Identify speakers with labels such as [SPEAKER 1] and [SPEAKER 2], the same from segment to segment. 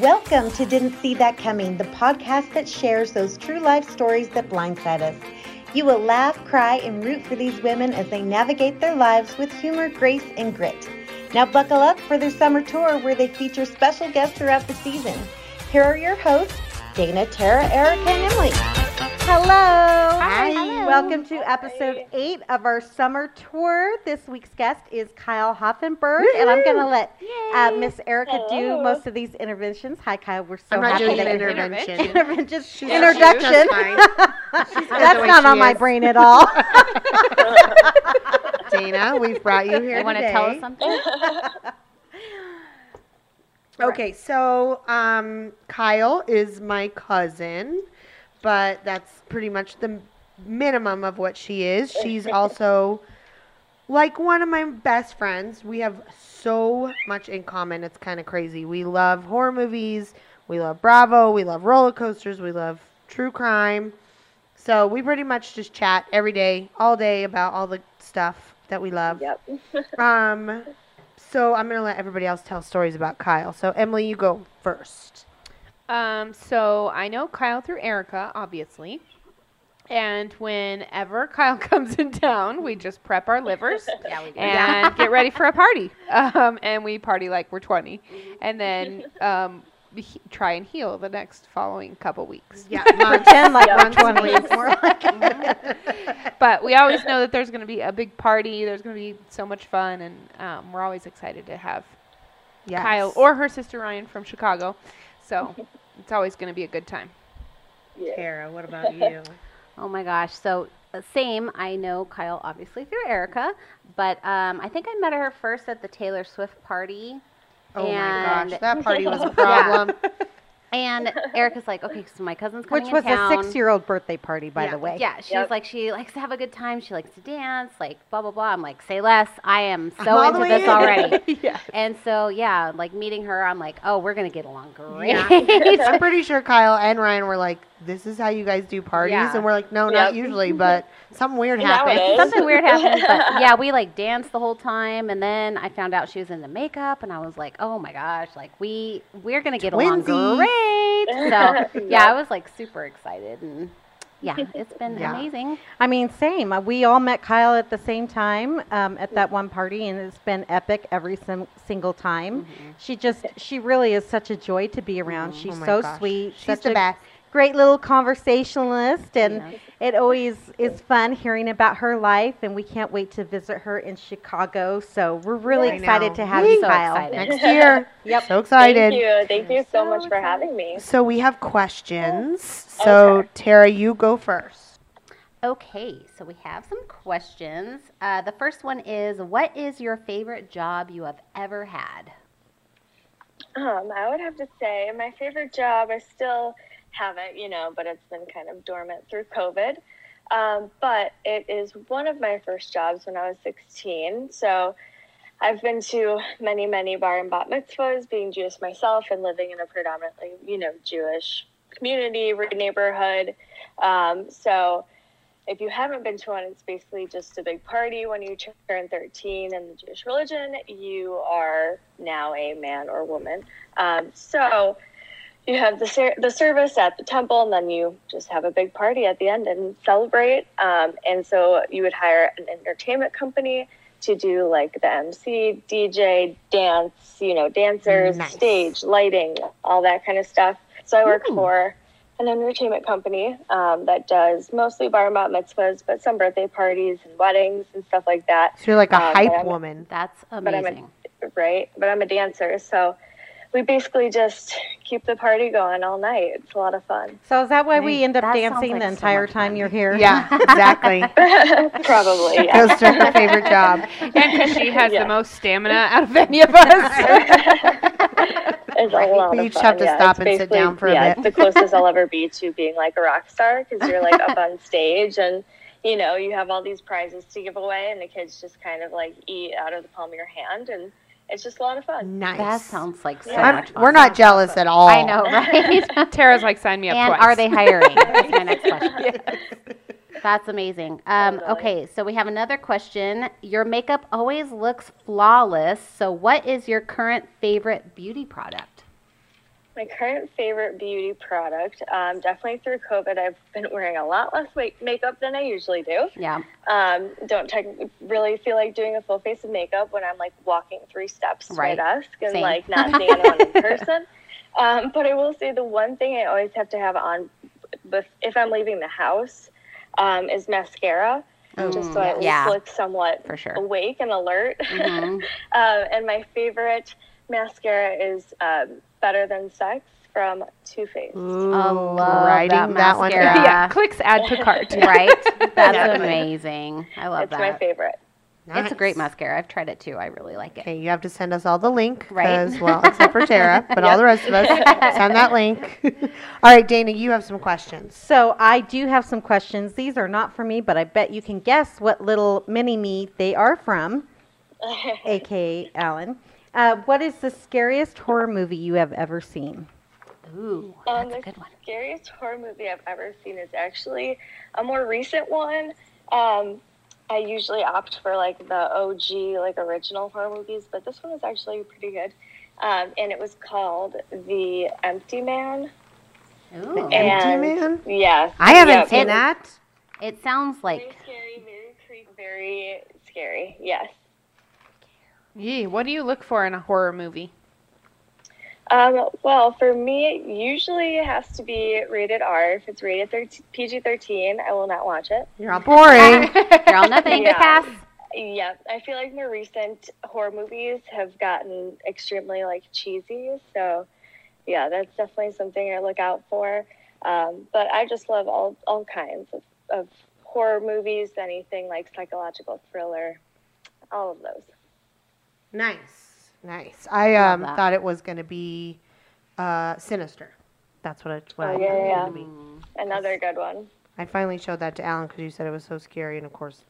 [SPEAKER 1] Welcome to Didn't See That Coming, the podcast that shares those true life stories that blindside us. You will laugh, cry, and root for these women as they navigate their lives with humor, grace, and grit. Now, buckle up for their summer tour where they feature special guests throughout the season. Here are your hosts, Dana, Tara, Erica, and Emily. Hello. Hi. Welcome to episode eight of our summer tour. This week's guest is Kyle Hoffenberg, and I'm going to let uh, Miss Erica do
[SPEAKER 2] Hello.
[SPEAKER 1] most of these interventions. Hi, Kyle. We're so
[SPEAKER 3] I'm not
[SPEAKER 1] happy
[SPEAKER 3] doing
[SPEAKER 1] that
[SPEAKER 3] an
[SPEAKER 1] you're here.
[SPEAKER 3] intervention.
[SPEAKER 1] Intervention.
[SPEAKER 3] She's
[SPEAKER 1] Introduction.
[SPEAKER 3] cute. That's
[SPEAKER 1] That's
[SPEAKER 3] way
[SPEAKER 1] not
[SPEAKER 3] she
[SPEAKER 1] on my
[SPEAKER 3] is.
[SPEAKER 1] brain at all.
[SPEAKER 3] Dana, we've brought you here.
[SPEAKER 4] You want to
[SPEAKER 3] today.
[SPEAKER 4] tell us something?
[SPEAKER 3] Okay, so um, Kyle is my cousin, but that's pretty much the minimum of what she is. She's also like one of my best friends. We have so much in common. It's kind of crazy. We love horror movies. We love Bravo. We love roller coasters. We love true crime. So we pretty much just chat every day, all day about all the stuff that we love.
[SPEAKER 2] Yep.
[SPEAKER 3] Um, so I'm gonna let everybody else tell stories about Kyle. So Emily, you go first.
[SPEAKER 5] Um, so I know Kyle through Erica, obviously. And whenever Kyle comes in town, we just prep our livers
[SPEAKER 4] Yeah, we do.
[SPEAKER 5] and get ready for a party. Um, and we party like we're 20. And then um, he- try and heal the next following couple weeks.
[SPEAKER 3] Yeah,
[SPEAKER 1] Pretend like we're
[SPEAKER 3] Months,
[SPEAKER 1] 20.
[SPEAKER 3] please.
[SPEAKER 1] It's more like
[SPEAKER 5] But we always know that there's going to be a big party. There's going to be so much fun. And um, we're always excited to have Kyle or her sister Ryan from Chicago. So it's always going to be a good time.
[SPEAKER 2] Yeah.
[SPEAKER 3] Tara. What about you?
[SPEAKER 4] Oh my gosh. So uh, same. I know Kyle obviously through Erica, but um, I think I met her first at the Taylor Swift party.
[SPEAKER 3] Oh my gosh,
[SPEAKER 4] And-
[SPEAKER 3] that party was a problem.
[SPEAKER 4] And Erica's like, okay, so my cousin's coming
[SPEAKER 1] Which
[SPEAKER 4] in
[SPEAKER 1] was a
[SPEAKER 4] town."
[SPEAKER 1] six-year-old birthday party, by the way.
[SPEAKER 4] Yeah, she was
[SPEAKER 2] Yep.
[SPEAKER 4] like, she likes to have a good time. She likes to dance, like blah blah blah. I'm like, say less. I am so
[SPEAKER 3] All the
[SPEAKER 4] into
[SPEAKER 3] way
[SPEAKER 4] this
[SPEAKER 3] in.
[SPEAKER 4] already.
[SPEAKER 5] Yeah.
[SPEAKER 4] And so yeah, like meeting her, I'm like, oh, we're gonna get along great.
[SPEAKER 3] I'm pretty sure Kyle and Ryan were like, "This is how you guys do parties,"
[SPEAKER 4] Yeah.
[SPEAKER 3] and we're like, "No, not usually, but something weird happened."
[SPEAKER 2] Nowadays.
[SPEAKER 4] Something weird happened, but yeah, we like danced the whole time, and then I found out she was into makeup, and I was like, oh my gosh, like we we're gonna get
[SPEAKER 3] Twinsies.
[SPEAKER 4] along great. So yeah, I was like super excited, and yeah, it's been
[SPEAKER 3] Yeah.
[SPEAKER 4] amazing.
[SPEAKER 1] I mean, same. Uh, We all met Kyle at the same time um, at that one party, and it's been epic every sim- single time. She just, she really is such a joy to be around. She's
[SPEAKER 3] Mm-hmm. Oh my
[SPEAKER 1] so
[SPEAKER 3] gosh.
[SPEAKER 1] sweet.
[SPEAKER 3] She's
[SPEAKER 1] such
[SPEAKER 3] the
[SPEAKER 1] a
[SPEAKER 3] best.
[SPEAKER 1] Great little conversationalist, and
[SPEAKER 4] Yeah.
[SPEAKER 1] it always is fun hearing about her life. And we can't wait to visit her in Chicago. So we're really
[SPEAKER 3] I
[SPEAKER 1] excited
[SPEAKER 3] know.
[SPEAKER 1] to have
[SPEAKER 3] Woo.
[SPEAKER 1] you,
[SPEAKER 4] So
[SPEAKER 1] Kyle.
[SPEAKER 4] excited.
[SPEAKER 3] Next year.
[SPEAKER 1] Yep.
[SPEAKER 3] So
[SPEAKER 2] Thank
[SPEAKER 3] excited.
[SPEAKER 2] you. Thank you so,
[SPEAKER 1] So
[SPEAKER 2] much for having me.
[SPEAKER 3] So we have questions. So
[SPEAKER 2] Okay.
[SPEAKER 3] Tara, you go first.
[SPEAKER 4] Okay, so we have some questions. Uh, the first one is, what is your favorite job you have ever had?
[SPEAKER 2] Um, I would have to say my favorite job. I still have it, you know, but it's been kind of dormant through COVID. Um, but it is one of my first jobs when I was 16. So I've been to many, many bar and bat mitzvahs, being Jewish myself and living in a predominantly, you know, Jewish community, re- neighborhood. Um, so if you haven't been to one, it's basically just a big party. When you turn 13 in the Jewish religion, you are now a man or woman. Um, so you have the, ser- the service at the temple, and then you just have a big party at the end and celebrate. Um, and so you would hire an entertainment company to do like the MC, DJ, dance, you know, dancers,
[SPEAKER 3] Nice.
[SPEAKER 2] stage, lighting, all that kind of stuff. So I work for an entertainment company um, that does mostly bar and bat mitzvahs, but some birthday parties and weddings and stuff like that.
[SPEAKER 3] So you're like a
[SPEAKER 2] Um, but
[SPEAKER 3] hype
[SPEAKER 2] I'm-
[SPEAKER 3] woman.
[SPEAKER 4] That's
[SPEAKER 2] But I'm
[SPEAKER 4] amazing.
[SPEAKER 2] a, right? But I'm a dancer, so we basically just keep the party going all night. It's a lot of fun.
[SPEAKER 1] So is that why we end up
[SPEAKER 4] That sounds
[SPEAKER 1] dancing
[SPEAKER 4] like
[SPEAKER 1] the
[SPEAKER 4] so
[SPEAKER 1] entire
[SPEAKER 4] much
[SPEAKER 1] time
[SPEAKER 4] fun.
[SPEAKER 1] you're here?
[SPEAKER 3] Yeah, exactly.
[SPEAKER 2] Probably, yeah.
[SPEAKER 3] Goes to her favorite job.
[SPEAKER 5] And 'cause she has
[SPEAKER 2] Yeah.
[SPEAKER 5] the most stamina out of any of us.
[SPEAKER 2] It's a lot
[SPEAKER 3] We
[SPEAKER 2] of
[SPEAKER 3] each
[SPEAKER 2] fun,
[SPEAKER 3] have to
[SPEAKER 2] yeah.
[SPEAKER 3] stop and
[SPEAKER 2] It's
[SPEAKER 3] sit
[SPEAKER 2] basically-
[SPEAKER 3] down for a
[SPEAKER 2] yeah,
[SPEAKER 3] bit.
[SPEAKER 2] It's the closest I'll ever be to being like a rock star because you're like up on stage and you know you have all these prizes to give away, and the kids just kind of like eat out of the palm of your hand, and it's just a lot of fun.
[SPEAKER 3] Nice.
[SPEAKER 4] That sounds like so
[SPEAKER 2] I'm-
[SPEAKER 3] I'm-
[SPEAKER 4] much fun.
[SPEAKER 3] we're not jealous at all.
[SPEAKER 4] I know, right?
[SPEAKER 5] Tara's like, sign me up
[SPEAKER 4] and
[SPEAKER 5] twice.
[SPEAKER 4] are they hiring? That's my next question. That's amazing. Um,
[SPEAKER 2] Totally.
[SPEAKER 4] okay, so we have another question. Your makeup always looks flawless. So, what is your current favorite beauty product?
[SPEAKER 2] My current favorite beauty product, um, definitely through COVID, I've been wearing a lot less wake- makeup than I usually do.
[SPEAKER 4] Yeah.
[SPEAKER 2] Um, don't tech- really feel like doing a full face of makeup when I'm like walking three steps to
[SPEAKER 4] Right.
[SPEAKER 2] my desk and
[SPEAKER 4] Same.
[SPEAKER 2] like not seeing anyone in person. Um, but I will say the one thing I always have to have on bef- if I'm leaving the house um, is mascara, just so I at least
[SPEAKER 4] Oh, yeah,
[SPEAKER 2] look somewhat
[SPEAKER 4] for sure.
[SPEAKER 2] awake and alert.
[SPEAKER 4] Mhm.
[SPEAKER 2] Um, and my favorite mascara is um, Better Than Sex from Too Faced.
[SPEAKER 3] Ooh,
[SPEAKER 4] I love
[SPEAKER 3] writing
[SPEAKER 4] that
[SPEAKER 3] that one
[SPEAKER 4] mascara.
[SPEAKER 3] down.
[SPEAKER 5] yeah, clicks add to cart.
[SPEAKER 4] Right? That's
[SPEAKER 3] Definitely.
[SPEAKER 4] amazing. I love
[SPEAKER 2] it's my
[SPEAKER 4] that.
[SPEAKER 2] favorite.
[SPEAKER 4] It's a great
[SPEAKER 3] Nice.
[SPEAKER 4] mascara. I've tried it too. I really like it.
[SPEAKER 3] Okay, you have to send us all the link,
[SPEAKER 4] Right.
[SPEAKER 3] right? Well, except for Tara, but all the rest of us send that link. all right, Dana, you have some questions.
[SPEAKER 6] So I do have some questions. These are not for me, but I bet you can guess what little mini me they are from, aka Alan. Uh, what is the scariest horror movie you have ever seen?
[SPEAKER 4] Ooh,
[SPEAKER 2] Um,
[SPEAKER 4] that's a
[SPEAKER 2] the
[SPEAKER 4] good one.
[SPEAKER 2] scariest horror movie I've ever seen is actually a more recent one. Um, I usually opt for like the OG, like original horror movies, but this one was actually pretty good. Um, and it was called The Empty Man.
[SPEAKER 4] Ooh.
[SPEAKER 2] And-
[SPEAKER 3] Empty Man.
[SPEAKER 2] Yes.
[SPEAKER 3] I haven't
[SPEAKER 2] Yep.
[SPEAKER 3] seen
[SPEAKER 2] It-
[SPEAKER 3] that.
[SPEAKER 4] It sounds
[SPEAKER 2] Very
[SPEAKER 4] like
[SPEAKER 2] scary, very creepy, very scary. Yes.
[SPEAKER 5] Yee, what do you look for in a horror movie?
[SPEAKER 2] Um, well, for me, it usually has to be rated R. If it's rated 13, PG 13, I will not watch it.
[SPEAKER 3] You're all boring.
[SPEAKER 4] you're all nothing.
[SPEAKER 2] Yeah.
[SPEAKER 4] Pass.
[SPEAKER 2] Yeah, I feel like more recent horror movies have gotten extremely like cheesy. So, yeah, that's definitely something I look out for. Um, but I just love all all kinds of, of horror movies, anything like psychological thriller, all of those.
[SPEAKER 3] nice, nice. I
[SPEAKER 4] Love
[SPEAKER 3] um,
[SPEAKER 4] that.
[SPEAKER 3] thought it was going to be uh, sinister. That's what it was.
[SPEAKER 2] Oh, yeah, yeah.
[SPEAKER 3] be.
[SPEAKER 2] Another good one.
[SPEAKER 3] I finally showed that to Alan because you said it was so scary, and of course,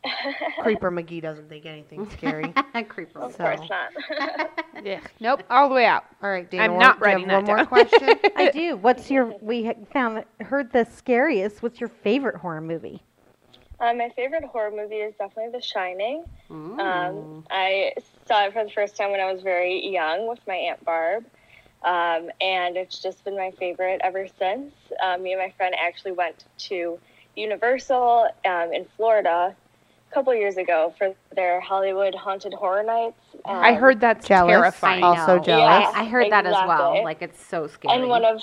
[SPEAKER 3] Creeper McGee doesn't think anything's scary.
[SPEAKER 4] Creeper.
[SPEAKER 2] Of
[SPEAKER 3] So-
[SPEAKER 2] course not.
[SPEAKER 5] Yeah. Nope, all the way out.
[SPEAKER 3] All right, Dana,
[SPEAKER 5] I'm
[SPEAKER 3] well,
[SPEAKER 5] not
[SPEAKER 3] do you
[SPEAKER 5] writing
[SPEAKER 3] have one
[SPEAKER 5] that down.
[SPEAKER 3] more question.
[SPEAKER 6] I do. What's your? We ha- found heard the scariest. What's your favorite horror movie?
[SPEAKER 2] um, my favorite horror movie is definitely The Shining.
[SPEAKER 4] Mm.
[SPEAKER 2] Um, I saw it for the first time when I was very young with my Aunt Barb. Um, and it's just been my favorite ever since. Um, me and my friend actually went to Universal um, in Florida a couple years ago for their Hollywood Haunted Horror Nights. Um,
[SPEAKER 5] I heard that's
[SPEAKER 3] Jealous.
[SPEAKER 4] I
[SPEAKER 5] terrifying.
[SPEAKER 4] know.
[SPEAKER 3] Also jealous.
[SPEAKER 4] I, I heard that as well.
[SPEAKER 2] Exactly.
[SPEAKER 4] Like it's so scary.
[SPEAKER 2] and one of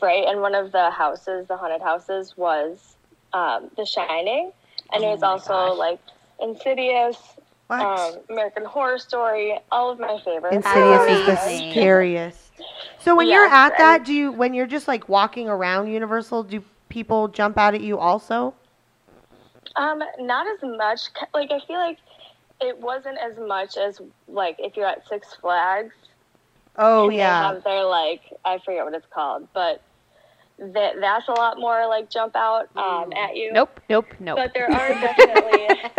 [SPEAKER 2] right, and one of the houses, the haunted houses, was um, The Shining, and
[SPEAKER 4] Oh
[SPEAKER 2] it was
[SPEAKER 4] my
[SPEAKER 2] also
[SPEAKER 4] gosh.
[SPEAKER 2] like Insidious,
[SPEAKER 3] What?
[SPEAKER 2] um, American Horror Story, all of my favorites.
[SPEAKER 3] Insidious is the
[SPEAKER 4] Amazing.
[SPEAKER 3] scariest. So when you're
[SPEAKER 2] Yes,
[SPEAKER 3] at
[SPEAKER 2] and-
[SPEAKER 3] that, do you when you're just like walking around Universal, do people jump out at you also?
[SPEAKER 2] Um, not as much. Like I feel like it wasn't as much as like if you're at Six Flags.
[SPEAKER 3] Oh
[SPEAKER 2] they
[SPEAKER 3] yeah.
[SPEAKER 2] have their like I forget what it's called, but that that's a lot more like jump out um, at you.
[SPEAKER 5] Nope, nope,
[SPEAKER 3] Oh.
[SPEAKER 5] nope.
[SPEAKER 2] But there are definitely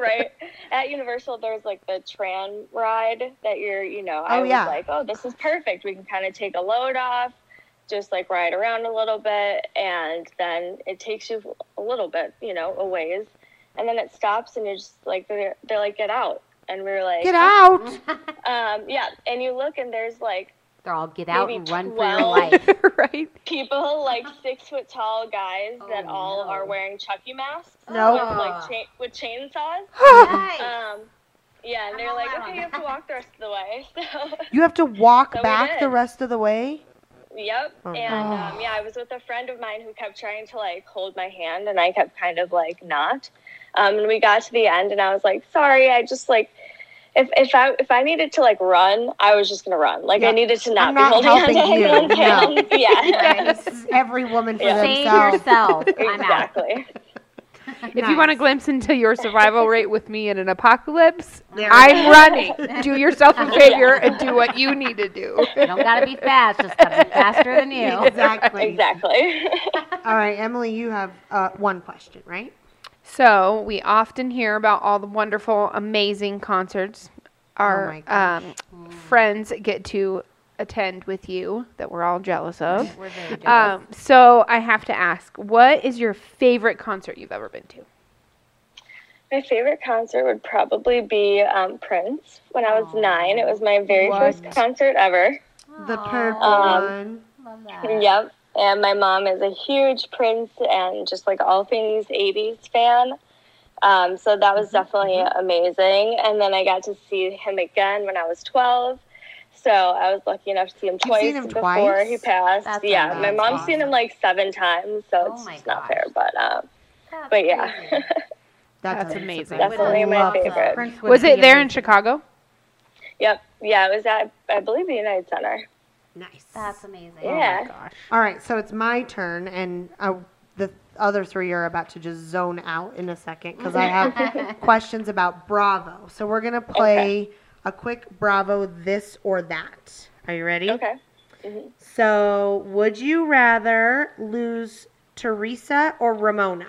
[SPEAKER 2] right at Universal. There's like the Tran ride that you're, you know, I
[SPEAKER 3] Oh,
[SPEAKER 2] was
[SPEAKER 3] yeah.
[SPEAKER 2] like, oh, this is perfect. We can kind of take a load off, just like ride around a little bit, and then it takes you a little bit, you know, a ways, and then it stops, and you're just like, they're, they're like, get out, and we were like,
[SPEAKER 3] Get out.
[SPEAKER 2] um, yeah, and you look, and there's like
[SPEAKER 4] They're all get out
[SPEAKER 2] maybe
[SPEAKER 4] and run for
[SPEAKER 2] 12.
[SPEAKER 4] your life.
[SPEAKER 5] right?
[SPEAKER 2] people like
[SPEAKER 3] Uh-huh.
[SPEAKER 2] six foot tall guys that
[SPEAKER 4] Oh,
[SPEAKER 2] all
[SPEAKER 4] no.
[SPEAKER 2] are wearing Chucky masks
[SPEAKER 3] No.
[SPEAKER 2] with
[SPEAKER 3] Ah.
[SPEAKER 2] like cha- with chainsaws.
[SPEAKER 4] Nice.
[SPEAKER 2] Um, yeah, and they're
[SPEAKER 4] I'm
[SPEAKER 2] like,
[SPEAKER 4] all out.
[SPEAKER 2] okay, you have to walk the rest of the way. So,
[SPEAKER 3] You have to walk
[SPEAKER 2] So we
[SPEAKER 3] back the
[SPEAKER 2] did.
[SPEAKER 3] rest of the way.
[SPEAKER 2] yep.
[SPEAKER 3] Oh,
[SPEAKER 2] and um, yeah, I was with a friend of mine who kept trying to like hold my hand, and I kept kind of like not. Um, and we got to the end, and I was like, sorry, I just like. If, if I if I needed to like run, I was just gonna run. Like
[SPEAKER 3] Yeah.
[SPEAKER 2] I needed to not
[SPEAKER 3] I'm
[SPEAKER 2] be
[SPEAKER 3] not
[SPEAKER 2] holding on to
[SPEAKER 3] helping you,
[SPEAKER 2] anyone's
[SPEAKER 3] no.
[SPEAKER 2] hands. Yeah,
[SPEAKER 3] This is every woman for
[SPEAKER 2] Yeah.
[SPEAKER 4] Save
[SPEAKER 3] themselves.
[SPEAKER 4] yourself. I'm out.
[SPEAKER 2] exactly.
[SPEAKER 5] If you want a
[SPEAKER 3] Nice.
[SPEAKER 5] glimpse into your survival rate with me in an apocalypse,
[SPEAKER 4] There
[SPEAKER 5] I'm running. Do yourself a favor and do what you need to do.
[SPEAKER 4] You don't gotta be fast. Just gotta be faster than you.
[SPEAKER 3] Exactly.
[SPEAKER 2] Exactly.
[SPEAKER 3] All right, Emily, you have uh, one question, right?
[SPEAKER 5] So we often hear about all the wonderful, amazing concerts our
[SPEAKER 3] my gosh.
[SPEAKER 5] um, friends get to attend with you that we're all jealous of.
[SPEAKER 4] We're
[SPEAKER 3] Uh,
[SPEAKER 4] very jealous.
[SPEAKER 5] Um, so I have to ask, what is your favorite concert you've ever been to?
[SPEAKER 2] My favorite concert would probably be um, Prince when I was nine. It was my very
[SPEAKER 5] What?
[SPEAKER 2] first concert ever.
[SPEAKER 3] The purple
[SPEAKER 2] Um,
[SPEAKER 3] one.
[SPEAKER 4] Love that.
[SPEAKER 2] Yep. And my mom is a huge Prince and just like all things 80s fan. Um, so that
[SPEAKER 5] Mm-hmm.
[SPEAKER 2] was definitely amazing. And then I got to see him again when I was 12. So I was lucky enough to see him
[SPEAKER 3] You've
[SPEAKER 2] twice
[SPEAKER 3] seen him
[SPEAKER 2] before
[SPEAKER 3] twice?
[SPEAKER 2] he passed.
[SPEAKER 4] That's
[SPEAKER 2] yeah, my
[SPEAKER 4] amazing.
[SPEAKER 2] mom's seen him like seven times,
[SPEAKER 4] Oh
[SPEAKER 2] so it's
[SPEAKER 4] my
[SPEAKER 2] just not
[SPEAKER 4] gosh.
[SPEAKER 2] fair. But um,
[SPEAKER 4] That's
[SPEAKER 2] but yeah.
[SPEAKER 4] crazy.
[SPEAKER 5] That's
[SPEAKER 3] doesn't
[SPEAKER 5] amazing.
[SPEAKER 3] surprise
[SPEAKER 2] That's
[SPEAKER 3] me.
[SPEAKER 2] Definitely my
[SPEAKER 3] Love
[SPEAKER 2] favorite.
[SPEAKER 3] that.
[SPEAKER 4] Prince would
[SPEAKER 5] Was
[SPEAKER 4] be
[SPEAKER 5] it there in
[SPEAKER 4] amazing.
[SPEAKER 5] Chicago?
[SPEAKER 2] yep, yeah, it was at I believe the United Center.
[SPEAKER 3] Nice.
[SPEAKER 4] That's amazing.
[SPEAKER 2] Yeah.
[SPEAKER 5] Gosh.
[SPEAKER 3] All right, so it's my turn, and uh, the other three are about to just zone out in a second because I have questions about Bravo. So we're gonna play a quick Bravo this or that. Are you ready?
[SPEAKER 5] Mm-hmm.
[SPEAKER 2] Okay.
[SPEAKER 3] So would you rather lose Teresa or Ramona?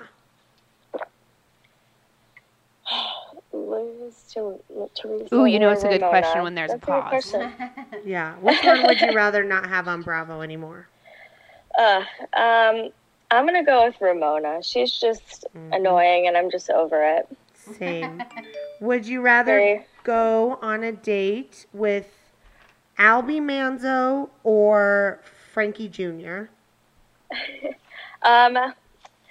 [SPEAKER 2] Lose to Teresa.
[SPEAKER 5] Ooh, you know
[SPEAKER 2] or
[SPEAKER 5] it's a good
[SPEAKER 2] Ramona.
[SPEAKER 5] question when there's a
[SPEAKER 2] That's good
[SPEAKER 5] pause.
[SPEAKER 2] question.
[SPEAKER 3] Yeah. Which one would you rather not have on Bravo anymore?
[SPEAKER 2] Uh, um, I'm gonna go with Ramona. She's just
[SPEAKER 3] Mm-hmm.
[SPEAKER 2] annoying, and I'm just over it.
[SPEAKER 3] Same. Would you rather
[SPEAKER 2] Sorry.
[SPEAKER 3] go on a date with Albie Manzo or Frankie Jr.?
[SPEAKER 2] Um, I'm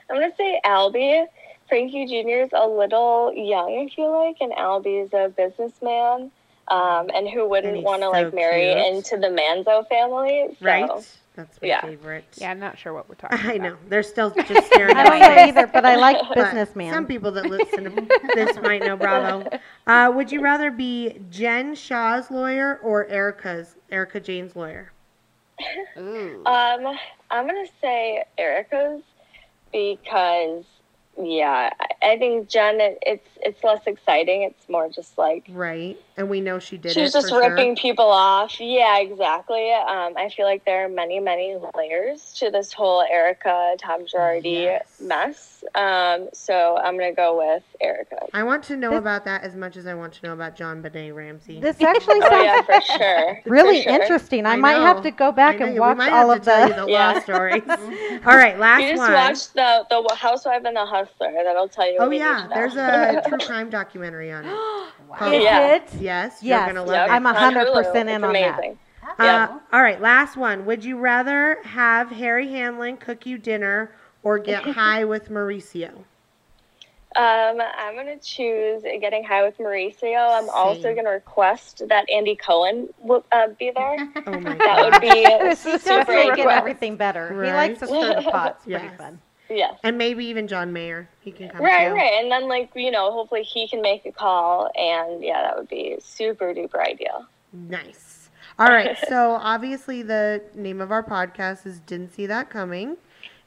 [SPEAKER 2] gonna say Albie. Frankie Jr. is a little young, if you like, and Albie is a businessman. Um, and who
[SPEAKER 3] And
[SPEAKER 2] wouldn't
[SPEAKER 3] he's
[SPEAKER 2] want to
[SPEAKER 3] so
[SPEAKER 2] like marry
[SPEAKER 3] cute.
[SPEAKER 2] into the Manzo family? So,
[SPEAKER 3] Right? That's my
[SPEAKER 2] yeah.
[SPEAKER 3] favorite.
[SPEAKER 5] Yeah, I'm not sure what we're talking about.
[SPEAKER 3] I know. They're still just staring
[SPEAKER 6] I
[SPEAKER 3] at
[SPEAKER 6] don't
[SPEAKER 3] me.
[SPEAKER 6] know either, but I like
[SPEAKER 3] but
[SPEAKER 6] businessman.
[SPEAKER 3] Some people that listen to this might know Bravo. Uh, would you rather be Jen Shaw's lawyer or Erica's Erica Jane's lawyer?
[SPEAKER 5] Ooh.
[SPEAKER 2] Um, I'm gonna say Erica's because yeah, I- I think Jen. It, it's it's less exciting. It's more just like
[SPEAKER 3] Right. And we know she did
[SPEAKER 2] She's
[SPEAKER 3] it.
[SPEAKER 2] just
[SPEAKER 3] for sure.
[SPEAKER 2] ripping people off. Yeah, exactly. Um, I feel like there are many, many layers to this whole Erica Tom Girardi
[SPEAKER 3] Yes.
[SPEAKER 2] mess. Um, so I'm gonna go with Erica.
[SPEAKER 3] I want to know
[SPEAKER 6] This-
[SPEAKER 3] about that as much as I want to know about John Benet Ramsey.
[SPEAKER 6] This actually
[SPEAKER 2] Oh
[SPEAKER 6] sounds
[SPEAKER 2] yeah, for sure. For
[SPEAKER 6] really
[SPEAKER 2] sure.
[SPEAKER 6] interesting. I,
[SPEAKER 3] I
[SPEAKER 6] might
[SPEAKER 3] know.
[SPEAKER 6] have to go back
[SPEAKER 3] I
[SPEAKER 6] and
[SPEAKER 3] know,
[SPEAKER 6] watch
[SPEAKER 3] we might
[SPEAKER 6] all
[SPEAKER 3] have
[SPEAKER 6] of
[SPEAKER 3] to tell you
[SPEAKER 6] the.
[SPEAKER 3] the
[SPEAKER 2] Yeah.
[SPEAKER 3] law stories. All right, last
[SPEAKER 2] You just
[SPEAKER 3] one.
[SPEAKER 2] watched the the Housewife and the Hustler. That'll tell you.
[SPEAKER 3] oh
[SPEAKER 2] what you
[SPEAKER 3] yeah,
[SPEAKER 2] need to
[SPEAKER 3] there's
[SPEAKER 2] know.
[SPEAKER 3] a true crime documentary on it.
[SPEAKER 4] Wow.
[SPEAKER 3] Called-
[SPEAKER 6] Is
[SPEAKER 2] Yeah.
[SPEAKER 6] it? Yes.
[SPEAKER 3] Yes, you're gonna love
[SPEAKER 2] Yep,
[SPEAKER 3] it.
[SPEAKER 6] I'm a
[SPEAKER 2] on Hulu.
[SPEAKER 6] 100% in
[SPEAKER 2] It's
[SPEAKER 6] on that.
[SPEAKER 2] amazing.
[SPEAKER 4] That's
[SPEAKER 3] Uh,
[SPEAKER 4] cool.
[SPEAKER 3] all right, last one. Would you rather have Harry Hamlin cook you dinner or get high with Mauricio?
[SPEAKER 2] Um, I'm gonna choose Getting High with Mauricio. I'm also
[SPEAKER 3] Same.
[SPEAKER 2] gonna request that Andy Cohen will, uh, be there.
[SPEAKER 3] Oh my
[SPEAKER 2] That
[SPEAKER 3] god.
[SPEAKER 2] would be
[SPEAKER 6] This is just
[SPEAKER 2] super
[SPEAKER 6] making
[SPEAKER 2] request.
[SPEAKER 6] everything better. He likes to stir the pot. It's pretty
[SPEAKER 3] Yes.
[SPEAKER 6] fun.
[SPEAKER 2] yes.
[SPEAKER 3] and maybe even John Mayer. He can come
[SPEAKER 2] Right,
[SPEAKER 3] too.
[SPEAKER 2] right. And then, like, you know, hopefully he can make a call. And yeah, that would be super duper ideal.
[SPEAKER 3] Nice. All right. So obviously the name of our podcast is Didn't See That Coming.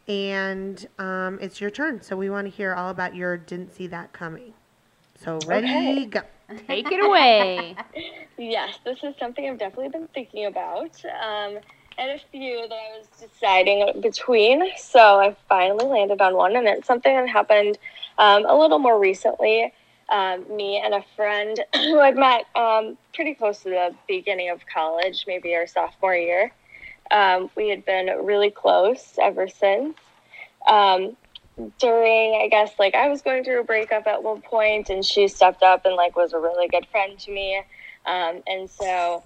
[SPEAKER 3] And um, it's your turn. So we want to hear all about your Didn't See That Coming. So ready,
[SPEAKER 2] Okay.
[SPEAKER 3] go.
[SPEAKER 5] Take it away.
[SPEAKER 2] Yes, this is something I've definitely been thinking about. Um, and a few that I was deciding between. So I finally landed on one, and it's something that happened um, a little more recently. Um, me and a friend who I'd met um, pretty close to the beginning of college, maybe our sophomore year. Um, we had been really close ever since. Um, during, I guess, like I was going through a breakup at one point, and she stepped up and like was a really good friend to me. Um, and so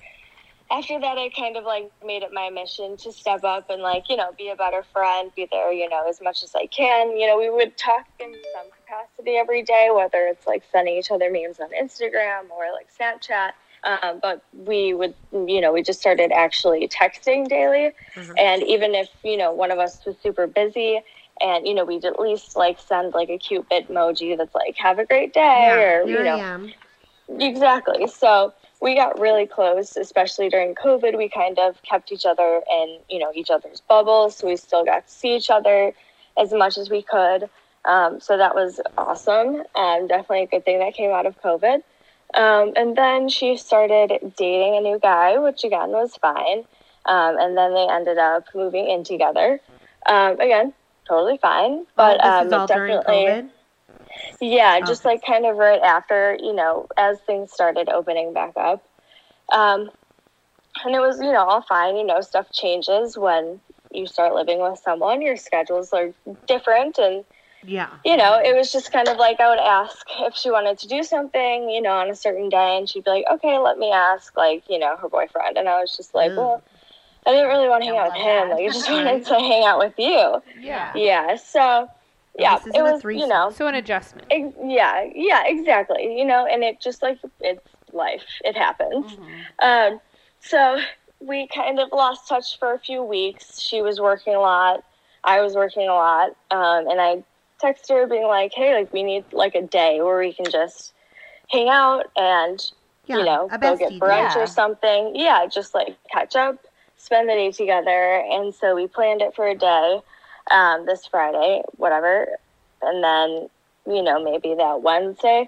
[SPEAKER 2] after that, I kind of like made it my mission to step up and like, you know, be a better friend, be there, you know, as much as I can. You know, we would talk in some capacity every day, whether it's like sending each other memes on Instagram or like Snapchat. Um, but we would, you know, we just started actually texting daily.
[SPEAKER 3] Mhm.
[SPEAKER 2] And even if, you know, one of us was super busy, and you know, we'd at least like send like a cute bitmoji that's like "Have a great day" or you
[SPEAKER 3] here
[SPEAKER 2] know,
[SPEAKER 3] I am.
[SPEAKER 2] Exactly. So we got really close, especially during COVID. We kind of kept each other in, you know, each other's bubbles. So we still got to see each other as much as we could. Um, so that was awesome. Um, definitely a good thing that came out of COVID. Um, and then she started dating a new guy, which again was fine. Um, and then they ended up moving in together. Um, again, totally fine. But
[SPEAKER 3] oh, this
[SPEAKER 2] um,
[SPEAKER 3] is
[SPEAKER 2] it
[SPEAKER 3] all during
[SPEAKER 2] definitely.
[SPEAKER 3] COVID.
[SPEAKER 2] Yeah, just
[SPEAKER 3] Okay.
[SPEAKER 2] like kind of right after, you know, as things started opening back up. Um, and it was, you know, all fine. You know, stuff changes when you start living with someone, your schedules are different. And,
[SPEAKER 3] Yeah.
[SPEAKER 2] you know, it was just kind of like I would ask if she wanted to do something, you know, on a certain day. And she'd be like, okay, let me ask, like, you know, her boyfriend. And I was just like,
[SPEAKER 3] Mm.
[SPEAKER 2] well, I didn't really want to hang out with
[SPEAKER 4] Yeah.
[SPEAKER 2] him. Like, I just wanted to hang out with you.
[SPEAKER 5] Yeah.
[SPEAKER 2] Yeah. So, yeah,
[SPEAKER 3] This
[SPEAKER 2] it
[SPEAKER 3] isn't a
[SPEAKER 2] was, you
[SPEAKER 3] threesome.
[SPEAKER 2] know,
[SPEAKER 5] So an adjustment.
[SPEAKER 2] ex- yeah, yeah, exactly. You know, and it just like, it's life, it happens.
[SPEAKER 4] Mm-hmm.
[SPEAKER 2] Um, so we kind of lost touch for a few weeks. She was working a lot. I was working a lot. Um, and I texted her being like, hey, like we need like a day where we can just hang out and,
[SPEAKER 3] Yeah,
[SPEAKER 2] you know,
[SPEAKER 3] a
[SPEAKER 2] go get
[SPEAKER 3] bestie
[SPEAKER 4] bread.
[SPEAKER 2] brunch
[SPEAKER 4] Yeah.
[SPEAKER 2] or something. Yeah, just like catch up, spend the day together. And so we planned it for a day um, this Friday, whatever. And then, you know, maybe that Wednesday.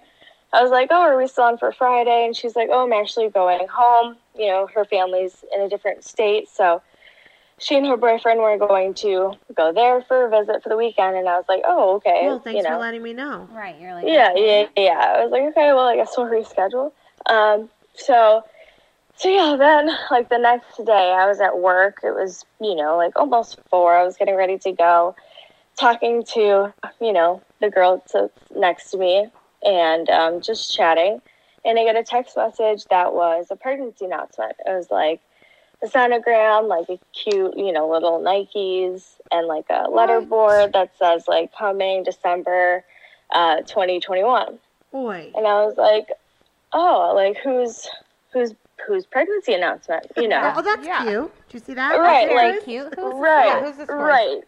[SPEAKER 2] I was like, oh, are we still on for Friday? And she's like, oh, I'm actually going home. You know, her family's in a different state. So she and her boyfriend were going to go there for a visit for the weekend. And I was like, oh, okay.
[SPEAKER 3] Well, thanks
[SPEAKER 2] you know.
[SPEAKER 3] for letting me know.
[SPEAKER 4] Right. You're like,
[SPEAKER 2] Yeah, yeah,
[SPEAKER 4] okay.
[SPEAKER 2] yeah. I was like, okay, well, I guess we'll reschedule. Um, so, so yeah, then like the next day, I was at work. It was you know like almost four. I was getting ready to go, talking to you know the girl to, next to me, and um, just chatting. And I get a text message that was a pregnancy announcement. It was like a sonogram, like a cute, you know, little Nikes, and like a letter
[SPEAKER 5] What?
[SPEAKER 2] board that says like coming December uh, 2021
[SPEAKER 3] Boy.
[SPEAKER 2] and i was like oh like who's who's who's pregnancy announcement you know
[SPEAKER 3] Oh, that's
[SPEAKER 5] Yeah.
[SPEAKER 3] cute. Did you see that?
[SPEAKER 2] Right,
[SPEAKER 3] That's
[SPEAKER 2] like-
[SPEAKER 3] yours?
[SPEAKER 4] cute. Who's
[SPEAKER 2] right
[SPEAKER 5] yeah, who's this for?
[SPEAKER 2] right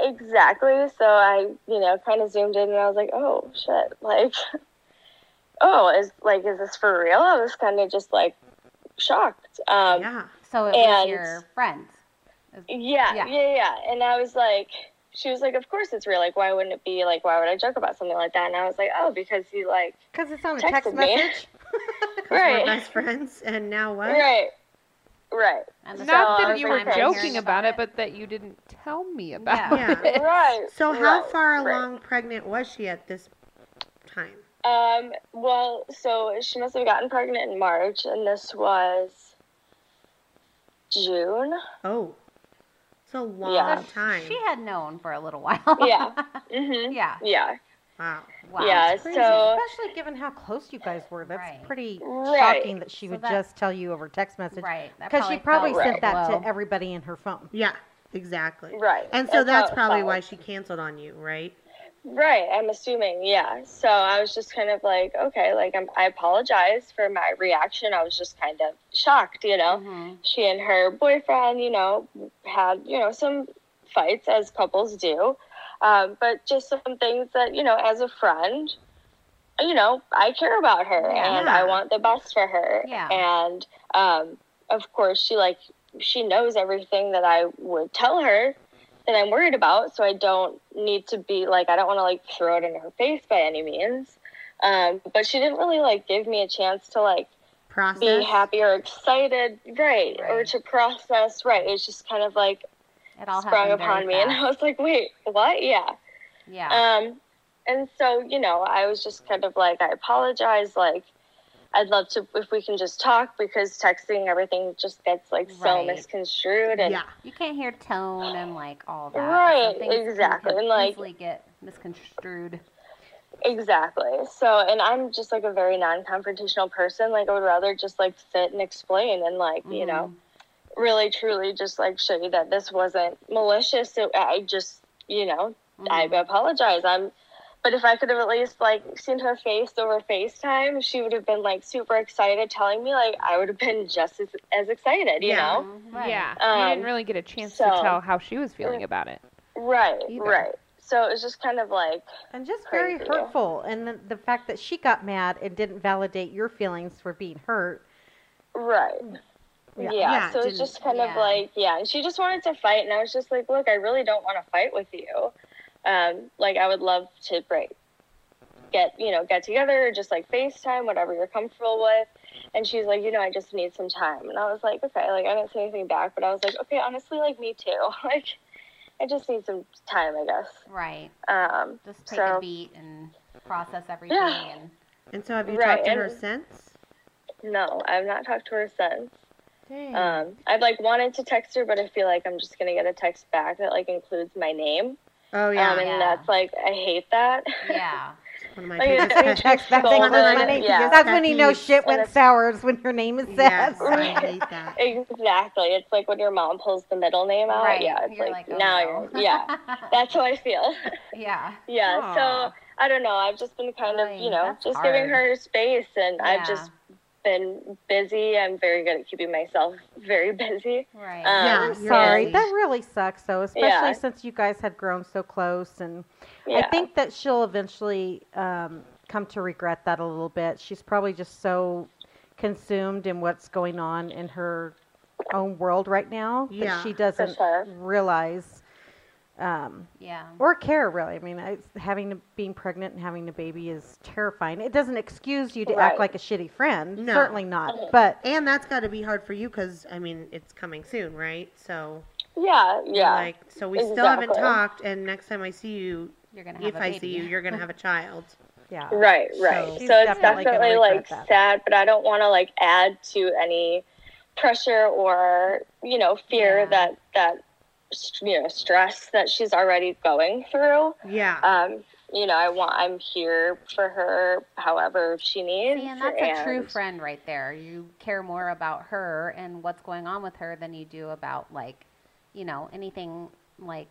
[SPEAKER 2] exactly so i you know kind of zoomed in and i was like oh shit like oh is like is this for real i was kind of just like shocked um
[SPEAKER 3] yeah.
[SPEAKER 4] So it was
[SPEAKER 2] And-
[SPEAKER 4] your friends.
[SPEAKER 2] Yeah,
[SPEAKER 4] Yeah.
[SPEAKER 2] yeah, yeah, And I was like, she was like, of course it's real. Like, why wouldn't it be? Like, why would I joke about something like that? And I was like, oh, because he like,
[SPEAKER 3] Because it's on
[SPEAKER 2] a text Texted me. message.
[SPEAKER 3] 'Cause We're
[SPEAKER 2] Right.
[SPEAKER 3] best friends, and now what?
[SPEAKER 2] right, right,
[SPEAKER 4] And the
[SPEAKER 5] Not
[SPEAKER 4] first
[SPEAKER 2] So,
[SPEAKER 5] that you were
[SPEAKER 4] time I'm hearing
[SPEAKER 5] joking about it, but that you didn't tell me about
[SPEAKER 3] Yeah.
[SPEAKER 5] it.
[SPEAKER 2] right.
[SPEAKER 3] So how
[SPEAKER 2] right,
[SPEAKER 3] far
[SPEAKER 2] right.
[SPEAKER 3] along pregnant was she at this time?
[SPEAKER 2] Um, well, so she must have gotten pregnant in March, and this was June.
[SPEAKER 3] Oh, it's a long
[SPEAKER 2] Yeah.
[SPEAKER 3] time.
[SPEAKER 4] She had known for a little while.
[SPEAKER 2] Yeah. Mm-hmm.
[SPEAKER 4] yeah.
[SPEAKER 2] Yeah.
[SPEAKER 3] Wow.
[SPEAKER 4] Wow.
[SPEAKER 2] yeah.
[SPEAKER 1] Crazy,
[SPEAKER 2] So,
[SPEAKER 1] especially given how close you guys were, that's
[SPEAKER 4] Right.
[SPEAKER 1] pretty
[SPEAKER 2] Right.
[SPEAKER 1] shocking that she
[SPEAKER 4] So
[SPEAKER 1] would
[SPEAKER 4] that-
[SPEAKER 1] just tell you over text message.
[SPEAKER 4] Right. that
[SPEAKER 1] Because she
[SPEAKER 4] felt
[SPEAKER 1] probably
[SPEAKER 4] like
[SPEAKER 1] sent
[SPEAKER 4] a
[SPEAKER 1] that
[SPEAKER 4] blow.
[SPEAKER 1] to everybody in her phone.
[SPEAKER 3] Yeah. Exactly.
[SPEAKER 2] right.
[SPEAKER 3] And so
[SPEAKER 2] how
[SPEAKER 3] that's
[SPEAKER 2] it
[SPEAKER 3] probably
[SPEAKER 2] felt.
[SPEAKER 3] why she canceled on you, right?
[SPEAKER 2] Right, I'm assuming, yeah. So I was just kind of like, okay, like I'm, I apologize for my reaction. I was just kind of shocked, you know.
[SPEAKER 4] Mhm.
[SPEAKER 2] She and her boyfriend, you know, had you know some fights as couples do, um, but just some things that you know, as a friend, you know, I care about her and I
[SPEAKER 3] Yeah.
[SPEAKER 2] want the best for her.
[SPEAKER 4] Yeah.
[SPEAKER 2] And um, of course, she like she knows everything that I would tell her that I'm worried about, so I don't need to be like I don't want to like throw it in her face by any means. Um, but she didn't really like give me a chance to like
[SPEAKER 3] Process.
[SPEAKER 2] be happy or excited, right, Or
[SPEAKER 4] Right.
[SPEAKER 2] to process, right? It's just kind of like
[SPEAKER 4] It all
[SPEAKER 2] sprung
[SPEAKER 4] happened very
[SPEAKER 2] upon me, and I
[SPEAKER 4] fast.
[SPEAKER 2] was like, wait, what? Yeah.
[SPEAKER 4] Yeah.
[SPEAKER 2] Um, and so you know, I was just kind of like, I apologize, like. I'd love to if we can just talk because texting everything just gets like so
[SPEAKER 4] Right.
[SPEAKER 2] misconstrued and
[SPEAKER 3] Yeah.
[SPEAKER 4] You can't hear tone and like all that.
[SPEAKER 2] Right,
[SPEAKER 4] Some things can-
[SPEAKER 2] exactly,
[SPEAKER 4] can
[SPEAKER 2] and, like-
[SPEAKER 4] easily get misconstrued.
[SPEAKER 2] Exactly. So, and I'm just like a very non-confrontational person. Like I would rather just like sit and explain and like, you know,
[SPEAKER 4] Mm-hmm.
[SPEAKER 2] really truly just like show you that this wasn't malicious. So I just, you know,
[SPEAKER 4] Mhm.
[SPEAKER 2] I
[SPEAKER 4] Mhm.
[SPEAKER 2] apologize. I'm but if I could have at least like seen her face over FaceTime, she would have been like super excited telling me like I would have been just as, as excited, you
[SPEAKER 3] Yeah.
[SPEAKER 2] know?
[SPEAKER 4] Mhm, right.
[SPEAKER 5] Yeah. you
[SPEAKER 2] Um,
[SPEAKER 5] didn't really get a chance to
[SPEAKER 2] so-
[SPEAKER 5] tell how she was feeling about it.
[SPEAKER 2] Right,
[SPEAKER 5] Either.
[SPEAKER 2] right. So it was just kind of like
[SPEAKER 1] And just very
[SPEAKER 2] Crazy.
[SPEAKER 1] hurtful. And the, the fact that she got mad and didn't validate your feelings for being hurt.
[SPEAKER 2] Right.
[SPEAKER 1] Yeah.
[SPEAKER 2] Yeah.
[SPEAKER 3] Yeah,
[SPEAKER 2] so
[SPEAKER 3] it
[SPEAKER 2] it's
[SPEAKER 3] didn't-
[SPEAKER 2] just kind of
[SPEAKER 4] yeah.
[SPEAKER 2] like, yeah. And she just wanted to fight. And I was just like, look, I really don't want to fight with you. Um, like, I would love to break, get, you know, get together, or just like FaceTime, whatever you're comfortable with. And she's like, you know, I just need some time. And I was like, okay. Like, I didn't say anything back, but I was like, okay, honestly, like, me too. Like, I just need some time, I guess.
[SPEAKER 4] Right.
[SPEAKER 2] Um,
[SPEAKER 4] Just take a
[SPEAKER 2] So-
[SPEAKER 4] beat and process everything. And
[SPEAKER 3] And so have you
[SPEAKER 2] Right,
[SPEAKER 3] talked to her
[SPEAKER 2] and-
[SPEAKER 3] since?
[SPEAKER 2] no, I've not talked to her since.
[SPEAKER 4] Hmm.
[SPEAKER 1] Dang.
[SPEAKER 2] Um, I've like wanted to text her, but I feel like I'm just gonna get a text back that like includes my name.
[SPEAKER 3] Oh yeah.
[SPEAKER 2] Um, and
[SPEAKER 4] Yeah.
[SPEAKER 2] that's like, I hate that.
[SPEAKER 4] yeah.
[SPEAKER 3] one of my
[SPEAKER 2] Like,
[SPEAKER 3] favorite.
[SPEAKER 2] it's been
[SPEAKER 1] Checks back that
[SPEAKER 2] stolen,
[SPEAKER 1] your money.
[SPEAKER 2] yeah.
[SPEAKER 1] That's when you know
[SPEAKER 3] Yes.
[SPEAKER 1] shit went
[SPEAKER 2] Yes.
[SPEAKER 1] sour. Is when your name is
[SPEAKER 3] Yes,
[SPEAKER 1] said.
[SPEAKER 3] I hate that.
[SPEAKER 2] Exactly. It's like when your mom pulls the middle name out.
[SPEAKER 4] Right.
[SPEAKER 2] Yeah. It's
[SPEAKER 4] You're
[SPEAKER 2] like,
[SPEAKER 4] like, oh,
[SPEAKER 2] now
[SPEAKER 4] no.
[SPEAKER 2] you're yeah. That's how I feel.
[SPEAKER 4] yeah.
[SPEAKER 2] yeah.
[SPEAKER 3] Aw.
[SPEAKER 2] So I don't know. I've just been kind of, you
[SPEAKER 4] Dang,
[SPEAKER 2] know,
[SPEAKER 4] that's
[SPEAKER 2] just
[SPEAKER 4] hard.
[SPEAKER 2] giving her space and
[SPEAKER 4] Yeah.
[SPEAKER 2] I've just been busy. I'm very good at keeping myself very busy.
[SPEAKER 4] Right.
[SPEAKER 2] Um,
[SPEAKER 3] Yeah,
[SPEAKER 1] I'm
[SPEAKER 3] you're
[SPEAKER 1] sorry.
[SPEAKER 3] right.
[SPEAKER 1] That really sucks, though, especially
[SPEAKER 2] Yeah.
[SPEAKER 1] since you guys had grown so close. And
[SPEAKER 2] Yeah.
[SPEAKER 1] I think that she'll eventually um, come to regret that a little bit. She's probably just so consumed in what's going on in her own world right now
[SPEAKER 3] Yeah,
[SPEAKER 1] that she
[SPEAKER 2] for
[SPEAKER 1] doesn't
[SPEAKER 2] sure.
[SPEAKER 1] realize um,
[SPEAKER 4] yeah.
[SPEAKER 1] or care, really. I mean, I, having to, being pregnant and having a baby is terrifying. It doesn't excuse you to act
[SPEAKER 2] Right.
[SPEAKER 1] like a shitty friend.
[SPEAKER 3] No.
[SPEAKER 1] Certainly not.
[SPEAKER 2] Mhm.
[SPEAKER 1] But
[SPEAKER 3] And that's got to be hard for you because I mean it's coming soon, right? So
[SPEAKER 2] Yeah. Yeah.
[SPEAKER 3] like so we still haven't
[SPEAKER 2] Exactly.
[SPEAKER 3] talked, and next time I see you,
[SPEAKER 4] You're gonna have
[SPEAKER 3] if
[SPEAKER 4] a
[SPEAKER 3] I
[SPEAKER 4] baby.
[SPEAKER 3] see you, you're gonna have a child.
[SPEAKER 1] yeah.
[SPEAKER 2] Right,
[SPEAKER 3] So-
[SPEAKER 2] right. So,
[SPEAKER 1] She's
[SPEAKER 2] it's
[SPEAKER 1] definitely gonna
[SPEAKER 2] definitely
[SPEAKER 1] regret that.
[SPEAKER 2] like sad, but I don't want to like add to any pressure or you know fear
[SPEAKER 4] Yeah.
[SPEAKER 2] that that s- you know stress that she's already going through.
[SPEAKER 3] Yeah.
[SPEAKER 2] Um, you know, I want I'm here for her, however she needs.
[SPEAKER 4] See, and that's a true
[SPEAKER 2] and-
[SPEAKER 4] friend right there. You care more about her and what's going on with her than you do about like, you know, anything like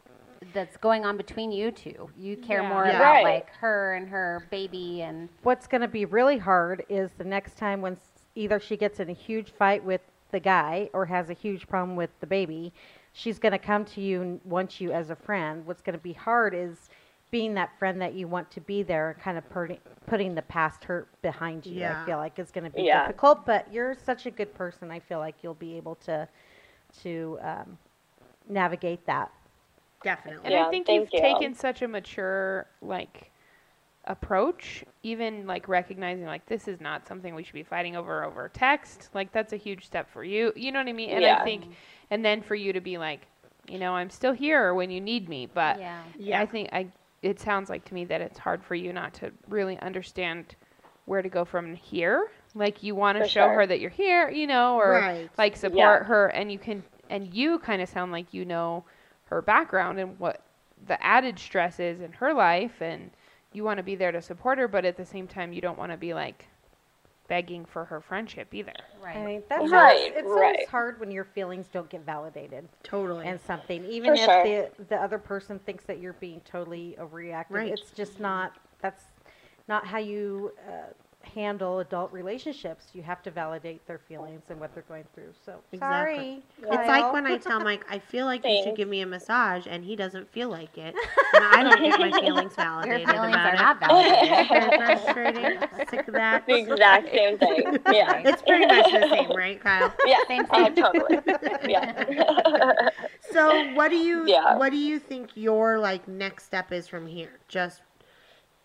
[SPEAKER 4] that's going on between you two. You care
[SPEAKER 5] Yeah.
[SPEAKER 4] more
[SPEAKER 3] Yeah.
[SPEAKER 4] about
[SPEAKER 2] Right.
[SPEAKER 4] like her and her baby and
[SPEAKER 1] What's going to be really hard is the next time when s- either she gets in a huge fight with the guy or has a huge problem with the baby, she's going to come to you and want you as a friend. What's going to be hard is being that friend that you want to be there and kind of putting putting the past hurt behind you.
[SPEAKER 3] Yeah.
[SPEAKER 1] I feel like is going to be
[SPEAKER 2] Yeah.
[SPEAKER 1] difficult, but you're such a good person. I feel like you'll be able to to um, navigate that.
[SPEAKER 3] Definitely.
[SPEAKER 5] And I
[SPEAKER 2] Yeah,
[SPEAKER 5] think you've
[SPEAKER 2] thank you.
[SPEAKER 5] taken such a mature like approach, even like recognizing like this is not something we should be fighting over over text. Like that's a huge step for you. You know what I mean? And I
[SPEAKER 2] Yeah.
[SPEAKER 5] think and then for you to be like, you know, I'm still here when you need me,
[SPEAKER 3] Uh,
[SPEAKER 5] but
[SPEAKER 4] yeah.
[SPEAKER 5] I think I it sounds like to me that it's hard for you not to really understand where to go from here. Like you want to
[SPEAKER 2] For
[SPEAKER 5] show
[SPEAKER 2] sure.
[SPEAKER 5] her that you're here, you know, or
[SPEAKER 3] Right.
[SPEAKER 5] like support her and you can and you kind of sound like you know her background and what the added stress is in her life and you want to be there to support her, but at the same time you don't want to be like begging for her friendship either.
[SPEAKER 4] Right.
[SPEAKER 1] I mean, that's
[SPEAKER 2] Right,
[SPEAKER 1] always, it's always
[SPEAKER 2] right.
[SPEAKER 1] hard when your feelings don't get validated.
[SPEAKER 3] Totally.
[SPEAKER 1] and something, even if
[SPEAKER 2] sure.
[SPEAKER 1] the the other person thinks that you're being totally overreactive.
[SPEAKER 3] Right.
[SPEAKER 1] It's just not that's not how you uh, handle adult relationships. You have to validate their feelings and what they're going through. So
[SPEAKER 3] Exactly.
[SPEAKER 1] sorry,
[SPEAKER 3] It's
[SPEAKER 1] Kyle.
[SPEAKER 3] like when I tell Mike, I feel like you should
[SPEAKER 2] Thanks.
[SPEAKER 3] give me a massage, and he doesn't feel like it. And I don't get my feelings
[SPEAKER 4] Your
[SPEAKER 3] validated
[SPEAKER 4] feelings
[SPEAKER 3] about
[SPEAKER 4] are
[SPEAKER 3] it.
[SPEAKER 4] not validated.
[SPEAKER 3] Very frustrating. Sick of that.
[SPEAKER 2] The exact same thing. Yeah.
[SPEAKER 3] It's pretty much the same, right, Kyle?
[SPEAKER 2] Yeah.
[SPEAKER 4] Same
[SPEAKER 2] Uh,
[SPEAKER 4] thing.
[SPEAKER 2] totally. Yeah.
[SPEAKER 3] So, what do you
[SPEAKER 2] Yeah.
[SPEAKER 3] what do you think your like next step is from here? Just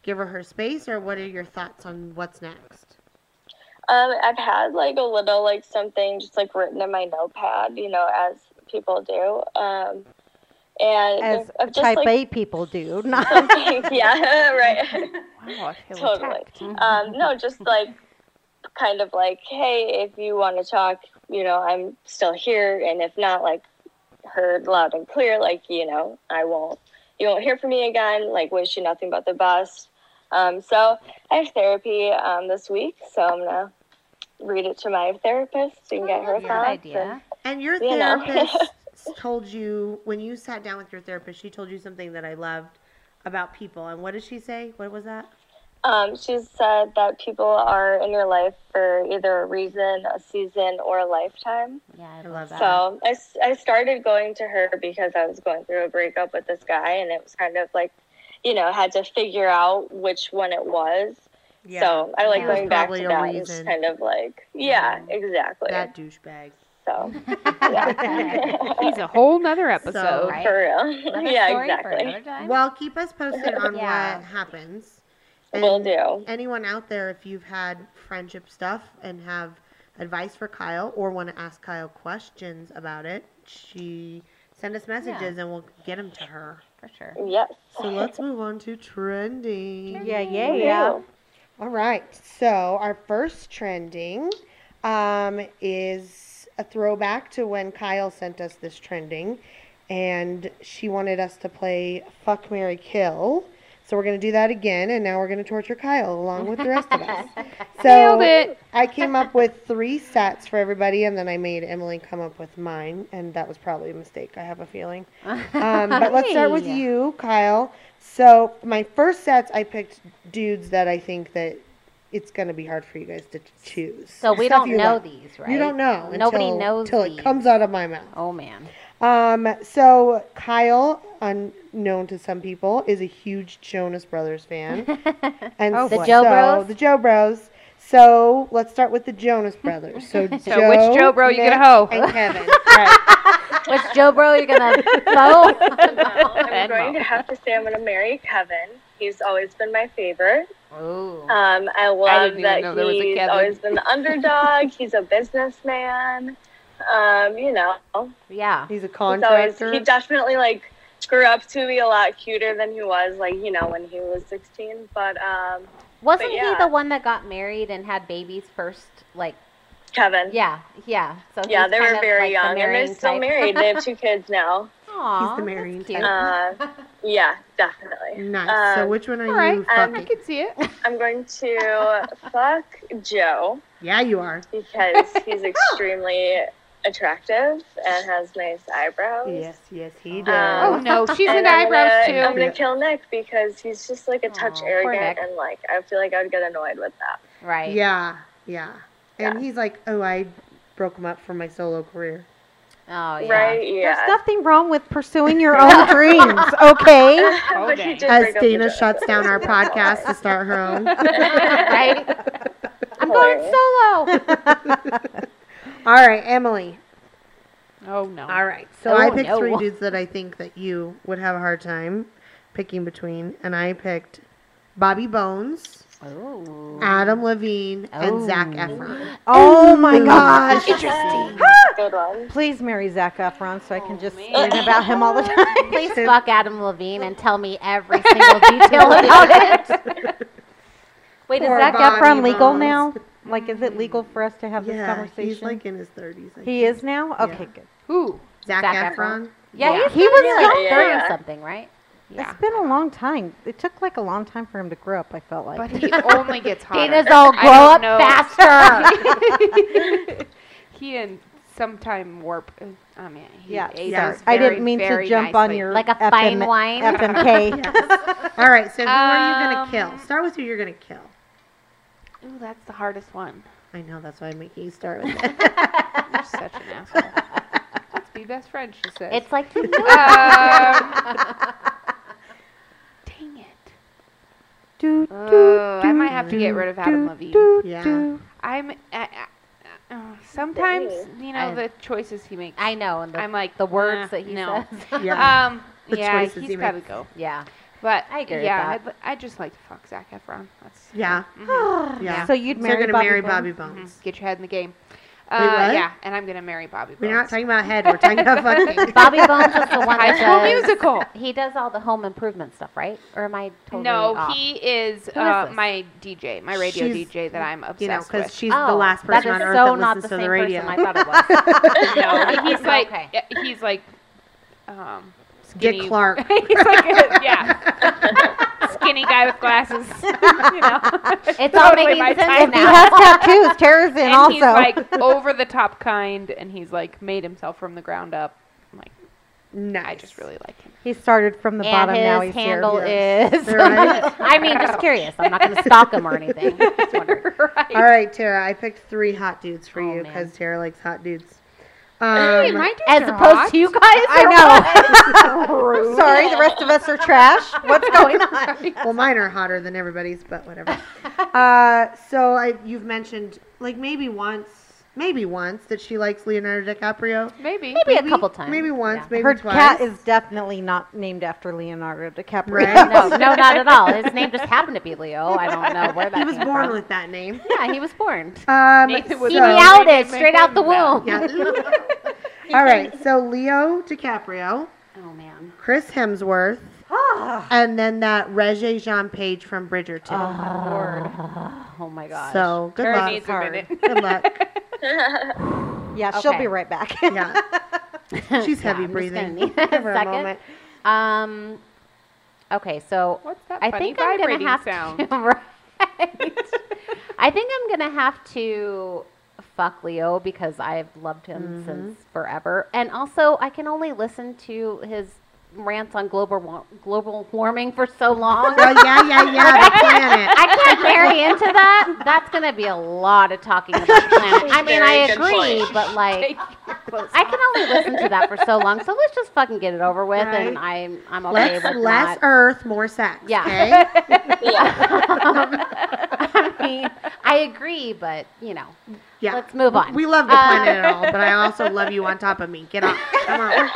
[SPEAKER 3] give her her space, or what are your thoughts on what's next?
[SPEAKER 2] Um, I've had like a little like something just like written in my notepad, you know, as people do. Um, and
[SPEAKER 1] as
[SPEAKER 2] I've just
[SPEAKER 1] type
[SPEAKER 2] like
[SPEAKER 1] A people do, not
[SPEAKER 2] something, yeah, right.
[SPEAKER 5] Wow, I feel
[SPEAKER 2] Totally.
[SPEAKER 5] attacked.
[SPEAKER 2] Um, no, just like kind of like, hey, if you want to talk, you know, I'm still here, and if not, like heard loud and clear, like you know, I won't, you won't hear from me again. Like wish you nothing but the best. Um, so I have therapy um, this week, so I'm gonna read it to my therapist and get her
[SPEAKER 4] That's a good
[SPEAKER 2] thoughts. and-
[SPEAKER 4] idea.
[SPEAKER 3] And your
[SPEAKER 2] You know.
[SPEAKER 3] therapist told you when you sat down with your therapist, she told you something that I loved about people. And what did she say? What was that?
[SPEAKER 2] Um, she said that people are in your life for either a reason, a season, or a lifetime.
[SPEAKER 4] Yeah, I,
[SPEAKER 3] love
[SPEAKER 4] love that.
[SPEAKER 2] So I, s- I started going to her because I was going through a breakup with this guy, and it was kind of like, you know, had to figure out which one it was. So I like
[SPEAKER 4] Yeah.
[SPEAKER 2] going back
[SPEAKER 3] Probably
[SPEAKER 2] to
[SPEAKER 3] a
[SPEAKER 2] that and just
[SPEAKER 3] reason.
[SPEAKER 2] kind of like, yeah, exactly.
[SPEAKER 3] that douchebag.
[SPEAKER 2] so
[SPEAKER 5] He's a whole nother episode.
[SPEAKER 3] So-
[SPEAKER 4] Right.
[SPEAKER 2] for real,
[SPEAKER 4] Another
[SPEAKER 2] yeah,
[SPEAKER 4] story for
[SPEAKER 2] exactly.
[SPEAKER 4] another time.
[SPEAKER 3] Well, keep us posted on
[SPEAKER 4] Yeah.
[SPEAKER 3] what happens.
[SPEAKER 2] Will
[SPEAKER 3] And
[SPEAKER 2] do.
[SPEAKER 3] Anyone out there, if you've had friendship stuff and have advice for Kyle or want to ask Kyle questions about it, she send us messages and we'll get them to her.
[SPEAKER 4] for sure.
[SPEAKER 2] Yes.
[SPEAKER 3] So let's move on to trending.
[SPEAKER 1] yeah, yeah,
[SPEAKER 2] Will
[SPEAKER 1] yeah.
[SPEAKER 2] do.
[SPEAKER 3] All right. So our first trending um, is a throwback to when Kyle sent us this trending, and she wanted us to play Fuck Mary Kill. It's So we're going to do that again, and now we're going to torture Kyle along with the rest of us. So
[SPEAKER 5] Nailed it.
[SPEAKER 3] I came up with three sets for everybody, and then I made Emily come up with mine, and that was probably a mistake. I have a feeling. Um, but let's start with
[SPEAKER 4] Hey.
[SPEAKER 3] you, Kyle. So my first sets, I picked dudes that I think that it's going to be hard for you guys to choose.
[SPEAKER 4] So we
[SPEAKER 3] Stuff
[SPEAKER 4] don't
[SPEAKER 3] you
[SPEAKER 4] know
[SPEAKER 3] love.
[SPEAKER 4] these, right?
[SPEAKER 3] You don't know.
[SPEAKER 4] Nobody
[SPEAKER 3] until,
[SPEAKER 4] knows
[SPEAKER 3] until
[SPEAKER 4] these.
[SPEAKER 3] it comes out of my mouth.
[SPEAKER 4] Oh man.
[SPEAKER 3] Um, so Kyle, unknown to some people, is a huge Jonas Brothers fan. And
[SPEAKER 1] Oh,
[SPEAKER 3] so,
[SPEAKER 1] boy.
[SPEAKER 4] Joe Bros?
[SPEAKER 3] The Joe Bros. So let's start with the Jonas Brothers. So,
[SPEAKER 5] So which Joe bro you
[SPEAKER 3] Nick,
[SPEAKER 5] gonna hoe?
[SPEAKER 3] And Kevin. Right.
[SPEAKER 4] Which Joe Bro you're gonna blow?
[SPEAKER 2] I'm going to have to say I'm going to marry Kevin. He's always been my favorite.
[SPEAKER 4] Ooh.
[SPEAKER 2] Um, I love
[SPEAKER 5] didn't even know there
[SPEAKER 2] that
[SPEAKER 5] was a
[SPEAKER 2] he's
[SPEAKER 5] Kevin.
[SPEAKER 2] always been the underdog. he's a businessman. Um, you know,
[SPEAKER 4] Yeah.
[SPEAKER 3] He's a
[SPEAKER 2] he's always,
[SPEAKER 3] contractor.
[SPEAKER 2] he definitely like grew up to be a lot cuter than he was, like you know, when he was 16. But um,
[SPEAKER 4] Wasn't
[SPEAKER 2] yeah.
[SPEAKER 4] he the one that got married and had babies first? Like,
[SPEAKER 2] Kevin,
[SPEAKER 4] yeah, yeah. So
[SPEAKER 2] yeah,
[SPEAKER 4] he's
[SPEAKER 2] they
[SPEAKER 4] kind
[SPEAKER 2] were
[SPEAKER 4] of
[SPEAKER 2] very
[SPEAKER 4] like the
[SPEAKER 2] young, and
[SPEAKER 4] marrying
[SPEAKER 2] they're still
[SPEAKER 4] type.
[SPEAKER 2] married. They have two kids now.
[SPEAKER 4] Aw,
[SPEAKER 3] He's the
[SPEAKER 4] that's
[SPEAKER 3] marrying
[SPEAKER 4] cute.
[SPEAKER 3] type.
[SPEAKER 2] Uh, yeah, definitely.
[SPEAKER 3] nice. so
[SPEAKER 2] um,
[SPEAKER 3] which one are
[SPEAKER 5] All right,
[SPEAKER 3] you
[SPEAKER 2] um,
[SPEAKER 5] I
[SPEAKER 3] fucking?
[SPEAKER 5] can see it.
[SPEAKER 2] I'm going to fuck Joe.
[SPEAKER 3] yeah, you are.
[SPEAKER 2] because he's extremely attractive and has nice eyebrows.
[SPEAKER 3] Yes, yes, he does.
[SPEAKER 5] Oh
[SPEAKER 2] Um,
[SPEAKER 5] no, she's
[SPEAKER 2] And
[SPEAKER 5] in
[SPEAKER 2] I'm
[SPEAKER 5] eyebrows
[SPEAKER 2] gonna, I'm
[SPEAKER 5] too.
[SPEAKER 2] gonna kill Nick because he's just like a touch
[SPEAKER 4] Aw, poor
[SPEAKER 2] arrogant
[SPEAKER 4] Nick.
[SPEAKER 2] and like I feel like I'd get annoyed with that.
[SPEAKER 4] Right.
[SPEAKER 3] yeah, yeah. And
[SPEAKER 2] Yeah.
[SPEAKER 3] he's like, oh, I broke him up for my solo career.
[SPEAKER 4] Oh, yeah.
[SPEAKER 2] Right?
[SPEAKER 1] There's
[SPEAKER 2] Yeah.
[SPEAKER 1] nothing wrong with pursuing your own dreams, okay? Oh
[SPEAKER 2] but he
[SPEAKER 5] Okay.
[SPEAKER 2] did
[SPEAKER 3] As
[SPEAKER 2] bring up
[SPEAKER 3] Dana
[SPEAKER 2] the-
[SPEAKER 3] shuts down our podcast to start her own.
[SPEAKER 4] right? I'm going
[SPEAKER 2] Hilarious.
[SPEAKER 4] solo.
[SPEAKER 3] All right, Emily.
[SPEAKER 5] Oh no.
[SPEAKER 3] All right. So
[SPEAKER 4] Oh,
[SPEAKER 3] I picked three
[SPEAKER 4] no.
[SPEAKER 3] dudes that I think that you would have a hard time picking between, and I picked Bobby Bones,
[SPEAKER 4] Ooh.
[SPEAKER 3] Adam Levine, and Zach
[SPEAKER 4] Oh.
[SPEAKER 3] Efron.
[SPEAKER 1] Oh my gosh.
[SPEAKER 2] Good one.
[SPEAKER 1] Please marry Zach Efron so I can just
[SPEAKER 4] man.
[SPEAKER 1] learn about him all the time.
[SPEAKER 4] Please fuck Adam Levine and tell me every single detail about it. Wait,
[SPEAKER 1] Is
[SPEAKER 3] Poor
[SPEAKER 1] Zach
[SPEAKER 3] Bobby
[SPEAKER 1] Efron legal
[SPEAKER 3] Bones.
[SPEAKER 1] now? Like, is it legal for us to have this
[SPEAKER 3] Yeah,
[SPEAKER 1] conversation?
[SPEAKER 3] he's like in his thirties.
[SPEAKER 1] he is now?
[SPEAKER 3] Yeah.
[SPEAKER 1] Okay, good.
[SPEAKER 5] Who?
[SPEAKER 3] Zach,
[SPEAKER 4] Zac
[SPEAKER 3] Efron.
[SPEAKER 4] Yeah,
[SPEAKER 5] Yeah.
[SPEAKER 4] he's he was
[SPEAKER 2] Yeah,
[SPEAKER 4] young,
[SPEAKER 2] yeah,
[SPEAKER 4] thirty
[SPEAKER 2] yeah.
[SPEAKER 4] something, right?
[SPEAKER 5] Yeah.
[SPEAKER 1] It's been a long time. It took like a long time for him to grow up, I felt like.
[SPEAKER 5] But he only gets hotter.
[SPEAKER 4] Penis all
[SPEAKER 5] I
[SPEAKER 4] grow
[SPEAKER 5] don't
[SPEAKER 4] up
[SPEAKER 5] know.
[SPEAKER 4] faster.
[SPEAKER 5] he and sometime warp. uh, I mean, he
[SPEAKER 1] Yeah,
[SPEAKER 5] ate
[SPEAKER 3] sorry.
[SPEAKER 5] us
[SPEAKER 1] I
[SPEAKER 5] very,
[SPEAKER 1] didn't mean to
[SPEAKER 5] very
[SPEAKER 1] jump on
[SPEAKER 5] nicely.
[SPEAKER 1] your
[SPEAKER 4] like a
[SPEAKER 1] FM
[SPEAKER 4] fine wine.
[SPEAKER 1] FMK.
[SPEAKER 3] All right. So who are you gonna
[SPEAKER 5] Um,
[SPEAKER 3] kill? Start with who you're gonna kill.
[SPEAKER 5] Ooh, that's the hardest one.
[SPEAKER 3] I know that's why I'm making you start with that.
[SPEAKER 5] You're such an asshole. Let's be best friends, she says.
[SPEAKER 4] It's like you
[SPEAKER 5] um,
[SPEAKER 4] knew
[SPEAKER 5] dang it.
[SPEAKER 1] Do, do,
[SPEAKER 5] Oh, I
[SPEAKER 1] do,
[SPEAKER 5] might have to get
[SPEAKER 1] do,
[SPEAKER 5] rid of Adam
[SPEAKER 1] do,
[SPEAKER 5] Levine.
[SPEAKER 1] do,
[SPEAKER 3] Yeah.
[SPEAKER 1] do.
[SPEAKER 5] I'm. I, I, uh, sometimes you know
[SPEAKER 4] I-
[SPEAKER 5] the choices he makes.
[SPEAKER 4] I know. And the,
[SPEAKER 5] I'm like
[SPEAKER 4] the words
[SPEAKER 5] "Nah,
[SPEAKER 4] that he
[SPEAKER 5] no.
[SPEAKER 4] says.
[SPEAKER 3] Yeah.
[SPEAKER 5] Um.
[SPEAKER 3] The
[SPEAKER 5] yeah,
[SPEAKER 3] choices he
[SPEAKER 5] he's got to
[SPEAKER 3] makes.
[SPEAKER 5] go.
[SPEAKER 4] yeah.
[SPEAKER 5] But
[SPEAKER 4] I agree with
[SPEAKER 5] yeah,
[SPEAKER 4] that.
[SPEAKER 5] I'd, li- I'd just like to fuck Zach Efron. That's
[SPEAKER 3] yeah.
[SPEAKER 5] Mhm.
[SPEAKER 3] Yeah.
[SPEAKER 1] So you'd
[SPEAKER 3] So you're
[SPEAKER 1] marry
[SPEAKER 3] gonna
[SPEAKER 1] Bobby
[SPEAKER 3] marry
[SPEAKER 1] Bones?
[SPEAKER 3] Bobby
[SPEAKER 5] Mhm.
[SPEAKER 3] Bones.
[SPEAKER 5] Get your head in the game. Uh,
[SPEAKER 3] what?
[SPEAKER 5] Yeah, and I'm gonna marry Bobby.
[SPEAKER 3] We're not
[SPEAKER 5] Bones.
[SPEAKER 3] talking about head. We're talking about fucking.
[SPEAKER 4] Bobby Bones is the one
[SPEAKER 5] High
[SPEAKER 4] that
[SPEAKER 5] School
[SPEAKER 4] does,
[SPEAKER 5] Musical.
[SPEAKER 4] He does all the home improvement stuff, right? Or am I totally
[SPEAKER 5] no,
[SPEAKER 4] off?
[SPEAKER 5] he is
[SPEAKER 4] Who is
[SPEAKER 5] uh,
[SPEAKER 4] this?
[SPEAKER 5] my DJ, my radio
[SPEAKER 3] She's-
[SPEAKER 5] DJ that I'm obsessed
[SPEAKER 3] You know, because
[SPEAKER 5] with.
[SPEAKER 3] she's the
[SPEAKER 4] Oh,
[SPEAKER 3] last
[SPEAKER 4] that
[SPEAKER 3] person on
[SPEAKER 4] is
[SPEAKER 3] earth
[SPEAKER 4] so
[SPEAKER 3] that
[SPEAKER 4] not
[SPEAKER 3] listens
[SPEAKER 4] the
[SPEAKER 3] to
[SPEAKER 4] same
[SPEAKER 3] the radio.
[SPEAKER 4] person I thought it was.
[SPEAKER 5] no, he's like
[SPEAKER 4] Okay.
[SPEAKER 5] uh, he's like um, skinny.
[SPEAKER 3] Dick Clark.
[SPEAKER 5] he's like a, yeah, skinny guy with glasses. you know,
[SPEAKER 4] It's all
[SPEAKER 5] Totally my
[SPEAKER 4] making sense
[SPEAKER 5] type.
[SPEAKER 1] He
[SPEAKER 4] now.
[SPEAKER 1] has tattoos. Tara's in
[SPEAKER 5] and
[SPEAKER 1] also.
[SPEAKER 5] he's like over the top kind, and he's like made himself from the ground up. I'm like
[SPEAKER 3] nice.
[SPEAKER 5] I just really like him.
[SPEAKER 1] he started from the
[SPEAKER 4] and
[SPEAKER 1] bottom.
[SPEAKER 4] his
[SPEAKER 1] Now he's
[SPEAKER 4] handle
[SPEAKER 1] here.
[SPEAKER 4] is.
[SPEAKER 3] Right.
[SPEAKER 4] I mean, just curious. I'm not going to stalk him or anything. Just wondering.
[SPEAKER 5] right.
[SPEAKER 3] All right, Tara. I picked three hot dudes for
[SPEAKER 4] Oh,
[SPEAKER 3] you
[SPEAKER 4] man.
[SPEAKER 3] because Tara likes hot dudes.
[SPEAKER 5] Hey,
[SPEAKER 3] Um,
[SPEAKER 5] my dudes
[SPEAKER 4] As
[SPEAKER 5] are
[SPEAKER 4] opposed
[SPEAKER 5] hot.
[SPEAKER 4] to you guys, I
[SPEAKER 1] know. Sorry, the rest of us are trash. What's going on?
[SPEAKER 3] well, mine are hotter than everybody's, but whatever. uh, so I, you've mentioned like maybe once, maybe once that she likes Leonardo DiCaprio.
[SPEAKER 5] Maybe.
[SPEAKER 4] Maybe, a couple times.
[SPEAKER 3] Maybe once,
[SPEAKER 4] Yeah.
[SPEAKER 3] maybe
[SPEAKER 1] Her
[SPEAKER 3] twice.
[SPEAKER 1] cat is definitely not named after Leonardo DiCaprio.
[SPEAKER 3] Right?
[SPEAKER 4] No, no, not at all. His name just happened to be Leo. I don't know where that
[SPEAKER 3] he was
[SPEAKER 4] came
[SPEAKER 3] born
[SPEAKER 4] from.
[SPEAKER 3] with that name.
[SPEAKER 4] Yeah, he was born.
[SPEAKER 3] Um,
[SPEAKER 5] Nathan
[SPEAKER 3] so,
[SPEAKER 5] was
[SPEAKER 4] He
[SPEAKER 5] So-
[SPEAKER 4] meowed it straight out the womb.
[SPEAKER 3] yeah. All right, so Leo DiCaprio,
[SPEAKER 4] Oh man.
[SPEAKER 3] Chris Hemsworth,
[SPEAKER 1] Ah.
[SPEAKER 3] and then that Regé Jean Page from Bridgerton.
[SPEAKER 4] Oh my gosh.
[SPEAKER 3] so good
[SPEAKER 5] Tara
[SPEAKER 3] luck.
[SPEAKER 5] needs a minute.
[SPEAKER 3] Good luck.
[SPEAKER 1] Yeah, she'll
[SPEAKER 4] Okay.
[SPEAKER 1] be right back.
[SPEAKER 3] Yeah. She's heavy
[SPEAKER 4] I'm just gonna
[SPEAKER 3] breathing.
[SPEAKER 4] need
[SPEAKER 3] Give her
[SPEAKER 4] a
[SPEAKER 3] a
[SPEAKER 4] second.
[SPEAKER 3] moment.
[SPEAKER 4] um, Okay, so
[SPEAKER 5] What's that
[SPEAKER 4] Uh, I
[SPEAKER 5] funny
[SPEAKER 4] think I'm gonna
[SPEAKER 5] vibrating
[SPEAKER 4] have
[SPEAKER 5] sound?
[SPEAKER 4] to. Right. I think I'm gonna have to fuck Leo because I've loved him
[SPEAKER 3] Mm-hmm.
[SPEAKER 4] since forever, and also I can only listen to his rants on global wa- global warming for so long.
[SPEAKER 3] Well, yeah, yeah, yeah, the planet.
[SPEAKER 4] I can't marry into that. That's going to be a lot of talking about the planet. I mean, I
[SPEAKER 2] Very good
[SPEAKER 4] agree,
[SPEAKER 2] point.
[SPEAKER 4] but like, I can only listen to that for so long. So let's just fucking get it over with, and
[SPEAKER 3] Right.
[SPEAKER 4] I'm I'm okay
[SPEAKER 3] Less,
[SPEAKER 4] with
[SPEAKER 3] less
[SPEAKER 4] not.
[SPEAKER 3] Earth, more sex.
[SPEAKER 4] Yeah.
[SPEAKER 3] Okay?
[SPEAKER 2] Yeah.
[SPEAKER 4] I mean, I agree, but you know,
[SPEAKER 3] Yeah.
[SPEAKER 4] let's move on.
[SPEAKER 3] We love the
[SPEAKER 4] Uh,
[SPEAKER 3] planet and all, but I also love you on top of me. Get off. Come on.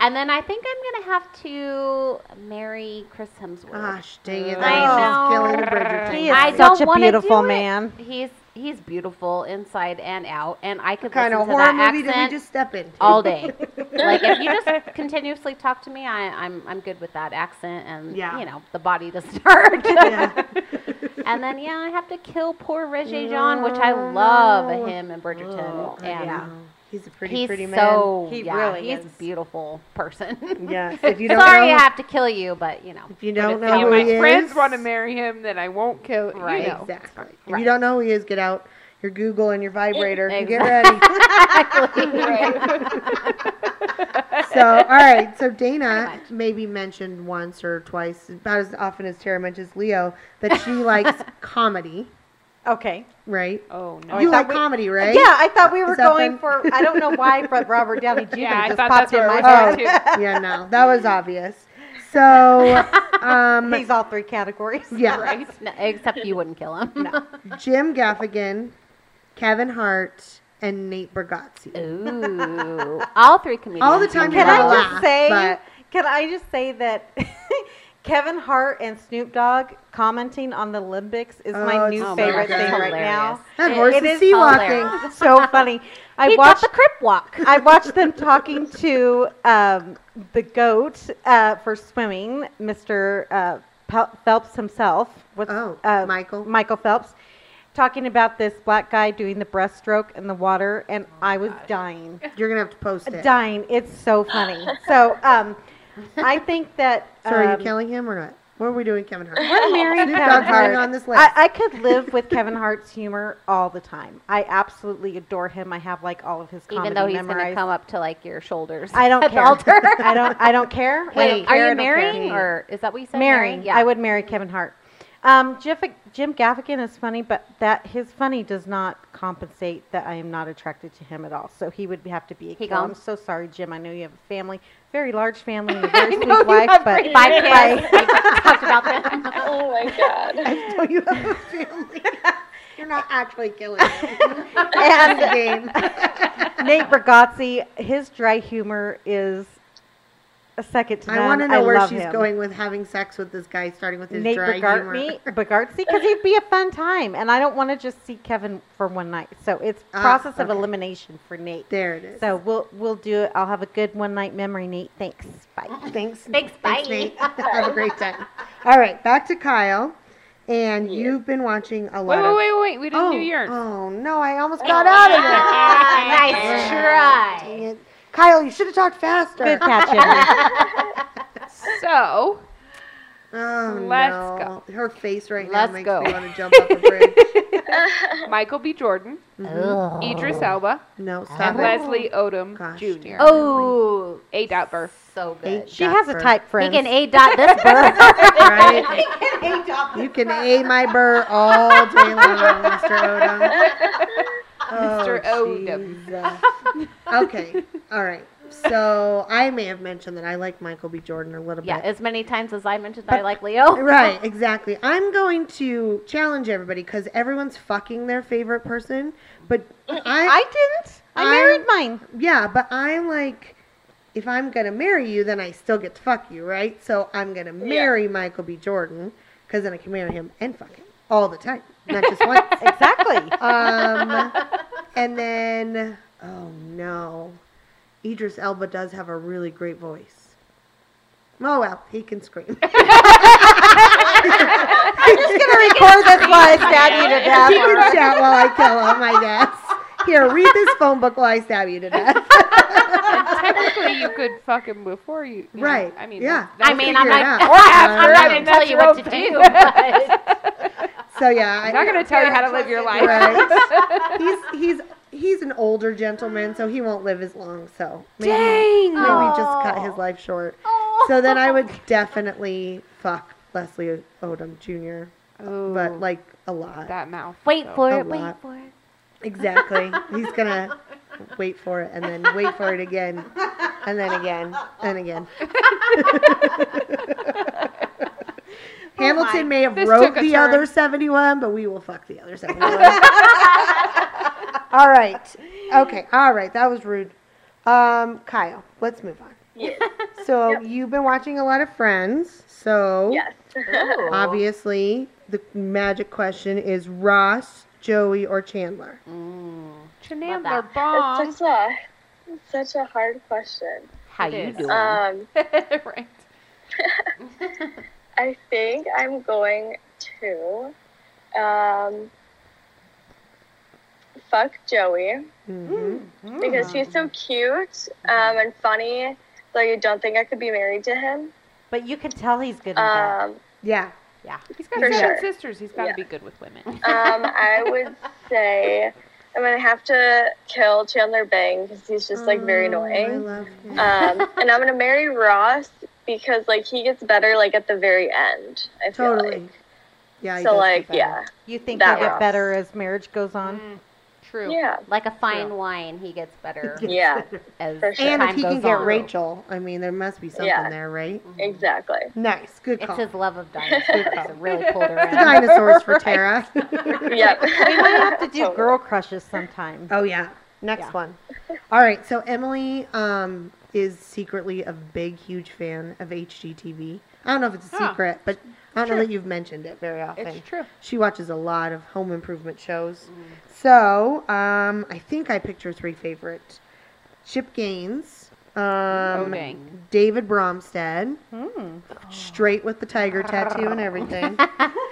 [SPEAKER 4] And then I think I'm gonna have to marry Chris Hemsworth.
[SPEAKER 3] Gosh, dang it. That
[SPEAKER 4] I know.
[SPEAKER 3] Ah, is killing Bridgerton.
[SPEAKER 1] He is
[SPEAKER 4] I don't
[SPEAKER 1] such a
[SPEAKER 4] wanna do
[SPEAKER 1] beautiful
[SPEAKER 4] it.
[SPEAKER 1] man.
[SPEAKER 4] He's he's beautiful inside and out, and I could
[SPEAKER 3] What kind
[SPEAKER 4] listen
[SPEAKER 3] of
[SPEAKER 4] to
[SPEAKER 3] horror
[SPEAKER 4] that
[SPEAKER 3] movie did
[SPEAKER 4] accent Oh.
[SPEAKER 3] we just step into?
[SPEAKER 4] all day. like if you just continuously talk to me, I, I'm I'm good with that accent and
[SPEAKER 3] Yeah.
[SPEAKER 4] you know the body to start.
[SPEAKER 3] Yeah.
[SPEAKER 4] and then yeah, I have to kill poor Regé Jean, which I love
[SPEAKER 3] No.
[SPEAKER 4] him and Bridgerton. and
[SPEAKER 3] Oh, yeah. He's a pretty,
[SPEAKER 4] he's
[SPEAKER 3] pretty man.
[SPEAKER 4] so
[SPEAKER 1] He
[SPEAKER 4] yeah,
[SPEAKER 1] really
[SPEAKER 4] he's
[SPEAKER 1] is.
[SPEAKER 4] a beautiful person.
[SPEAKER 3] yes. If you don't
[SPEAKER 4] Sorry,
[SPEAKER 3] know,
[SPEAKER 4] I have to kill you, but you know.
[SPEAKER 3] if you don't
[SPEAKER 5] If
[SPEAKER 3] know
[SPEAKER 5] any
[SPEAKER 3] who
[SPEAKER 5] of my
[SPEAKER 3] he
[SPEAKER 5] friends
[SPEAKER 3] is,
[SPEAKER 5] want to marry him, then I won't kill.
[SPEAKER 4] Right.
[SPEAKER 5] You know.
[SPEAKER 3] Exactly. If
[SPEAKER 4] Right.
[SPEAKER 3] you don't know who he is, get out your Google and your vibrator. and Get
[SPEAKER 4] Exactly.
[SPEAKER 3] ready. So, all right. So Dana maybe mentioned once or twice, about as often as Tara mentions Leo, that she likes comedy,
[SPEAKER 1] Okay.
[SPEAKER 3] right?
[SPEAKER 5] Oh no.
[SPEAKER 3] you
[SPEAKER 1] I
[SPEAKER 3] like
[SPEAKER 1] thought we-
[SPEAKER 3] comedy, right?
[SPEAKER 1] Yeah, I thought we were
[SPEAKER 3] that
[SPEAKER 1] going
[SPEAKER 3] been-
[SPEAKER 1] for. I don't know why, but Robert Downey Jr.
[SPEAKER 5] yeah, I
[SPEAKER 1] just
[SPEAKER 5] thought
[SPEAKER 1] popped
[SPEAKER 5] that's
[SPEAKER 1] in
[SPEAKER 5] where
[SPEAKER 1] my
[SPEAKER 5] we're
[SPEAKER 1] head.
[SPEAKER 5] going
[SPEAKER 3] Oh,
[SPEAKER 5] too.
[SPEAKER 3] yeah, no, that was obvious. So, um,
[SPEAKER 1] He's all three categories.
[SPEAKER 3] yeah,
[SPEAKER 4] No, except you wouldn't kill him.
[SPEAKER 3] Jim Gaffigan, Kevin Hart, and Nate Bargatze.
[SPEAKER 4] Ooh, all three comedians.
[SPEAKER 3] All the time
[SPEAKER 4] you
[SPEAKER 1] Can
[SPEAKER 3] you
[SPEAKER 1] I just
[SPEAKER 3] gotta
[SPEAKER 4] love.
[SPEAKER 3] laugh,
[SPEAKER 1] say?
[SPEAKER 3] but-
[SPEAKER 1] Can I just say that Kevin Hart and Snoop Dogg commenting on the Olympics is
[SPEAKER 3] Oh,
[SPEAKER 1] my
[SPEAKER 3] it's
[SPEAKER 1] new
[SPEAKER 3] so
[SPEAKER 1] favorite
[SPEAKER 3] good.
[SPEAKER 1] thing right
[SPEAKER 4] Hilarious.
[SPEAKER 1] now.
[SPEAKER 3] That
[SPEAKER 4] It-
[SPEAKER 3] horse
[SPEAKER 1] it
[SPEAKER 3] is
[SPEAKER 1] is
[SPEAKER 3] sea walking.
[SPEAKER 4] hilarious.
[SPEAKER 1] So funny. I
[SPEAKER 4] He
[SPEAKER 1] watched
[SPEAKER 4] got the crip walk.
[SPEAKER 1] I watched them talking to um, the goat uh, for swimming, Mr. Uh, Pel- Phelps himself. What's,
[SPEAKER 3] Oh,
[SPEAKER 1] uh,
[SPEAKER 3] Michael.
[SPEAKER 1] Michael Phelps, talking about this black guy doing the breaststroke in the water, and
[SPEAKER 4] Oh
[SPEAKER 1] I was dying,
[SPEAKER 3] You're gonna have to post it.
[SPEAKER 1] dying. It's so funny. So um, I think that
[SPEAKER 3] So, are
[SPEAKER 1] um,
[SPEAKER 3] you killing him or not? What are we doing, Kevin Hart?
[SPEAKER 1] I'm married
[SPEAKER 3] Snoop
[SPEAKER 1] Kevin
[SPEAKER 3] Dogg's
[SPEAKER 1] Hart.
[SPEAKER 3] been on this list.
[SPEAKER 1] I, I could live with Kevin Hart's humor all the time. I absolutely adore him. I have like all of his comedy
[SPEAKER 4] Even though he's going to
[SPEAKER 1] memorized.
[SPEAKER 4] come up to like your shoulders.
[SPEAKER 1] I don't
[SPEAKER 4] at the
[SPEAKER 1] care.
[SPEAKER 4] altar.
[SPEAKER 1] I don't. I don't care. I
[SPEAKER 4] Wait,
[SPEAKER 1] don't care,
[SPEAKER 4] are
[SPEAKER 1] I
[SPEAKER 4] you
[SPEAKER 1] don't care.
[SPEAKER 4] marrying or is that what you said?
[SPEAKER 1] Marrying.
[SPEAKER 4] Yeah.
[SPEAKER 1] I would marry Kevin Hart. Um, Jim, Jim Gaffigan is funny, but that his funny does not compensate that I am not attracted to him at all. So he would have to be a
[SPEAKER 4] He
[SPEAKER 1] kill. I'm
[SPEAKER 4] gone?
[SPEAKER 1] so sorry, Jim. I know you have a family, very large family, and a very sweet
[SPEAKER 4] you
[SPEAKER 1] wife,
[SPEAKER 4] have
[SPEAKER 1] but
[SPEAKER 4] Five kids. We talked about that.
[SPEAKER 2] oh my god.
[SPEAKER 3] So you have a family. You're not actually killing him.
[SPEAKER 1] and
[SPEAKER 3] That's the game.
[SPEAKER 1] Nate Bargatze, his dry humor is a second to none.
[SPEAKER 3] I want to know where
[SPEAKER 1] love
[SPEAKER 3] she's
[SPEAKER 1] him.
[SPEAKER 3] going with having sex with this guy, starting with his
[SPEAKER 1] Nate
[SPEAKER 3] dry humor.
[SPEAKER 1] Bagartney, Bagartzy, because it'd be a fun time, and I don't want to just see Kevin for one night. So it's
[SPEAKER 3] Ah,
[SPEAKER 1] process of
[SPEAKER 3] okay.
[SPEAKER 1] elimination for Nate.
[SPEAKER 3] There it is.
[SPEAKER 1] So we'll we'll do it. I'll have a good one night memory, Nate. Thanks. Bye.
[SPEAKER 3] thanks.
[SPEAKER 4] Thanks, bye.
[SPEAKER 3] Nate. Have a great time. All right, back to Kyle. And you've been watching a lot
[SPEAKER 5] Wait,
[SPEAKER 3] of.
[SPEAKER 5] wait, wait, wait. We didn't
[SPEAKER 3] oh,
[SPEAKER 5] do yours.
[SPEAKER 3] oh no! I almost got out of it.
[SPEAKER 4] nice try.
[SPEAKER 3] Dang it. Kyle, you should have talked faster.
[SPEAKER 1] Good catch, Emily.
[SPEAKER 5] So
[SPEAKER 3] Oh,
[SPEAKER 5] Let's
[SPEAKER 3] no. go. Her face right
[SPEAKER 4] Let's
[SPEAKER 3] now makes
[SPEAKER 4] go.
[SPEAKER 3] me want to jump off a bridge. Mm-hmm.
[SPEAKER 5] Michael B. Jordan,
[SPEAKER 4] Oh.
[SPEAKER 5] Idris Elba,
[SPEAKER 3] No, stop
[SPEAKER 5] and
[SPEAKER 3] it.
[SPEAKER 5] Leslie Odom
[SPEAKER 3] Oh. Gosh.
[SPEAKER 5] Jr.
[SPEAKER 4] Oh,
[SPEAKER 5] A dot birth.
[SPEAKER 4] so good.
[SPEAKER 1] She has a
[SPEAKER 3] Duffer.
[SPEAKER 1] type
[SPEAKER 4] He
[SPEAKER 1] friend.
[SPEAKER 4] can A dot this birth.
[SPEAKER 3] Right? you can A my burr all day long, Mr. Odom.
[SPEAKER 5] Mr.
[SPEAKER 3] Oh,
[SPEAKER 5] Odom.
[SPEAKER 3] Jesus. Okay. All right. So I may have mentioned that I like Michael B. Jordan a little
[SPEAKER 4] yeah,
[SPEAKER 3] bit.
[SPEAKER 4] as many times as I mentioned I like Leo.
[SPEAKER 3] Right, exactly. I'm going to challenge everybody because everyone's fucking their favorite person, but
[SPEAKER 1] I didn't. I married
[SPEAKER 3] I'm-
[SPEAKER 1] mine.
[SPEAKER 3] Yeah, but I'm like, if I'm gonna marry you, then I still get to fuck you, right? So I'm gonna marry Michael B. Jordan because then I can marry him and fuck him all the time, not just once.
[SPEAKER 1] Exactly.
[SPEAKER 3] um, and then, oh no, Idris Elba does have a really great voice. Oh well, he can scream.
[SPEAKER 1] I'm just gonna record this while I stab you to
[SPEAKER 3] he can
[SPEAKER 1] death.
[SPEAKER 3] shout while I kill him, I guess. Here, read this phone book while I stab you to death.
[SPEAKER 5] Luckily, you could fuck him before you. you know,
[SPEAKER 3] Right,
[SPEAKER 5] I mean,
[SPEAKER 3] yeah.
[SPEAKER 5] that-
[SPEAKER 4] I
[SPEAKER 5] that-
[SPEAKER 4] mean,
[SPEAKER 3] figure it
[SPEAKER 4] I'm not,
[SPEAKER 3] out.
[SPEAKER 4] or I'm, I'm not
[SPEAKER 5] Right.
[SPEAKER 4] going to tell you
[SPEAKER 5] That's
[SPEAKER 4] what to
[SPEAKER 5] your own
[SPEAKER 4] do. But
[SPEAKER 3] So yeah,
[SPEAKER 5] I'm not going to tell you how to live your life.
[SPEAKER 3] Right. he's he's he's an older gentleman, so he won't live as long. So maybe,
[SPEAKER 5] Dang.
[SPEAKER 3] maybe just cut his
[SPEAKER 4] Oh.
[SPEAKER 3] life short. So then I would definitely fuck Leslie Odom Jr.
[SPEAKER 5] Ooh,
[SPEAKER 3] But like a lot.
[SPEAKER 5] that mouth.
[SPEAKER 4] wait
[SPEAKER 5] though.
[SPEAKER 4] for
[SPEAKER 3] A
[SPEAKER 4] it. Wait
[SPEAKER 3] lot.
[SPEAKER 4] for it.
[SPEAKER 3] Exactly. He's gonna wait for it and then wait for it again, and then again, and again. Hamilton may have
[SPEAKER 5] This
[SPEAKER 3] wrote
[SPEAKER 5] took a
[SPEAKER 3] the
[SPEAKER 5] turn.
[SPEAKER 3] other 71, but we will fuck the other 71. all right. Okay. All right. That was rude. Um, Kyle, let's move on.
[SPEAKER 2] Yes.
[SPEAKER 3] So you've been watching a lot of Friends. So
[SPEAKER 2] yes.
[SPEAKER 4] Um,
[SPEAKER 3] obviously the magic question is Ross, Joey, or Chandler.
[SPEAKER 5] Chandler
[SPEAKER 4] that.
[SPEAKER 5] bomb.
[SPEAKER 2] It's such a it's such a hard question.
[SPEAKER 4] How
[SPEAKER 5] It
[SPEAKER 4] you
[SPEAKER 5] is.
[SPEAKER 4] doing?
[SPEAKER 2] Um,
[SPEAKER 5] right.
[SPEAKER 2] I think I'm going to um, fuck Joey because he's so cute um, and funny. Though you don't think I could be married to him.
[SPEAKER 1] But you can tell he's good
[SPEAKER 4] Uh,
[SPEAKER 1] at
[SPEAKER 2] Um,
[SPEAKER 3] Yeah.
[SPEAKER 5] He's got
[SPEAKER 2] For
[SPEAKER 5] seven
[SPEAKER 2] sure.
[SPEAKER 5] sisters. He's got to
[SPEAKER 2] Yeah.
[SPEAKER 5] be good with women.
[SPEAKER 2] Um, I would say I'm gonna have to kill Chandler Bing because he's just like very
[SPEAKER 3] Oh, I
[SPEAKER 2] annoying.
[SPEAKER 3] love him.
[SPEAKER 2] Um, and I'm gonna marry Ross because like he gets better like at the very end. I feel
[SPEAKER 3] Totally. Yeah. he
[SPEAKER 2] like. So
[SPEAKER 3] does
[SPEAKER 2] like
[SPEAKER 3] get
[SPEAKER 2] yeah,
[SPEAKER 3] better.
[SPEAKER 1] that. You think
[SPEAKER 2] that
[SPEAKER 1] he'll get
[SPEAKER 2] rocks.
[SPEAKER 1] better as marriage goes
[SPEAKER 3] Um,
[SPEAKER 1] on.
[SPEAKER 4] Mm.
[SPEAKER 5] Mm. True.
[SPEAKER 2] yeah,
[SPEAKER 4] like a fine wine, he gets better
[SPEAKER 2] yeah,
[SPEAKER 4] as
[SPEAKER 2] For sure.
[SPEAKER 4] time
[SPEAKER 3] And if he
[SPEAKER 4] goes
[SPEAKER 3] can get
[SPEAKER 4] on.
[SPEAKER 3] Rachel, I mean, there must be something
[SPEAKER 2] Yeah.
[SPEAKER 3] there, right?
[SPEAKER 2] exactly.
[SPEAKER 3] Nice. Good
[SPEAKER 4] It's
[SPEAKER 3] call.
[SPEAKER 4] his love of dinosaurs that really pulled her in.
[SPEAKER 3] Dinosaurs for Tara.
[SPEAKER 2] Yep.
[SPEAKER 1] We might have to do girl crushes sometime.
[SPEAKER 3] oh yeah. Next one. All right. So Emily um, is secretly a big, huge fan of HGTV. I don't know if it's a
[SPEAKER 5] Huh.
[SPEAKER 3] secret, but I don't know that you've mentioned it very often.
[SPEAKER 5] It's true. Mm.
[SPEAKER 3] She watches a lot of home improvement shows. So um, I think I picked her three favorites: Chip Gaines, um,
[SPEAKER 5] dang. Mm.
[SPEAKER 3] David Bromstead, straight with the tiger tattoo and everything,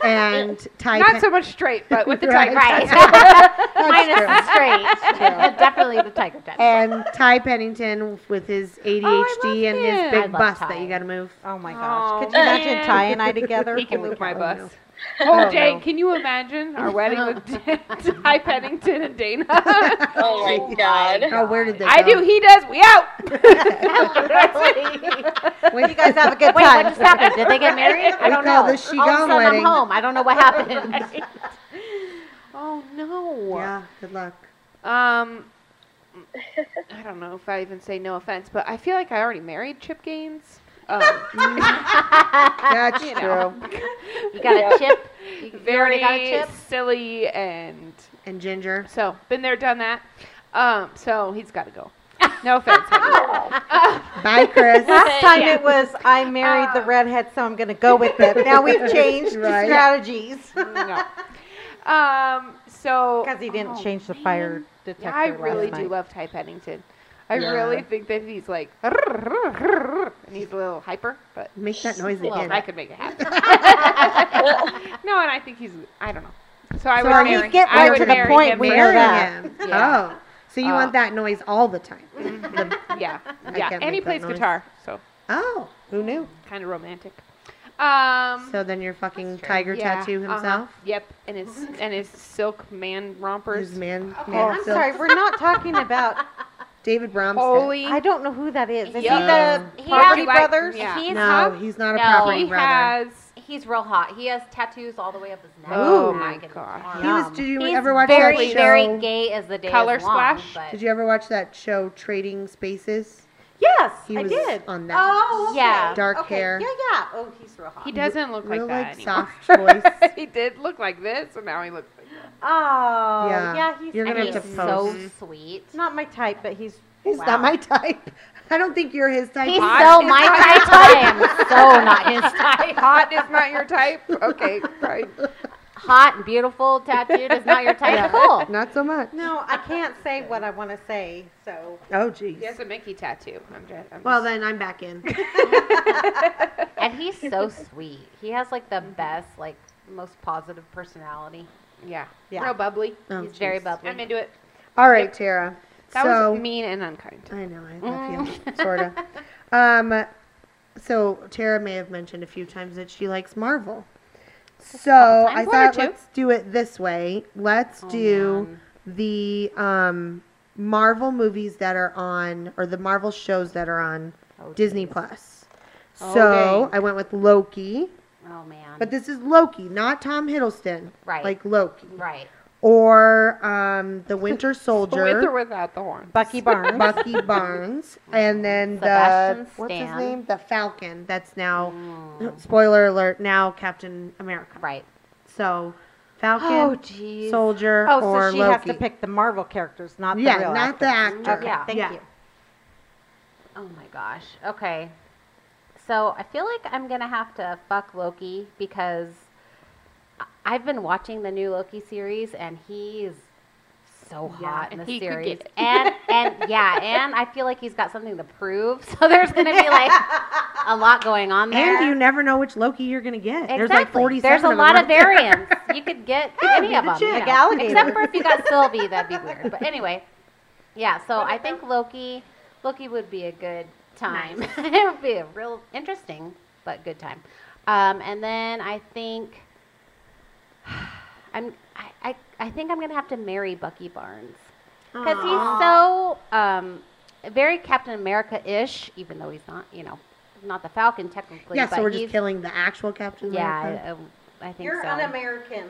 [SPEAKER 3] and Ty.
[SPEAKER 5] Not so much straight, but with the
[SPEAKER 3] Right.
[SPEAKER 5] tiger.
[SPEAKER 4] Right. Minus
[SPEAKER 3] true.
[SPEAKER 4] the straight. Definitely the tiger tattoo.
[SPEAKER 3] and Ty Pennington with his ADHD and
[SPEAKER 5] him.
[SPEAKER 3] his
[SPEAKER 4] I
[SPEAKER 3] big
[SPEAKER 4] love
[SPEAKER 3] bus
[SPEAKER 4] Ty.
[SPEAKER 3] that you got to move.
[SPEAKER 1] Oh my gosh.
[SPEAKER 5] Oh,
[SPEAKER 1] Could you imagine
[SPEAKER 5] man.
[SPEAKER 1] Ty and I together?
[SPEAKER 5] He can
[SPEAKER 1] Holy
[SPEAKER 5] move my
[SPEAKER 1] cow.
[SPEAKER 5] bus.
[SPEAKER 3] I
[SPEAKER 5] Oh,
[SPEAKER 3] don't
[SPEAKER 5] Jay,
[SPEAKER 3] know.
[SPEAKER 5] can you imagine our wedding with Ty Pennington and Dana?
[SPEAKER 2] Oh my god.
[SPEAKER 3] Oh, where did they
[SPEAKER 5] I
[SPEAKER 3] go?
[SPEAKER 5] do. He does. We out.
[SPEAKER 3] Wait,
[SPEAKER 1] You guys have a good
[SPEAKER 4] Wait, what
[SPEAKER 1] time.
[SPEAKER 4] just happened? Did they get married? I
[SPEAKER 3] We
[SPEAKER 4] don't
[SPEAKER 3] call
[SPEAKER 4] know.
[SPEAKER 3] this she
[SPEAKER 4] All of a
[SPEAKER 3] gone
[SPEAKER 4] sudden
[SPEAKER 3] wedding.
[SPEAKER 4] I'm home. I don't know what happened.
[SPEAKER 5] oh no.
[SPEAKER 3] yeah, good luck.
[SPEAKER 5] Um, I don't know if I even say no offense, but I feel like I already married Chip Gaines. Um,
[SPEAKER 3] That's
[SPEAKER 5] You
[SPEAKER 3] true.
[SPEAKER 5] know.
[SPEAKER 4] You got a chip. You already
[SPEAKER 5] very
[SPEAKER 4] got a chip.
[SPEAKER 5] silly and
[SPEAKER 3] And Ginger.
[SPEAKER 5] so been there, done that. Um, so he's got to go. No offense. honey.
[SPEAKER 3] Bye, Chris.
[SPEAKER 1] Last time it was I married
[SPEAKER 5] Uh.
[SPEAKER 1] the redhead, so I'm going to go with it. Now we've changed the
[SPEAKER 3] Right.
[SPEAKER 1] strategies
[SPEAKER 5] no. Um, so
[SPEAKER 1] because he didn't
[SPEAKER 5] oh,
[SPEAKER 1] change the
[SPEAKER 5] man.
[SPEAKER 1] fire detector.
[SPEAKER 5] Yeah, I
[SPEAKER 1] last
[SPEAKER 5] really do
[SPEAKER 1] night.
[SPEAKER 5] love Ty Pennington. I
[SPEAKER 3] Yeah.
[SPEAKER 5] really think that he's like, and he's a little hyper, but
[SPEAKER 3] Make that noise
[SPEAKER 4] Well,
[SPEAKER 3] again.
[SPEAKER 5] I could make it happen. no, and I think he's. I don't know. So I
[SPEAKER 1] So
[SPEAKER 5] would
[SPEAKER 1] are you
[SPEAKER 5] marry.
[SPEAKER 1] getting
[SPEAKER 5] I
[SPEAKER 1] right
[SPEAKER 5] would
[SPEAKER 1] to the
[SPEAKER 5] marry
[SPEAKER 1] point
[SPEAKER 5] him
[SPEAKER 1] where
[SPEAKER 3] Marry
[SPEAKER 5] because-
[SPEAKER 1] that.
[SPEAKER 3] him.
[SPEAKER 5] Yeah.
[SPEAKER 3] Oh, so you
[SPEAKER 5] Uh,
[SPEAKER 3] want that noise all the time?
[SPEAKER 5] yeah,
[SPEAKER 3] I
[SPEAKER 5] yeah.
[SPEAKER 3] can't
[SPEAKER 5] And he
[SPEAKER 3] make that
[SPEAKER 5] plays
[SPEAKER 3] noise.
[SPEAKER 5] guitar, so
[SPEAKER 3] Oh, who knew?
[SPEAKER 5] kind of romantic. Um,
[SPEAKER 3] So then you're fucking tiger
[SPEAKER 5] yeah,
[SPEAKER 3] tattoo
[SPEAKER 5] uh-huh,
[SPEAKER 3] himself.
[SPEAKER 5] Yep, and his and his silk man rompers.
[SPEAKER 3] His man. man
[SPEAKER 1] Oh, I'm
[SPEAKER 3] self.
[SPEAKER 1] sorry, we're not talking about.
[SPEAKER 3] David Bromstead.
[SPEAKER 5] Holy,
[SPEAKER 1] I don't know who that is. Is
[SPEAKER 4] Yup.
[SPEAKER 1] he the
[SPEAKER 4] He
[SPEAKER 1] Property
[SPEAKER 4] has-
[SPEAKER 1] Brothers?
[SPEAKER 5] Yeah.
[SPEAKER 4] He's,
[SPEAKER 3] no, he's not a
[SPEAKER 4] No,
[SPEAKER 3] property
[SPEAKER 5] he
[SPEAKER 3] brother.
[SPEAKER 5] has.
[SPEAKER 4] he's real hot. He has tattoos all the way up his neck.
[SPEAKER 5] Oh
[SPEAKER 4] Ooh.
[SPEAKER 5] my
[SPEAKER 4] Neck and
[SPEAKER 5] gosh.
[SPEAKER 4] arm.
[SPEAKER 3] he was. Did you
[SPEAKER 4] He's
[SPEAKER 3] ever watch
[SPEAKER 4] very,
[SPEAKER 3] that show?
[SPEAKER 4] very gay as the day
[SPEAKER 5] Color
[SPEAKER 4] is long,
[SPEAKER 5] Splash?
[SPEAKER 4] but-
[SPEAKER 3] Did you ever watch that show Trading Spaces?
[SPEAKER 1] Yes,
[SPEAKER 3] He
[SPEAKER 1] I
[SPEAKER 3] was
[SPEAKER 1] did.
[SPEAKER 3] on that.
[SPEAKER 1] Oh, okay.
[SPEAKER 4] Yeah.
[SPEAKER 3] Dark
[SPEAKER 1] Okay,
[SPEAKER 3] hair.
[SPEAKER 1] Yeah, yeah. Oh, he's real hot.
[SPEAKER 5] He doesn't look like
[SPEAKER 3] Real,
[SPEAKER 5] that
[SPEAKER 3] like,
[SPEAKER 5] anymore.
[SPEAKER 3] soft voice.
[SPEAKER 5] he did look like this, and now he looks like that.
[SPEAKER 1] Oh,
[SPEAKER 3] Yeah.
[SPEAKER 1] yeah. he's
[SPEAKER 3] You're
[SPEAKER 4] And
[SPEAKER 3] gonna
[SPEAKER 4] he's
[SPEAKER 3] have to
[SPEAKER 4] so
[SPEAKER 3] post.
[SPEAKER 4] sweet.
[SPEAKER 1] not my type, but he's.
[SPEAKER 3] He's
[SPEAKER 1] wow.
[SPEAKER 3] not my type. I don't think you're his type.
[SPEAKER 4] He's
[SPEAKER 5] Hot
[SPEAKER 4] so
[SPEAKER 5] is
[SPEAKER 4] my type. I am so not his type.
[SPEAKER 5] Hot is not your type. Okay, fine.
[SPEAKER 4] Hot and beautiful, tattooed is not your type at all.
[SPEAKER 3] Not so much.
[SPEAKER 1] No, I can't say what I want to say. So
[SPEAKER 3] Oh, geez.
[SPEAKER 5] He has a Mickey tattoo. I'm just, I'm
[SPEAKER 3] Well,
[SPEAKER 5] just-
[SPEAKER 3] then I'm back in.
[SPEAKER 4] And he's so sweet. He has like the best, like most positive personality.
[SPEAKER 5] yeah,
[SPEAKER 1] Yeah.
[SPEAKER 5] real bubbly.
[SPEAKER 3] Oh,
[SPEAKER 4] he's very
[SPEAKER 3] jeez.
[SPEAKER 4] bubbly.
[SPEAKER 5] I'm into it.
[SPEAKER 3] All right, Tara.
[SPEAKER 5] That
[SPEAKER 3] so,
[SPEAKER 5] was mean and unkind.
[SPEAKER 3] I know, I love you,
[SPEAKER 5] Mm.
[SPEAKER 3] sort of. Um, so Tara may have mentioned a few times that she likes Marvel. So
[SPEAKER 5] couple
[SPEAKER 3] I
[SPEAKER 5] times, one or
[SPEAKER 3] thought
[SPEAKER 5] two. Oh,
[SPEAKER 3] let's do it this way. Let's do the um, Marvel movies that are on, or the Marvel shows that are on Disney Plus. So
[SPEAKER 4] Okay.
[SPEAKER 3] I went with Loki,
[SPEAKER 4] Oh man.
[SPEAKER 3] but this is Loki, not Tom Hiddleston.
[SPEAKER 4] Right.
[SPEAKER 3] Like Loki.
[SPEAKER 4] right.
[SPEAKER 3] Or um, the Winter Soldier.
[SPEAKER 5] With or without the horn.
[SPEAKER 1] Bucky Barnes.
[SPEAKER 3] Bucky Barnes, and then the
[SPEAKER 4] Sebastian
[SPEAKER 3] what's his
[SPEAKER 4] Stan.
[SPEAKER 3] name? The Falcon. That's now spoiler alert. Now Captain America.
[SPEAKER 4] Right.
[SPEAKER 3] So Falcon,
[SPEAKER 4] Oh geez.
[SPEAKER 3] Soldier,
[SPEAKER 1] oh,
[SPEAKER 3] or
[SPEAKER 1] so she
[SPEAKER 3] Loki.
[SPEAKER 1] has to pick the Marvel characters, not the
[SPEAKER 3] yeah,
[SPEAKER 1] real
[SPEAKER 3] not the
[SPEAKER 1] actors.
[SPEAKER 3] actor.
[SPEAKER 1] Okay,
[SPEAKER 4] Yeah.
[SPEAKER 1] thank
[SPEAKER 3] Yeah.
[SPEAKER 1] you.
[SPEAKER 4] Oh my gosh. Okay. So I feel like I'm gonna have to fuck Loki because I- I've been watching the new Loki series and he's so hot in
[SPEAKER 5] and
[SPEAKER 4] the
[SPEAKER 5] he could get
[SPEAKER 4] series.
[SPEAKER 5] it.
[SPEAKER 4] And and yeah, and I feel like he's got something to prove. So there's gonna be like a lot going on there.
[SPEAKER 3] And you never know which Loki you're gonna get.
[SPEAKER 4] Exactly.
[SPEAKER 3] There's like 47
[SPEAKER 4] There's a
[SPEAKER 3] of them
[SPEAKER 4] lot
[SPEAKER 3] out
[SPEAKER 4] of
[SPEAKER 3] there.
[SPEAKER 4] variants. You could get any of them.
[SPEAKER 3] chick,
[SPEAKER 4] you know.
[SPEAKER 1] alligator.
[SPEAKER 4] Except for if you got Sylvie, that'd be weird. But anyway, yeah. So I think Loki, Loki would be a good time. it would be a real interesting but good time. Um, and then I think I'm I, I, I think I'm gonna have to marry Bucky Barnes because he's so um, very Captain America-ish, even though he's not. You know, not the Falcon technically.
[SPEAKER 3] Yeah,
[SPEAKER 4] but
[SPEAKER 3] so we're
[SPEAKER 4] he's-
[SPEAKER 3] just killing the actual Captain America.
[SPEAKER 4] yeah, um, I, I- I think
[SPEAKER 1] Oh You're
[SPEAKER 4] so.
[SPEAKER 1] un-American.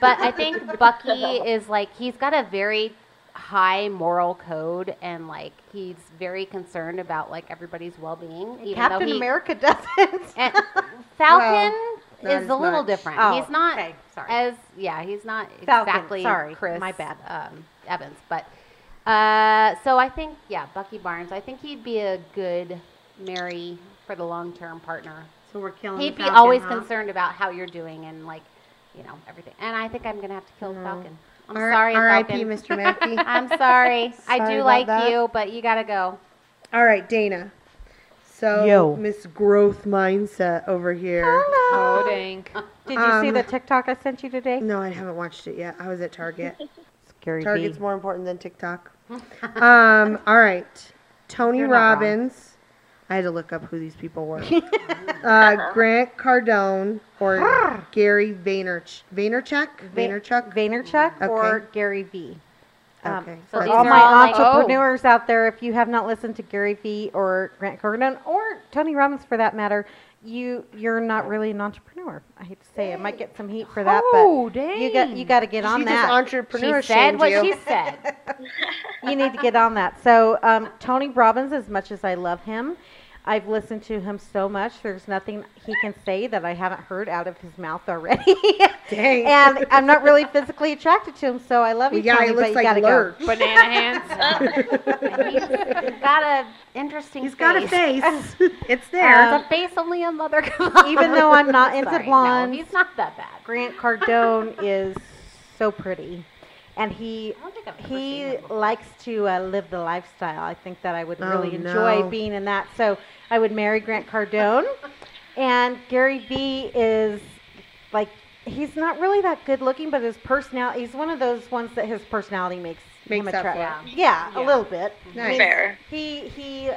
[SPEAKER 4] But I think Bucky is like he's got a very high moral code and like he's very concerned about like everybody's well-being. Even
[SPEAKER 1] Captain
[SPEAKER 4] though he,
[SPEAKER 1] America doesn't.
[SPEAKER 4] and Falcon
[SPEAKER 3] not
[SPEAKER 4] is
[SPEAKER 3] as
[SPEAKER 4] a little
[SPEAKER 3] much.
[SPEAKER 4] different.
[SPEAKER 1] Oh,
[SPEAKER 4] he's not
[SPEAKER 1] okay, sorry.
[SPEAKER 4] as yeah, he's not
[SPEAKER 1] Falcon,
[SPEAKER 4] exactly
[SPEAKER 1] sorry,
[SPEAKER 4] Chris.
[SPEAKER 1] my bad.
[SPEAKER 4] Um, Evans, but uh, so I think yeah, Bucky Barnes. I think he'd be a good marry for the long-term partner
[SPEAKER 3] So we're
[SPEAKER 1] Uh-huh.
[SPEAKER 3] killing.
[SPEAKER 4] He'd
[SPEAKER 3] the
[SPEAKER 4] be
[SPEAKER 3] Falcon,
[SPEAKER 4] always
[SPEAKER 3] huh?
[SPEAKER 4] concerned about how you're doing and like, you know, everything. And I think I'm gonna have to kill
[SPEAKER 1] Uh-huh.
[SPEAKER 4] the Falcon. I'm
[SPEAKER 3] R-
[SPEAKER 4] sorry,
[SPEAKER 3] R.I.P.
[SPEAKER 4] Falcon.
[SPEAKER 3] Mr. Mackey.
[SPEAKER 4] I'm sorry. I
[SPEAKER 3] Sorry
[SPEAKER 4] do
[SPEAKER 3] about
[SPEAKER 4] like
[SPEAKER 3] that.
[SPEAKER 4] you, but you gotta go.
[SPEAKER 3] All right, Dana. So
[SPEAKER 1] Yo.
[SPEAKER 3] Miss Growth Mindset over here.
[SPEAKER 5] Oh dang.
[SPEAKER 1] Did you see
[SPEAKER 3] Um,
[SPEAKER 1] the TikTok I sent you today?
[SPEAKER 3] No, I haven't watched it yet. I was at Target.
[SPEAKER 1] Scary
[SPEAKER 3] Target's more important than TikTok. um, all right. Tony Robbins. I had to look up who these people were. uh, Grant Cardone or Gary Vaynerch- Vaynerchuk? Vaynerchuk?
[SPEAKER 1] Vaynerchuk or
[SPEAKER 3] Okay.
[SPEAKER 1] Gary Vee. Um,
[SPEAKER 3] Okay.
[SPEAKER 4] So
[SPEAKER 1] For
[SPEAKER 4] these
[SPEAKER 1] all
[SPEAKER 4] are
[SPEAKER 1] my
[SPEAKER 4] all like-
[SPEAKER 1] entrepreneurs out there, if you have not listened to Gary Vee or Grant Cardone or Tony Robbins for that matter, you you're not really an entrepreneur. I hate to say, it. I might get some heat for that,
[SPEAKER 5] Oh,
[SPEAKER 1] but you got you got to get on
[SPEAKER 3] she
[SPEAKER 1] that.
[SPEAKER 3] just
[SPEAKER 4] She
[SPEAKER 3] entrepreneur
[SPEAKER 4] said
[SPEAKER 3] shamed
[SPEAKER 4] what
[SPEAKER 3] you.
[SPEAKER 4] she said.
[SPEAKER 1] you need to get on that. So, um, Tony Robbins, as much as I love him, I've listened to him so much. There's nothing he can say that I haven't heard out of his mouth already.
[SPEAKER 3] Dang.
[SPEAKER 1] and I'm not really physically attracted to him, so I love you,
[SPEAKER 3] yeah,
[SPEAKER 1] Tony,
[SPEAKER 3] he
[SPEAKER 1] but
[SPEAKER 3] looks
[SPEAKER 1] you
[SPEAKER 3] like
[SPEAKER 1] gotta
[SPEAKER 3] Lurch.
[SPEAKER 5] Banana hands.
[SPEAKER 4] He's got a interesting.
[SPEAKER 3] He's got a
[SPEAKER 4] face.
[SPEAKER 3] face. it's there.
[SPEAKER 4] It's a face only a mother could
[SPEAKER 1] go. Even though I'm not into
[SPEAKER 4] Sorry,
[SPEAKER 1] blondes,
[SPEAKER 4] No, he's not that bad.
[SPEAKER 1] Grant Cardone is so pretty, and he
[SPEAKER 4] I don't think I've ever seen
[SPEAKER 1] he
[SPEAKER 4] him before.
[SPEAKER 1] likes to uh, live the lifestyle. I think that I would
[SPEAKER 3] Oh,
[SPEAKER 1] really
[SPEAKER 3] no.
[SPEAKER 1] enjoy being in that. So I would marry Grant Cardone, and Gary Vee is like he's not really that good looking, but his personality he's one of those ones that his personality makes him
[SPEAKER 3] Makes up for
[SPEAKER 1] attractive.
[SPEAKER 4] it.
[SPEAKER 1] Yeah, a
[SPEAKER 5] Yeah.
[SPEAKER 1] little bit.
[SPEAKER 3] Nice.
[SPEAKER 2] Fair.
[SPEAKER 1] He he.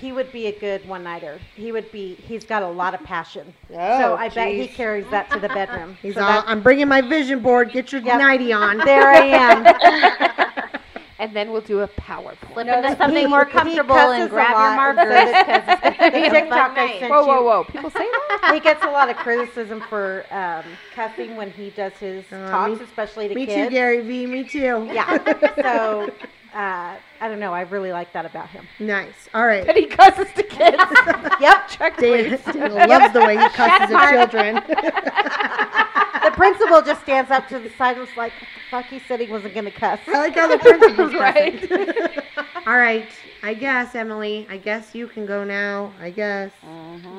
[SPEAKER 1] He would be a good one-nighter. He would be. He's got a lot of passion, so
[SPEAKER 3] Oh,
[SPEAKER 1] I bet he
[SPEAKER 3] geez.
[SPEAKER 1] carries that to the bedroom.
[SPEAKER 3] He's
[SPEAKER 1] So
[SPEAKER 3] all,
[SPEAKER 1] that's-
[SPEAKER 3] I'm bringing my vision board. Get your
[SPEAKER 1] Yep.
[SPEAKER 3] nighty on.
[SPEAKER 1] there I am.
[SPEAKER 5] and then we'll do a PowerPoint.
[SPEAKER 4] Flip into
[SPEAKER 1] he-
[SPEAKER 4] something
[SPEAKER 1] he-
[SPEAKER 4] more
[SPEAKER 1] he
[SPEAKER 4] comfortable
[SPEAKER 1] cusses
[SPEAKER 4] and
[SPEAKER 1] a
[SPEAKER 4] grab your
[SPEAKER 1] lot, so
[SPEAKER 4] markers
[SPEAKER 1] that-
[SPEAKER 4] because it's gonna be
[SPEAKER 1] the
[SPEAKER 4] a
[SPEAKER 1] TikTok
[SPEAKER 4] fun
[SPEAKER 1] I
[SPEAKER 4] night.
[SPEAKER 1] sent
[SPEAKER 5] Whoa,
[SPEAKER 1] you-
[SPEAKER 5] whoa, whoa. People say that?
[SPEAKER 1] he gets a lot of criticism for um, cussing when he does his
[SPEAKER 3] Uh,
[SPEAKER 1] talks,
[SPEAKER 3] me-
[SPEAKER 1] especially to
[SPEAKER 3] Me
[SPEAKER 1] kids.
[SPEAKER 3] too, Gary V. Me too.
[SPEAKER 1] Yeah. So uh, I don't know. I really like that about him.
[SPEAKER 3] Nice. All right.
[SPEAKER 5] And he cusses to kids.
[SPEAKER 1] Yep.
[SPEAKER 3] Dana, Dana loves the way he cusses at children.
[SPEAKER 1] The principal just stands up to the side and was like, "What the fuck, he said he wasn't gonna cuss."
[SPEAKER 3] I like how the principal's
[SPEAKER 5] Right.
[SPEAKER 3] cussing. All right. I guess, Emily, I guess you can go now. I guess.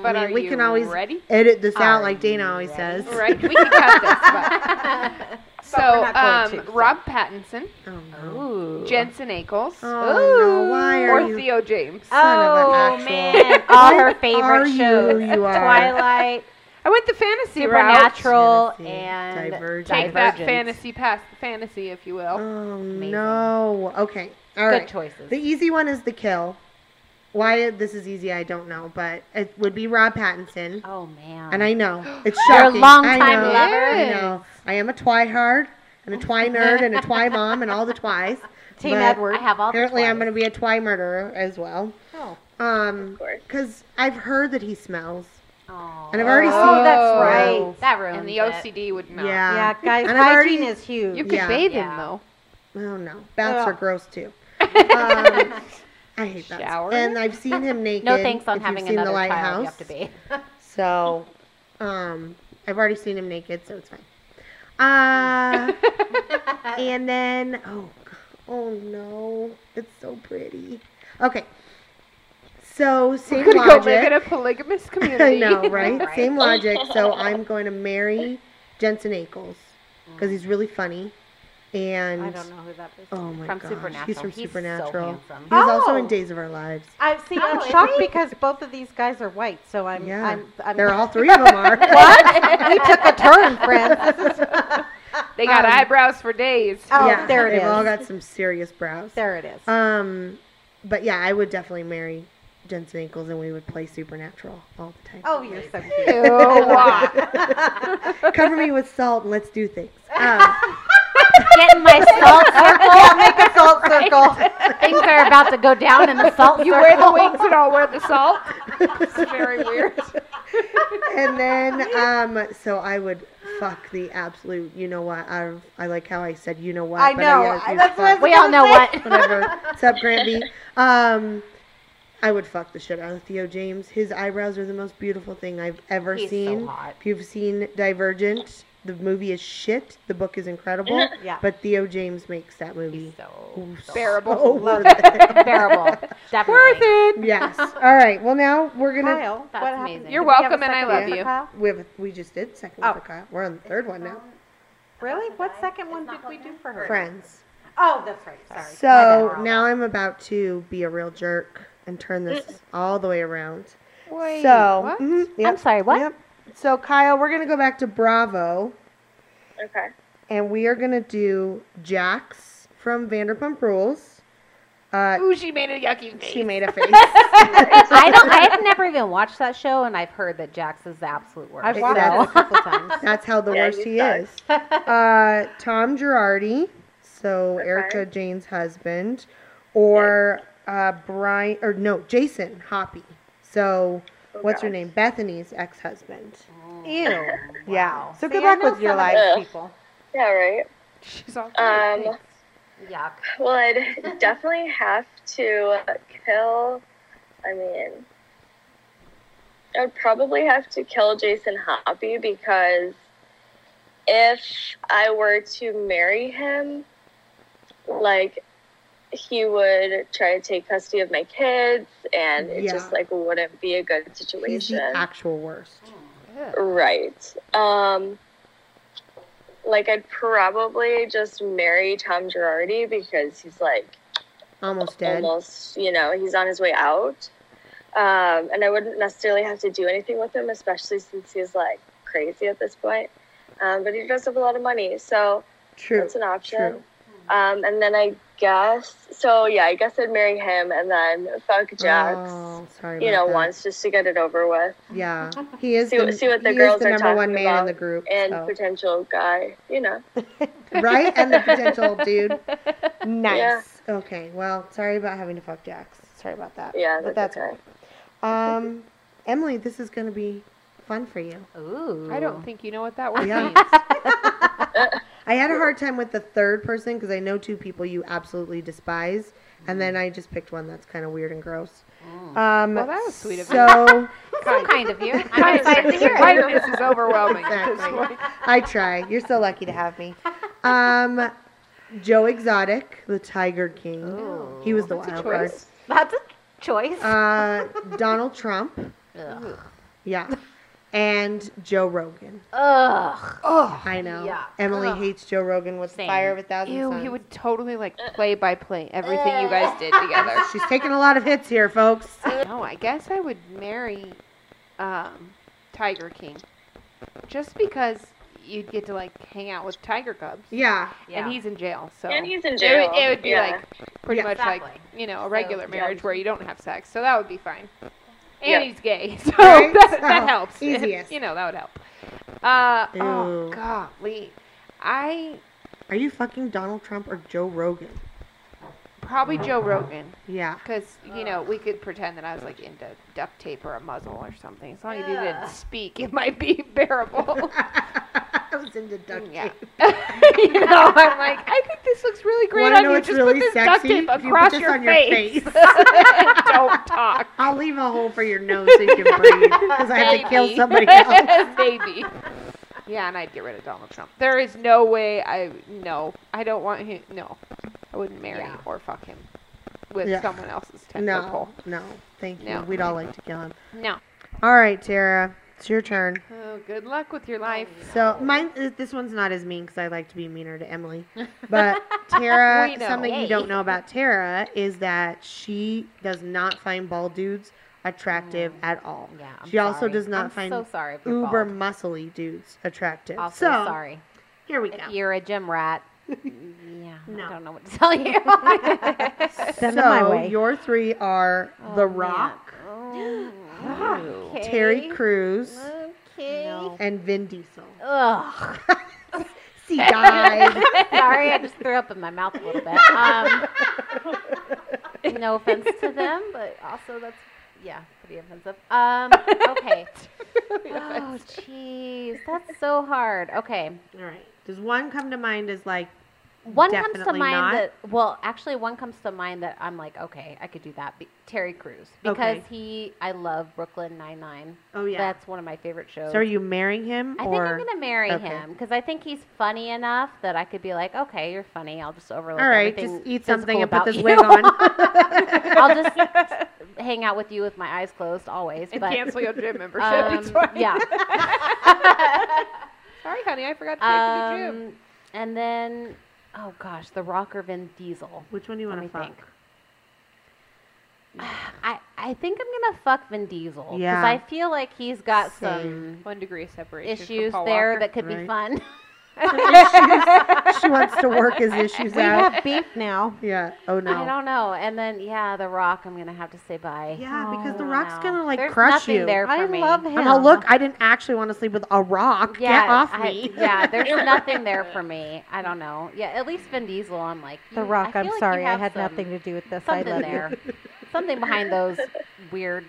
[SPEAKER 5] But
[SPEAKER 3] I
[SPEAKER 5] are
[SPEAKER 3] mean, we
[SPEAKER 5] you
[SPEAKER 3] can always
[SPEAKER 5] ready?
[SPEAKER 3] edit this out like Dana always says.
[SPEAKER 5] Right. We can cut this. But. So,
[SPEAKER 1] we're not
[SPEAKER 5] um,
[SPEAKER 1] going to, so.
[SPEAKER 5] Rob Pattinson,
[SPEAKER 3] Oh, no.
[SPEAKER 4] Ooh.
[SPEAKER 5] Jensen Ackles,
[SPEAKER 3] Oh, no. Why are
[SPEAKER 5] or
[SPEAKER 3] you?
[SPEAKER 5] Theo James.
[SPEAKER 3] Son of an
[SPEAKER 1] oh
[SPEAKER 3] actual-
[SPEAKER 1] man, all her favorite
[SPEAKER 3] are you
[SPEAKER 1] shows:
[SPEAKER 3] who you are?
[SPEAKER 1] Twilight,
[SPEAKER 5] I went the fantasy route.
[SPEAKER 4] Supernatural
[SPEAKER 3] Fantasy,
[SPEAKER 4] and
[SPEAKER 3] Divergent.
[SPEAKER 5] Take that
[SPEAKER 4] Divergent.
[SPEAKER 5] fantasy past fantasy, if you will.
[SPEAKER 3] Oh
[SPEAKER 4] Amazing.
[SPEAKER 3] no. Okay. All
[SPEAKER 4] Good
[SPEAKER 3] right.
[SPEAKER 4] choices.
[SPEAKER 3] The easy one is the kill. Why it- this is easy, I don't know, but it would be Rob Pattinson.
[SPEAKER 4] oh man.
[SPEAKER 3] And I know it's
[SPEAKER 4] You're a
[SPEAKER 3] shocking.
[SPEAKER 4] longtime
[SPEAKER 3] I know,
[SPEAKER 4] lover.
[SPEAKER 3] I know. I am a twihard and a twi nerd and a twi mom and all the twis.
[SPEAKER 1] Team
[SPEAKER 3] but
[SPEAKER 1] Edward.
[SPEAKER 4] I have all. the
[SPEAKER 3] Apparently, I'm
[SPEAKER 4] twice.
[SPEAKER 3] going to be a twi murderer as well.
[SPEAKER 1] Oh.
[SPEAKER 3] Um,
[SPEAKER 2] course.
[SPEAKER 3] because I've heard that he smells,
[SPEAKER 4] Aw.
[SPEAKER 3] and I've already
[SPEAKER 1] Oh,
[SPEAKER 3] seen.
[SPEAKER 1] that's
[SPEAKER 5] Oh.
[SPEAKER 1] right.
[SPEAKER 4] that ruins
[SPEAKER 5] And the
[SPEAKER 4] it.
[SPEAKER 5] OCD would not.
[SPEAKER 3] Yeah.
[SPEAKER 1] Yeah, guys,
[SPEAKER 3] And I've
[SPEAKER 1] hygiene
[SPEAKER 3] already-
[SPEAKER 1] is huge.
[SPEAKER 5] You could
[SPEAKER 3] Yeah.
[SPEAKER 5] bathe
[SPEAKER 4] Yeah.
[SPEAKER 5] in though.
[SPEAKER 3] Oh no, baths are
[SPEAKER 1] Ugh.
[SPEAKER 3] gross too. Um, I hate that.
[SPEAKER 5] Shower?
[SPEAKER 3] And I've seen him naked.
[SPEAKER 4] No thanks on
[SPEAKER 3] if you've
[SPEAKER 4] having
[SPEAKER 3] seen
[SPEAKER 4] another
[SPEAKER 3] the lighthouse. Oh
[SPEAKER 4] child. You have to be.
[SPEAKER 3] So, um, I've already seen him naked, so it's fine. Uh, and then oh, g- oh no, it's so pretty. Okay, so same
[SPEAKER 5] Could go
[SPEAKER 3] logic.
[SPEAKER 5] live in a polygamous community.
[SPEAKER 3] I know, right?
[SPEAKER 4] Right.
[SPEAKER 3] Same logic. So I'm going to marry Jensen Ackles because he's really funny, and
[SPEAKER 1] I don't know who that is.
[SPEAKER 3] oh my
[SPEAKER 4] From
[SPEAKER 3] gosh,
[SPEAKER 4] Supernatural.
[SPEAKER 3] he's from
[SPEAKER 4] He's so
[SPEAKER 3] Supernatural.
[SPEAKER 4] handsome.
[SPEAKER 3] He was also in
[SPEAKER 1] Oh.
[SPEAKER 3] Days of Our Lives.
[SPEAKER 1] I've seen.
[SPEAKER 4] Oh,
[SPEAKER 1] I'm
[SPEAKER 4] is
[SPEAKER 1] shocked
[SPEAKER 4] he?
[SPEAKER 1] because both of these guys are white, so I'm.
[SPEAKER 3] Yeah,
[SPEAKER 1] I'm, I'm
[SPEAKER 3] they're all three of them are. what?
[SPEAKER 1] we took a turn, friends. This is-
[SPEAKER 5] They got
[SPEAKER 3] Um,
[SPEAKER 5] eyebrows for days.
[SPEAKER 1] oh,
[SPEAKER 3] yeah,
[SPEAKER 1] there it
[SPEAKER 3] they've
[SPEAKER 1] is.
[SPEAKER 3] all got some serious brows.
[SPEAKER 1] there it is.
[SPEAKER 3] Um, but yeah, I would definitely marry Jensen Ackles, and we would play Supernatural all the time.
[SPEAKER 1] oh, you're so cute.
[SPEAKER 5] Ew.
[SPEAKER 3] Cover me with salt and let's do things. Um,
[SPEAKER 4] Get in my salt circle.
[SPEAKER 1] yeah, make a salt circle.
[SPEAKER 4] Things are about to go down in the salt
[SPEAKER 5] you
[SPEAKER 4] circle.
[SPEAKER 5] wear the wings and I'll wear the salt. It's very weird.
[SPEAKER 3] and then, um, so I would fuck the absolute. You know what? I I like how I said you know what.
[SPEAKER 1] I
[SPEAKER 3] but
[SPEAKER 1] know,
[SPEAKER 3] gotta
[SPEAKER 1] I-
[SPEAKER 3] do
[SPEAKER 1] that's what I
[SPEAKER 3] fuck.
[SPEAKER 4] We all know what.
[SPEAKER 3] Whatever. What's up, Grampy? Um, I would fuck the shit out of Theo James. His eyebrows are the most beautiful thing I've ever
[SPEAKER 4] He's so
[SPEAKER 3] seen.
[SPEAKER 4] hot.
[SPEAKER 3] If you've seen Divergent, the movie is shit. The book is incredible.
[SPEAKER 1] Yeah.
[SPEAKER 3] But Theo James makes that movie.
[SPEAKER 4] So
[SPEAKER 5] Bearable.
[SPEAKER 3] so worth it.
[SPEAKER 4] bearable. Definitely. Worth it.
[SPEAKER 3] yes. All right. Well, now we're gonna.
[SPEAKER 1] Kyle,
[SPEAKER 4] That's
[SPEAKER 1] what happened?
[SPEAKER 4] amazing.
[SPEAKER 1] Did
[SPEAKER 5] You're
[SPEAKER 1] we have a
[SPEAKER 5] welcome and I
[SPEAKER 1] second
[SPEAKER 5] love
[SPEAKER 1] one for
[SPEAKER 5] you.
[SPEAKER 1] Kyle?
[SPEAKER 3] We have a, we just did second one
[SPEAKER 1] Oh.
[SPEAKER 3] for Kyle. We're on the third one now.
[SPEAKER 1] Really? What second one did we do for her?
[SPEAKER 3] Friends.
[SPEAKER 1] Oh, that's right. Sorry. My bad.
[SPEAKER 3] So now I'm about to be a real jerk and turn this all the way around.
[SPEAKER 5] Wait,
[SPEAKER 3] so
[SPEAKER 5] what?
[SPEAKER 3] mhm,
[SPEAKER 4] I'm
[SPEAKER 3] yep,
[SPEAKER 4] sorry. What?
[SPEAKER 3] Yep. So Kyle, we're gonna go back to Bravo,
[SPEAKER 2] Okay.
[SPEAKER 3] and we are gonna do Jax from Vanderpump Rules. Uh,
[SPEAKER 5] Ooh, she made a yucky face.
[SPEAKER 3] she made a face.
[SPEAKER 4] I don't. I've never even watched that show, and I've heard that Jax is the absolute worst.
[SPEAKER 1] I've
[SPEAKER 3] It
[SPEAKER 1] watched
[SPEAKER 3] does.
[SPEAKER 1] it a couple times.
[SPEAKER 3] That's how the
[SPEAKER 2] Yeah,
[SPEAKER 3] worst
[SPEAKER 2] you
[SPEAKER 3] he
[SPEAKER 2] suck.
[SPEAKER 3] is. Uh, Tom Girardi, so
[SPEAKER 2] Okay.
[SPEAKER 3] Erica Jane's husband, or uh, Brian, or no, Jason Hoppy. So
[SPEAKER 2] Oh,
[SPEAKER 3] what's her
[SPEAKER 2] gosh.
[SPEAKER 3] name? Bethany's ex-husband.
[SPEAKER 1] Ew.
[SPEAKER 3] Yeah.
[SPEAKER 1] So
[SPEAKER 3] So
[SPEAKER 1] good
[SPEAKER 3] good
[SPEAKER 1] luck
[SPEAKER 3] with your life.
[SPEAKER 2] Ugh.
[SPEAKER 1] people.
[SPEAKER 2] Yeah, right.
[SPEAKER 5] She's all
[SPEAKER 2] Um,
[SPEAKER 4] Yuck.
[SPEAKER 2] Well, I'd definitely have to kill. I mean, I would probably have to kill Jason Hoppy because if I were to marry him, like, he would try to take custody of my kids, and it
[SPEAKER 3] Yeah.
[SPEAKER 2] just like wouldn't be a good situation.
[SPEAKER 3] He's the actual worst.
[SPEAKER 2] Right. Um like I'd probably just marry Tom Girardi because he's like Oh,
[SPEAKER 3] Almost dead.
[SPEAKER 2] almost, you know, he's on his way out. Um and I wouldn't necessarily have to do anything with him especially since he's like crazy at this point. Um but he does have a lot of money. So
[SPEAKER 3] True.
[SPEAKER 2] that's an option.
[SPEAKER 3] True.
[SPEAKER 2] Um and then I guess so yeah, I guess I'd marry him and then fuck Jax.
[SPEAKER 3] Oh, sorry.
[SPEAKER 2] you
[SPEAKER 3] about
[SPEAKER 2] know,
[SPEAKER 3] that.
[SPEAKER 2] once just to get it over with.
[SPEAKER 3] Yeah, he is
[SPEAKER 2] See
[SPEAKER 3] the,
[SPEAKER 2] what- see what the
[SPEAKER 3] he
[SPEAKER 2] girls
[SPEAKER 3] is the
[SPEAKER 2] are
[SPEAKER 3] number one
[SPEAKER 2] talking
[SPEAKER 3] man in
[SPEAKER 2] about
[SPEAKER 3] the group,
[SPEAKER 2] And
[SPEAKER 3] so-
[SPEAKER 2] potential guy, you know.
[SPEAKER 3] right? And the potential dude. Nice.
[SPEAKER 2] Yeah.
[SPEAKER 3] Okay. Well, sorry about having to fuck Jax. Sorry about that.
[SPEAKER 2] Yeah,
[SPEAKER 3] but
[SPEAKER 2] that's
[SPEAKER 3] that's
[SPEAKER 2] okay.
[SPEAKER 3] all right. Um, Emily, this is gonna be fun for you.
[SPEAKER 4] Ooh.
[SPEAKER 5] I don't think you know what that word
[SPEAKER 3] Yeah.
[SPEAKER 5] means.
[SPEAKER 3] I had a hard time with the third person because I know two people you absolutely despise, and then I just picked one that's kind of weird and gross. Um,
[SPEAKER 5] Mm. Well, that was sweet of you.
[SPEAKER 3] so
[SPEAKER 4] So kind of you. I'm excited to hear it.
[SPEAKER 5] Kindness is overwhelming. at this
[SPEAKER 3] Exactly.
[SPEAKER 5] point.
[SPEAKER 3] I try. You're so lucky to have me. Um, Joe Exotic, the Tiger King. He was the
[SPEAKER 5] That's a
[SPEAKER 3] wild card.
[SPEAKER 5] choice.
[SPEAKER 4] That's a choice.
[SPEAKER 3] Uh, Donald Trump.
[SPEAKER 4] Ugh.
[SPEAKER 3] Yeah. And Joe Rogan.
[SPEAKER 4] Ugh.
[SPEAKER 3] I know.
[SPEAKER 4] yuck.
[SPEAKER 3] Emily hates Joe Rogan with the
[SPEAKER 4] Same.
[SPEAKER 3] fire of a thousand
[SPEAKER 5] Ew,
[SPEAKER 3] suns.
[SPEAKER 5] he would totally like play by play everything you guys did together.
[SPEAKER 3] She's taking a lot of hits here, folks.
[SPEAKER 5] no, I guess I would marry um, Tiger King. just because you'd get to like hang out with tiger cubs.
[SPEAKER 3] Yeah.
[SPEAKER 4] Yeah.
[SPEAKER 5] And he's in jail, so
[SPEAKER 2] And he's in
[SPEAKER 5] It
[SPEAKER 2] jail.
[SPEAKER 5] would, it would be
[SPEAKER 2] Yeah.
[SPEAKER 5] like pretty
[SPEAKER 3] Yeah.
[SPEAKER 5] much like
[SPEAKER 4] Exactly.
[SPEAKER 5] you know
[SPEAKER 4] So,
[SPEAKER 5] a regular
[SPEAKER 4] yeah.
[SPEAKER 5] marriage where you don't have sex, so that would be fine. And
[SPEAKER 2] Yeah.
[SPEAKER 5] he's gay, so
[SPEAKER 3] Right?
[SPEAKER 5] that, that
[SPEAKER 3] Oh,
[SPEAKER 5] helps.
[SPEAKER 3] easiest.
[SPEAKER 5] you know that would help. Uh,
[SPEAKER 3] Ew.
[SPEAKER 5] oh golly, I
[SPEAKER 3] Are you fucking Donald Trump or Joe Rogan?
[SPEAKER 5] probably Joe Rogan.
[SPEAKER 3] Yeah.
[SPEAKER 5] Because, you know, we could pretend that I was like into duct tape or a muzzle or something. As long as you didn't speak, it might be bearable. Mm,
[SPEAKER 3] I was into duct tape.
[SPEAKER 5] yeah. you know, I'm like, I think this looks really great
[SPEAKER 3] Wanna
[SPEAKER 5] on
[SPEAKER 3] know
[SPEAKER 5] you.
[SPEAKER 3] what's
[SPEAKER 5] Just
[SPEAKER 3] really
[SPEAKER 5] put this
[SPEAKER 3] sexy? If you put
[SPEAKER 5] duct tape across
[SPEAKER 3] this
[SPEAKER 5] your,
[SPEAKER 3] on your face.
[SPEAKER 5] face. And Don't talk.
[SPEAKER 3] I'll leave a hole for your nose so you can breathe because I have to kill
[SPEAKER 5] Maybe.
[SPEAKER 3] somebody else.
[SPEAKER 5] Maybe. Yeah, and I'd get rid of Donald Trump. There is no way I no. I don't want him. No, I wouldn't marry
[SPEAKER 4] Yeah.
[SPEAKER 5] or fuck him with
[SPEAKER 3] Yeah.
[SPEAKER 5] someone else's temper
[SPEAKER 3] No,
[SPEAKER 5] pole.
[SPEAKER 3] no, thank you.
[SPEAKER 5] No.
[SPEAKER 3] We'd all like to kill him.
[SPEAKER 5] No.
[SPEAKER 3] All right, Tara, it's your turn.
[SPEAKER 5] Oh, good luck with your life.
[SPEAKER 3] So mine, uh, this one's not as mean because I like to be meaner to Emily. But Tara,
[SPEAKER 5] We know.
[SPEAKER 3] something you
[SPEAKER 4] Yay.
[SPEAKER 3] don't know about Tara is that she does not find bald dudes attractive at all.
[SPEAKER 4] Mm. Yeah, I'm
[SPEAKER 3] she also
[SPEAKER 4] sorry.
[SPEAKER 3] does not
[SPEAKER 4] I'm
[SPEAKER 3] find
[SPEAKER 4] so sorry if you're
[SPEAKER 3] uber
[SPEAKER 4] bald.
[SPEAKER 3] muscly dudes attractive.
[SPEAKER 4] Also
[SPEAKER 3] so
[SPEAKER 4] sorry.
[SPEAKER 3] here we go.
[SPEAKER 4] If you're a gym rat, yeah,
[SPEAKER 3] No.
[SPEAKER 4] I don't know what to tell you.
[SPEAKER 1] Send
[SPEAKER 3] so
[SPEAKER 1] them my way.
[SPEAKER 3] your three are The
[SPEAKER 4] Oh, man.
[SPEAKER 3] Rock,
[SPEAKER 4] Oh, okay.
[SPEAKER 3] Terry Crews,
[SPEAKER 4] Okay.
[SPEAKER 3] and Vin Diesel.
[SPEAKER 4] Ugh.
[SPEAKER 3] See, died.
[SPEAKER 4] Sorry, I just threw up in my mouth a little bit. Um, no offense to them, but also that's yeah, pretty offensive. Um, okay. oh, jeez, that's so hard. Okay,
[SPEAKER 3] all right. Does one come to mind as like
[SPEAKER 4] one comes
[SPEAKER 3] Definitely
[SPEAKER 4] to mind
[SPEAKER 3] not.
[SPEAKER 4] that well, actually, one comes to mind that I'm like, okay, I could do that. Be- Terry Crews because
[SPEAKER 3] Okay.
[SPEAKER 4] he, I love Brooklyn Nine Nine.
[SPEAKER 3] Oh yeah.
[SPEAKER 4] That's one of my favorite shows.
[SPEAKER 3] so are you marrying him?
[SPEAKER 4] I think
[SPEAKER 3] or?
[SPEAKER 4] I'm gonna marry
[SPEAKER 3] okay.
[SPEAKER 4] him because I think he's funny enough that I could be like, okay, you're funny. I'll just overlook.
[SPEAKER 3] All right,
[SPEAKER 4] everything
[SPEAKER 3] just eat something
[SPEAKER 4] physical
[SPEAKER 3] and put
[SPEAKER 4] about
[SPEAKER 3] this
[SPEAKER 4] you.
[SPEAKER 3] wig on.
[SPEAKER 4] I'll just hang out with you with my eyes closed always.
[SPEAKER 5] And
[SPEAKER 4] but
[SPEAKER 5] cancel your gym membership.
[SPEAKER 4] um,
[SPEAKER 5] That's right.
[SPEAKER 4] yeah.
[SPEAKER 5] Sorry, honey, I forgot to pay for the gym.
[SPEAKER 4] um, and then, oh gosh, the Rocker Vin Diesel.
[SPEAKER 3] Which one do you
[SPEAKER 4] Let
[SPEAKER 3] want to
[SPEAKER 4] me
[SPEAKER 3] fuck?
[SPEAKER 4] think. I, I think I'm gonna fuck Vin Diesel because
[SPEAKER 3] Yeah.
[SPEAKER 4] I feel like he's got
[SPEAKER 3] Same.
[SPEAKER 5] One degree of
[SPEAKER 4] some
[SPEAKER 5] separation. from
[SPEAKER 4] issues
[SPEAKER 5] Paul
[SPEAKER 4] there
[SPEAKER 5] Walker.
[SPEAKER 4] that could be
[SPEAKER 3] Right.
[SPEAKER 4] fun.
[SPEAKER 3] she wants to work his issues
[SPEAKER 1] We
[SPEAKER 3] out.
[SPEAKER 1] have beef now.
[SPEAKER 3] Yeah. Oh no.
[SPEAKER 4] I don't know. And then yeah, The Rock. I'm gonna have to say bye.
[SPEAKER 3] yeah, because the
[SPEAKER 4] Oh,
[SPEAKER 3] rock's
[SPEAKER 4] no.
[SPEAKER 3] gonna like
[SPEAKER 4] There's
[SPEAKER 3] crush
[SPEAKER 4] nothing
[SPEAKER 3] you.
[SPEAKER 4] There for
[SPEAKER 1] I
[SPEAKER 4] me.
[SPEAKER 1] love him.
[SPEAKER 3] I'm all, look, I didn't actually want to sleep with a rock. Get off
[SPEAKER 4] I-
[SPEAKER 3] me.
[SPEAKER 4] yeah, there's nothing there for me. I don't know. Yeah, at least Vin Diesel, I'm like
[SPEAKER 1] The
[SPEAKER 4] you-
[SPEAKER 1] Rock.
[SPEAKER 4] Mm, I
[SPEAKER 1] I'm
[SPEAKER 4] feel like you
[SPEAKER 1] sorry, I
[SPEAKER 4] have
[SPEAKER 1] had
[SPEAKER 4] some-
[SPEAKER 1] nothing to do with this. I
[SPEAKER 4] Something
[SPEAKER 1] love you.
[SPEAKER 4] there, something behind those weird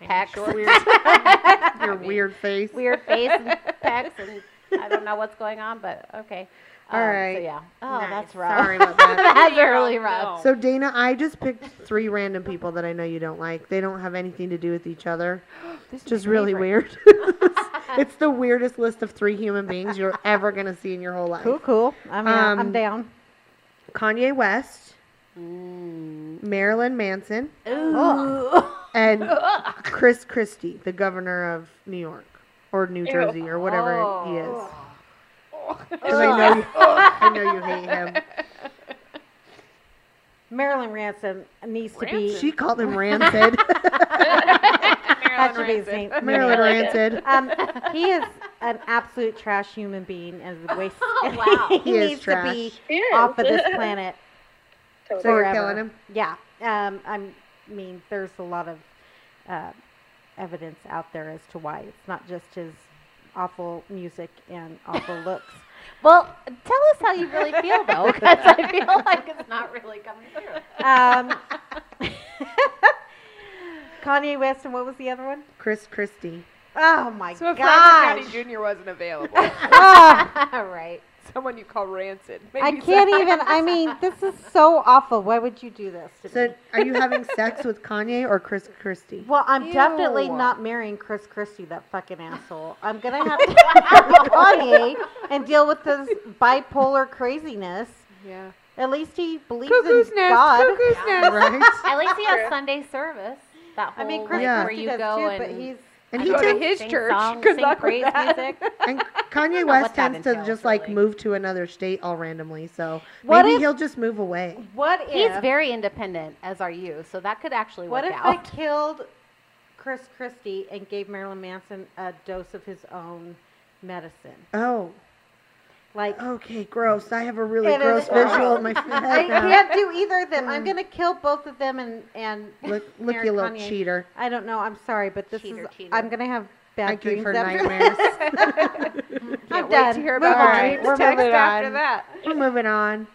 [SPEAKER 5] Tiny
[SPEAKER 4] pecs,
[SPEAKER 5] short-
[SPEAKER 3] Weird, your weird face.
[SPEAKER 4] weird face and pecs, and I don't know what's going on, but okay.
[SPEAKER 3] All
[SPEAKER 4] Um,
[SPEAKER 3] right.
[SPEAKER 4] So yeah. Oh,
[SPEAKER 3] Nice.
[SPEAKER 4] that's rough.
[SPEAKER 3] Sorry about that.
[SPEAKER 4] that's really rough.
[SPEAKER 3] So Dana, I just picked three random people that I know you don't like. They don't have anything to do with each other.
[SPEAKER 5] This is
[SPEAKER 3] Just
[SPEAKER 5] my
[SPEAKER 3] really
[SPEAKER 5] favorite.
[SPEAKER 3] weird. it's the weirdest list of three human beings you're ever gonna see in your whole life.
[SPEAKER 1] Cool, cool. I'm, out.
[SPEAKER 3] Um,
[SPEAKER 1] I'm down.
[SPEAKER 3] Kanye West,
[SPEAKER 4] Mm.
[SPEAKER 3] Marilyn Manson,
[SPEAKER 4] Ooh.
[SPEAKER 3] and Chris Christie, the governor of New York or New
[SPEAKER 2] Ew.
[SPEAKER 3] Jersey or whatever he is.
[SPEAKER 4] Oh.
[SPEAKER 3] Because I know you, I know you hate him.
[SPEAKER 1] Marilyn Ransom needs to be.
[SPEAKER 3] She called him rancid.
[SPEAKER 1] that should be his name.
[SPEAKER 3] Marilyn rancid.
[SPEAKER 1] Um, he is an absolute trash human being and a waste.
[SPEAKER 4] Wow.
[SPEAKER 1] he,
[SPEAKER 3] He is
[SPEAKER 1] needs
[SPEAKER 3] trash.
[SPEAKER 1] to be
[SPEAKER 2] He is.
[SPEAKER 1] off of this planet
[SPEAKER 2] Totally.
[SPEAKER 3] So you're
[SPEAKER 1] forever.
[SPEAKER 3] killing him?
[SPEAKER 1] Yeah. Um, I'm- I mean, there's a lot of uh, evidence out there as to why it's not just his awful music and awful looks.
[SPEAKER 4] Well, tell us how you really feel though, because I feel like it's not really coming through.
[SPEAKER 1] Um, Kanye West and what was the other one?
[SPEAKER 3] Chris Christie.
[SPEAKER 1] Oh my
[SPEAKER 5] So if
[SPEAKER 1] gosh!
[SPEAKER 5] Robert Downey Jr. wasn't available,
[SPEAKER 1] Ah,
[SPEAKER 4] right.
[SPEAKER 5] someone you call rancid.
[SPEAKER 1] I
[SPEAKER 5] Maybe
[SPEAKER 1] can't even. I mean, this is so awful. Why would you do this? To
[SPEAKER 3] So
[SPEAKER 1] me?
[SPEAKER 3] are you having sex with Kanye or Chris Christie?
[SPEAKER 1] Well, I'm definitely
[SPEAKER 5] Ew.
[SPEAKER 1] not marrying Chris Christie, that fucking asshole. I'm gonna have to marry Kanye and deal with this bipolar craziness.
[SPEAKER 5] some- Yeah.
[SPEAKER 1] At least he believes
[SPEAKER 5] Cuckoo's
[SPEAKER 1] in
[SPEAKER 5] nest.
[SPEAKER 1] God.
[SPEAKER 5] Cuckoo's nest.
[SPEAKER 3] Right?
[SPEAKER 4] At least he has
[SPEAKER 2] True.
[SPEAKER 4] Sunday service. That whole
[SPEAKER 1] I mean, Chris
[SPEAKER 4] like,
[SPEAKER 3] Yeah.
[SPEAKER 4] where
[SPEAKER 1] Christie
[SPEAKER 4] you
[SPEAKER 1] does
[SPEAKER 4] go
[SPEAKER 1] too,
[SPEAKER 4] and
[SPEAKER 1] but he's
[SPEAKER 3] And
[SPEAKER 5] I
[SPEAKER 3] he
[SPEAKER 5] go to
[SPEAKER 3] did.
[SPEAKER 5] his
[SPEAKER 4] sing
[SPEAKER 5] church.
[SPEAKER 4] songs,
[SPEAKER 5] Good
[SPEAKER 4] sing
[SPEAKER 5] luck with
[SPEAKER 4] praise
[SPEAKER 5] that.
[SPEAKER 4] music.
[SPEAKER 3] And Kanye
[SPEAKER 4] know
[SPEAKER 3] West
[SPEAKER 4] what that
[SPEAKER 3] tends to
[SPEAKER 4] entails,
[SPEAKER 3] just like
[SPEAKER 4] really.
[SPEAKER 3] move to another state all randomly. So
[SPEAKER 1] What
[SPEAKER 3] maybe
[SPEAKER 1] if-
[SPEAKER 3] he'll just move away.
[SPEAKER 1] what if
[SPEAKER 4] He's very independent, as are you, so that could actually
[SPEAKER 1] what
[SPEAKER 4] work
[SPEAKER 1] if I
[SPEAKER 4] out.
[SPEAKER 1] killed Chris Christie and gave Marilyn Manson a dose of his own medicine.
[SPEAKER 3] Oh,
[SPEAKER 1] Like
[SPEAKER 3] okay, gross. I have a really
[SPEAKER 1] It
[SPEAKER 3] gross
[SPEAKER 1] is-
[SPEAKER 3] visual in my
[SPEAKER 1] I
[SPEAKER 3] head now.
[SPEAKER 1] can't do either of them. I'm gonna kill both of them and and
[SPEAKER 3] Mm. Look, look
[SPEAKER 1] Mary
[SPEAKER 3] you little
[SPEAKER 1] Kanye.
[SPEAKER 3] cheater.
[SPEAKER 1] I don't know. I'm sorry, but this
[SPEAKER 4] Cheater,
[SPEAKER 1] is
[SPEAKER 4] cheater.
[SPEAKER 1] I'm gonna have bad
[SPEAKER 3] I
[SPEAKER 1] dreams
[SPEAKER 3] gave her
[SPEAKER 1] after.
[SPEAKER 3] nightmares.
[SPEAKER 1] I'm
[SPEAKER 5] Can't
[SPEAKER 1] done.
[SPEAKER 5] wait to hear
[SPEAKER 1] Move
[SPEAKER 3] on.
[SPEAKER 5] about our
[SPEAKER 3] All right,
[SPEAKER 5] dreams
[SPEAKER 3] we're
[SPEAKER 5] text
[SPEAKER 3] moving
[SPEAKER 5] after
[SPEAKER 3] on.
[SPEAKER 5] that.
[SPEAKER 3] We're moving on.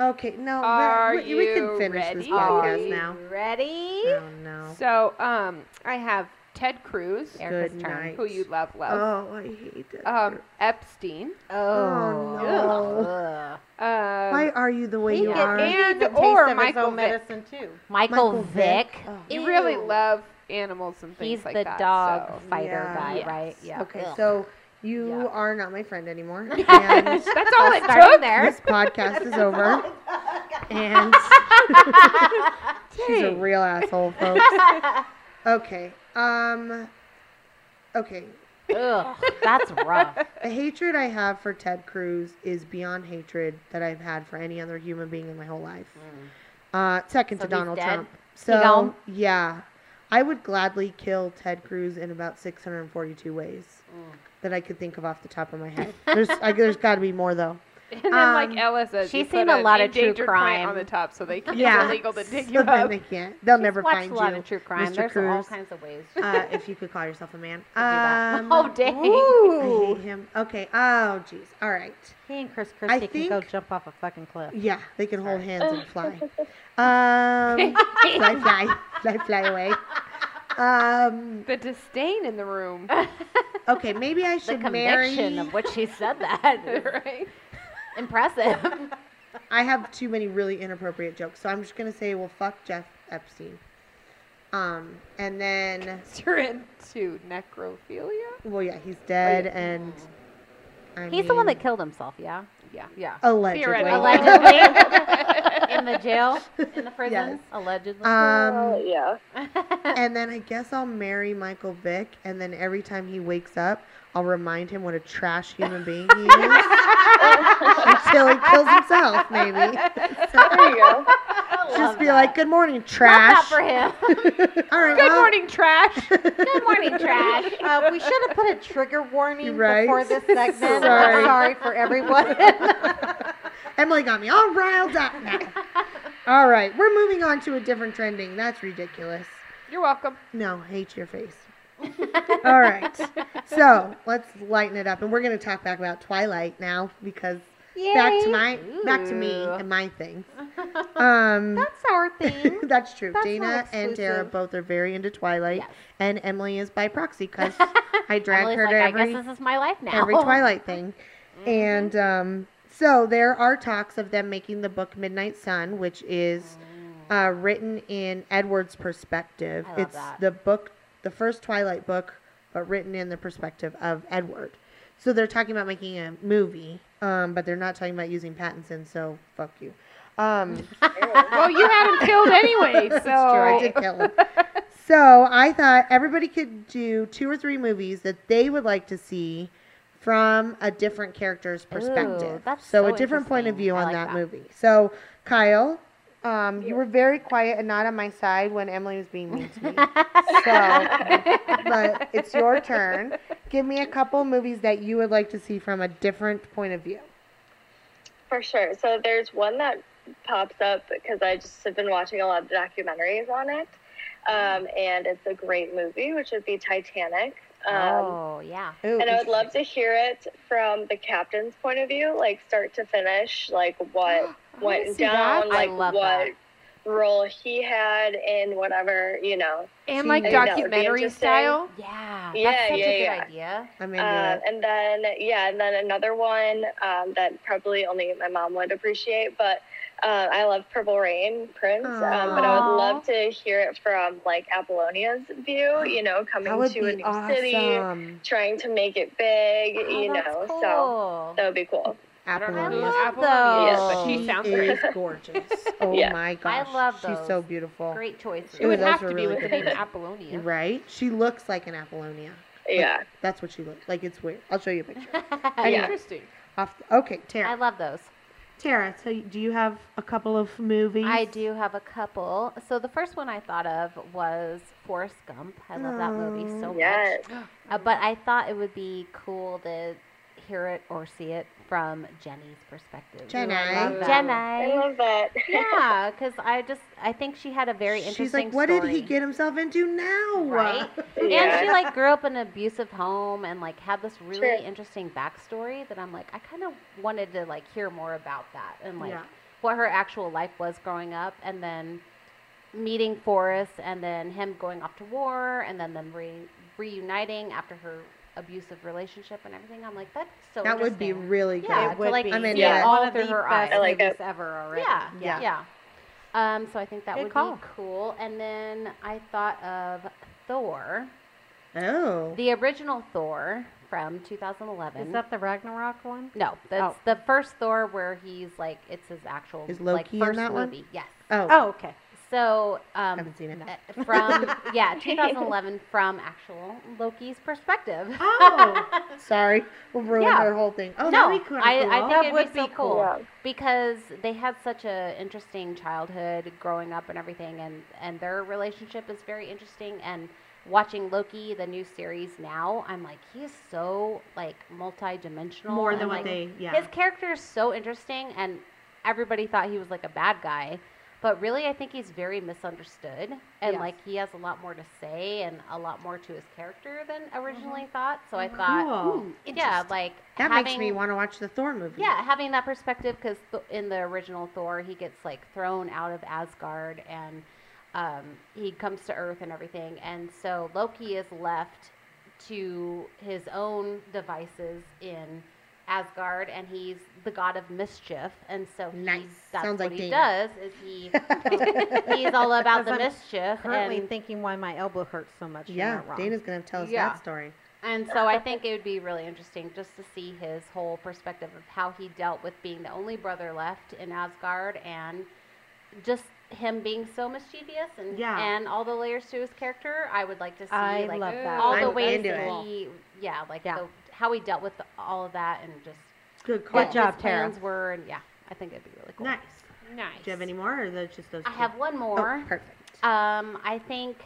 [SPEAKER 3] Okay, no, that-
[SPEAKER 5] Are
[SPEAKER 3] we, we can
[SPEAKER 5] you
[SPEAKER 3] finish this
[SPEAKER 5] ready?
[SPEAKER 1] Are
[SPEAKER 3] podcast
[SPEAKER 1] you
[SPEAKER 3] now.
[SPEAKER 1] ready?
[SPEAKER 3] Oh no.
[SPEAKER 5] So um, I have Ted Cruz,
[SPEAKER 3] Good
[SPEAKER 4] turn.
[SPEAKER 3] night.
[SPEAKER 5] who you love, love.
[SPEAKER 3] Oh, I hate it.
[SPEAKER 5] Um, Epstein.
[SPEAKER 1] Oh,
[SPEAKER 3] no.
[SPEAKER 1] Ugh.
[SPEAKER 5] Uh,
[SPEAKER 3] Why are you the way
[SPEAKER 1] He
[SPEAKER 3] you
[SPEAKER 1] get-
[SPEAKER 3] are?
[SPEAKER 1] he gets a
[SPEAKER 5] And
[SPEAKER 1] taste
[SPEAKER 5] or
[SPEAKER 1] of his
[SPEAKER 5] Michael
[SPEAKER 1] own
[SPEAKER 5] Vick.
[SPEAKER 1] medicine too.
[SPEAKER 4] Michael,
[SPEAKER 3] Michael
[SPEAKER 4] Vick.
[SPEAKER 3] Vick. Oh.
[SPEAKER 5] you really
[SPEAKER 4] Ew.
[SPEAKER 5] love animals and things
[SPEAKER 4] He's
[SPEAKER 5] like
[SPEAKER 4] the
[SPEAKER 5] that.
[SPEAKER 4] dog
[SPEAKER 5] so-
[SPEAKER 4] fighter
[SPEAKER 3] Yeah.
[SPEAKER 4] guy,
[SPEAKER 5] Yes.
[SPEAKER 4] right? Yeah.
[SPEAKER 3] Okay,
[SPEAKER 4] Ugh.
[SPEAKER 3] so you
[SPEAKER 4] Yeah.
[SPEAKER 3] are not my friend anymore. And
[SPEAKER 5] That's all it
[SPEAKER 4] Starting
[SPEAKER 5] took.
[SPEAKER 4] there.
[SPEAKER 3] this podcast is over. And she's a real asshole, folks. Okay. Um okay.
[SPEAKER 4] Ugh, that's rough.
[SPEAKER 3] The hatred I have for Ted Cruz is beyond hatred that I've had for any other human being in my whole life. Uh, second
[SPEAKER 4] Mm. So
[SPEAKER 3] to
[SPEAKER 4] he's
[SPEAKER 3] Donald
[SPEAKER 4] dead?
[SPEAKER 3] Trump.
[SPEAKER 4] He gone?
[SPEAKER 3] So yeah, I would gladly kill Ted Cruz in about 642 ways
[SPEAKER 4] Mm.
[SPEAKER 3] that I could think of off the top of my head. There's I, there's got to be more though.
[SPEAKER 5] And then,
[SPEAKER 3] Um,
[SPEAKER 5] like Ella says,
[SPEAKER 4] she's
[SPEAKER 5] you put
[SPEAKER 4] seen a
[SPEAKER 5] an
[SPEAKER 4] lot of true
[SPEAKER 5] endangered plant
[SPEAKER 4] crime.
[SPEAKER 5] on the top, so they can,
[SPEAKER 3] Yeah.
[SPEAKER 5] it's illegal to dig
[SPEAKER 3] So
[SPEAKER 5] you
[SPEAKER 3] then
[SPEAKER 5] up.
[SPEAKER 3] they can't. They'll
[SPEAKER 4] She's
[SPEAKER 3] never
[SPEAKER 4] watched
[SPEAKER 3] find
[SPEAKER 4] a lot
[SPEAKER 3] you,
[SPEAKER 4] of true crime.
[SPEAKER 3] Mr.
[SPEAKER 4] There's all
[SPEAKER 3] Cruz.
[SPEAKER 4] kinds of ways. to do
[SPEAKER 3] uh, if you could call yourself a man.
[SPEAKER 4] that.
[SPEAKER 3] Um,
[SPEAKER 4] oh dang!
[SPEAKER 3] I hate him. Okay. Oh, jeez. All right.
[SPEAKER 1] He and Chris Christie can go
[SPEAKER 3] think-
[SPEAKER 1] jump off a fucking cliff.
[SPEAKER 3] Yeah, they can hold hands and fly. Um, fly, fly, fly, fly away. Um,
[SPEAKER 5] The disdain in the room,
[SPEAKER 3] okay, maybe I
[SPEAKER 4] The
[SPEAKER 3] should marry.
[SPEAKER 4] conviction of which she said that.
[SPEAKER 5] right?
[SPEAKER 4] Impressive.
[SPEAKER 3] I have too many really inappropriate jokes, so I'm just gonna say, well, fuck Jeff Epstein. Um, and then,
[SPEAKER 5] You're into necrophilia.
[SPEAKER 3] well, yeah, he's dead, and I
[SPEAKER 4] He's the one
[SPEAKER 3] mean,
[SPEAKER 4] that killed himself. Yeah.
[SPEAKER 5] Yeah, yeah.
[SPEAKER 3] allegedly.
[SPEAKER 5] Theoretically.
[SPEAKER 4] Allegedly. in the jail, Uh, in the prisons, allegedly.
[SPEAKER 2] Well,
[SPEAKER 3] Um,
[SPEAKER 2] yeah.
[SPEAKER 3] and then I guess I'll marry Michael Vick, and then every time he wakes up, I'll remind him what a trash human being he is until he kills himself, maybe.
[SPEAKER 2] There you go.
[SPEAKER 3] Just be like, "Good morning, trash."
[SPEAKER 4] Love that for him.
[SPEAKER 3] All right,
[SPEAKER 5] Good
[SPEAKER 3] well,
[SPEAKER 5] morning, trash.
[SPEAKER 4] Good morning, trash.
[SPEAKER 1] Uh, we should have put a trigger warning
[SPEAKER 3] Right.
[SPEAKER 1] before this segment. I'm
[SPEAKER 3] Sorry.
[SPEAKER 1] sorry for everyone.
[SPEAKER 3] Emily got me all riled up now. all right, we're moving on to a different trending. That's ridiculous.
[SPEAKER 5] You're welcome.
[SPEAKER 3] No, hate your face. all right, so let's lighten it up, and we're gonna talk back about Twilight now because back to my back to me
[SPEAKER 4] Ooh.
[SPEAKER 3] and my things. Um,
[SPEAKER 1] That's our thing.
[SPEAKER 3] That's true.
[SPEAKER 1] That's
[SPEAKER 3] Dana
[SPEAKER 1] not
[SPEAKER 3] and Tara
[SPEAKER 1] exclusive.
[SPEAKER 3] both are very into Twilight,
[SPEAKER 4] Yes.
[SPEAKER 3] and Emily is by proxy because I drag
[SPEAKER 4] Emily's
[SPEAKER 3] her
[SPEAKER 4] like,
[SPEAKER 3] to
[SPEAKER 4] I
[SPEAKER 3] every
[SPEAKER 4] guess this is my life now. Mm-hmm.
[SPEAKER 3] every Twilight thing. And um, so there are talks of them making the book Midnight Sun, which is uh, written in Edward's perspective.
[SPEAKER 4] Mm. I love
[SPEAKER 3] it's
[SPEAKER 4] that.
[SPEAKER 3] the book, the first Twilight book, but written in the perspective of Edward. So they're talking about making a movie, um, but they're not talking about using Pattinson. So fuck you.
[SPEAKER 4] Mm.
[SPEAKER 3] Um,
[SPEAKER 5] Well, you had him killed anyway, so
[SPEAKER 3] That's true. I did kill him. so I thought everybody could do two or three movies that they would like to see from a different character's perspective.
[SPEAKER 4] that's
[SPEAKER 3] so,
[SPEAKER 4] so
[SPEAKER 3] a different point of
[SPEAKER 4] interesting.
[SPEAKER 3] view
[SPEAKER 4] I
[SPEAKER 3] on
[SPEAKER 4] like
[SPEAKER 3] that,
[SPEAKER 4] that.
[SPEAKER 3] movie. So Kyle, um, you were very quiet and not on my side when Emily was being mean to me. so, but it's your turn. Give me a couple movies that you would like to see from a different point of view.
[SPEAKER 2] For sure. So there's one that pops up because I just have been watching a lot of documentaries on it, um, and it's a great movie, which would be Titanic. Um,
[SPEAKER 4] oh, yeah.
[SPEAKER 3] Ooh,
[SPEAKER 2] And I would love to hear it from the captain's point of view, like start to finish, like what went
[SPEAKER 5] see that.
[SPEAKER 2] down,
[SPEAKER 4] I
[SPEAKER 2] like
[SPEAKER 4] love
[SPEAKER 2] what role he had in whatever, you know.
[SPEAKER 5] and like
[SPEAKER 2] I know, it'd be
[SPEAKER 5] documentary
[SPEAKER 2] interesting.
[SPEAKER 5] style.
[SPEAKER 4] Yeah.
[SPEAKER 2] Yeah,
[SPEAKER 4] that's such
[SPEAKER 2] yeah,
[SPEAKER 4] a good
[SPEAKER 2] yeah.
[SPEAKER 4] idea.
[SPEAKER 3] I'm into
[SPEAKER 2] Um,
[SPEAKER 3] it.
[SPEAKER 2] and then, yeah, and then another one um, that probably only my mom would appreciate, but uh, I love Purple Rain Prince. Um, but I
[SPEAKER 5] Aw.
[SPEAKER 2] would love to hear it from like Apollonia's view, you know, coming
[SPEAKER 3] That would
[SPEAKER 2] to
[SPEAKER 3] be
[SPEAKER 2] a new city,
[SPEAKER 3] awesome.
[SPEAKER 2] trying to make it big,
[SPEAKER 4] Oh,
[SPEAKER 2] you
[SPEAKER 4] that's
[SPEAKER 2] know.
[SPEAKER 4] cool.
[SPEAKER 2] So that would be cool.
[SPEAKER 5] I don't know
[SPEAKER 3] Apollonia.
[SPEAKER 5] who
[SPEAKER 4] love
[SPEAKER 5] Apollonia is, but
[SPEAKER 4] those.
[SPEAKER 5] she sounds
[SPEAKER 3] Um, is
[SPEAKER 5] great.
[SPEAKER 3] gorgeous. Oh
[SPEAKER 2] Yeah.
[SPEAKER 3] my gosh.
[SPEAKER 4] love
[SPEAKER 3] She's so
[SPEAKER 4] those.
[SPEAKER 3] beautiful.
[SPEAKER 4] Great choices.
[SPEAKER 5] It would
[SPEAKER 3] those
[SPEAKER 5] have
[SPEAKER 3] were
[SPEAKER 5] to be
[SPEAKER 3] really
[SPEAKER 5] with the
[SPEAKER 3] good
[SPEAKER 5] name
[SPEAKER 3] ones.
[SPEAKER 5] Apollonia.
[SPEAKER 3] Right? She looks like an Apollonia.
[SPEAKER 2] Yeah.
[SPEAKER 3] That's what she looks like. It's weird. I'll show you a picture.
[SPEAKER 5] How
[SPEAKER 3] Yeah.
[SPEAKER 5] Interesting.
[SPEAKER 3] Off okay,
[SPEAKER 4] I
[SPEAKER 3] Tara.
[SPEAKER 4] love those.
[SPEAKER 3] Tara, so do you have a couple of movies?
[SPEAKER 4] I do have a couple. So the first one I thought of was Forrest Gump. I love that movie so much.
[SPEAKER 2] Yes.
[SPEAKER 4] Uh, but I thought it would be cool to hear it or see it from Jenny's perspective.
[SPEAKER 3] Jenny.
[SPEAKER 4] Love that.
[SPEAKER 2] I
[SPEAKER 4] Jenny.
[SPEAKER 2] love that.
[SPEAKER 4] Yeah, because I just I think she had a very interesting.
[SPEAKER 3] She's like, what did he uh?"
[SPEAKER 4] story."
[SPEAKER 3] get himself into now?
[SPEAKER 4] Right?
[SPEAKER 2] Yeah.
[SPEAKER 4] And she like grew up in an abusive home and like had this really
[SPEAKER 2] Sure.
[SPEAKER 4] interesting backstory that I'm like I kind of wanted to like hear more about that and like
[SPEAKER 3] Yeah.
[SPEAKER 4] what her actual life was growing up and then meeting Forrest and then him going off to war and then them re- reuniting after her abusive relationship and everything. I'm like that's so
[SPEAKER 3] That would be
[SPEAKER 4] interesting.
[SPEAKER 3] really good.
[SPEAKER 4] yeah
[SPEAKER 1] It would
[SPEAKER 4] to, like
[SPEAKER 1] be.
[SPEAKER 3] I'm into
[SPEAKER 4] yeah
[SPEAKER 3] it.
[SPEAKER 4] all
[SPEAKER 1] One of
[SPEAKER 4] through
[SPEAKER 1] the
[SPEAKER 4] her eyes
[SPEAKER 1] best
[SPEAKER 2] I like
[SPEAKER 1] movies
[SPEAKER 2] it.
[SPEAKER 1] ever already.
[SPEAKER 4] yeah,
[SPEAKER 3] Yeah.
[SPEAKER 4] yeah. Um, so I think that
[SPEAKER 1] Good
[SPEAKER 4] would
[SPEAKER 1] call.
[SPEAKER 4] be cool. And then I thought of Thor,
[SPEAKER 3] Oh.
[SPEAKER 4] the original Thor from 2011.
[SPEAKER 1] Is that the Ragnarok one?
[SPEAKER 4] no, that's
[SPEAKER 1] Oh.
[SPEAKER 4] the first Thor where he's like it's his actual
[SPEAKER 3] Is
[SPEAKER 4] like
[SPEAKER 3] Loki in
[SPEAKER 4] first
[SPEAKER 3] that one?
[SPEAKER 4] movie. Yes.
[SPEAKER 3] Oh.
[SPEAKER 4] um,
[SPEAKER 1] Oh, okay.
[SPEAKER 4] So um,
[SPEAKER 3] Haven't seen it.
[SPEAKER 4] uh, from yeah 2011 from actual Loki's perspective.
[SPEAKER 3] Oh. Sorry. We'll ruin
[SPEAKER 4] Yeah.
[SPEAKER 3] our whole thing. Oh,
[SPEAKER 4] no,
[SPEAKER 3] that'd be kinda
[SPEAKER 4] I,
[SPEAKER 3] cool.
[SPEAKER 4] I
[SPEAKER 1] That
[SPEAKER 4] think
[SPEAKER 1] would
[SPEAKER 4] it'd be so
[SPEAKER 1] be
[SPEAKER 4] cool
[SPEAKER 2] Yeah.
[SPEAKER 4] because they had such a interesting childhood growing up and everything and and their relationship is very interesting and watching loki the new series now i'm like he's so like multi-dimensional
[SPEAKER 3] more
[SPEAKER 4] and,
[SPEAKER 3] than what
[SPEAKER 4] like,
[SPEAKER 3] they yeah.
[SPEAKER 4] his character is so interesting and everybody thought he was like a bad guy but really i think he's very misunderstood and
[SPEAKER 1] Yes.
[SPEAKER 4] like he has a lot more to say and a lot more to his character than originally thought so i thought
[SPEAKER 3] Mm-hmm. Oh, cool.
[SPEAKER 4] yeah like
[SPEAKER 3] that makes me
[SPEAKER 4] having-
[SPEAKER 3] want to watch the Thor movie.
[SPEAKER 4] yeah, having that perspective because th- in the original Thor, he gets like thrown out of Asgard and um, he comes to Earth and everything, and so Loki is left to his own devices in Asgard, and he's the god of mischief, and so he,
[SPEAKER 3] Nice.
[SPEAKER 4] that's
[SPEAKER 3] Sounds
[SPEAKER 4] what
[SPEAKER 3] like
[SPEAKER 4] he
[SPEAKER 3] Dana.
[SPEAKER 4] does is he he's all about the
[SPEAKER 1] I'm
[SPEAKER 4] mischief
[SPEAKER 1] Currently
[SPEAKER 4] and
[SPEAKER 1] thinking why my elbow hurts so much. from
[SPEAKER 3] Yeah,
[SPEAKER 1] that rock.
[SPEAKER 3] Dana's gonna tell us
[SPEAKER 4] Yeah.
[SPEAKER 3] that story.
[SPEAKER 4] And so I think it would be really interesting just to see his whole perspective of how he dealt with being the only brother left in Asgard and just him being so mischievous and
[SPEAKER 3] Yeah.
[SPEAKER 4] and all the layers to his character. I would like to see
[SPEAKER 1] I
[SPEAKER 4] like uh,
[SPEAKER 1] love that.
[SPEAKER 4] all the
[SPEAKER 3] I'm
[SPEAKER 4] ways
[SPEAKER 3] into
[SPEAKER 4] that
[SPEAKER 3] it.
[SPEAKER 4] he yeah, like
[SPEAKER 1] Yeah.
[SPEAKER 4] The, how he dealt with the, all of that and just
[SPEAKER 3] Good
[SPEAKER 4] what
[SPEAKER 3] call.
[SPEAKER 1] Good job,
[SPEAKER 4] his
[SPEAKER 1] Tara.
[SPEAKER 4] plans were and yeah, I think it'd be really cool.
[SPEAKER 3] Nice.
[SPEAKER 5] Nice.
[SPEAKER 3] Do you have any more, or those just those?
[SPEAKER 4] I
[SPEAKER 3] two?
[SPEAKER 4] have one
[SPEAKER 3] Oh,
[SPEAKER 4] more.
[SPEAKER 3] perfect.
[SPEAKER 4] um I think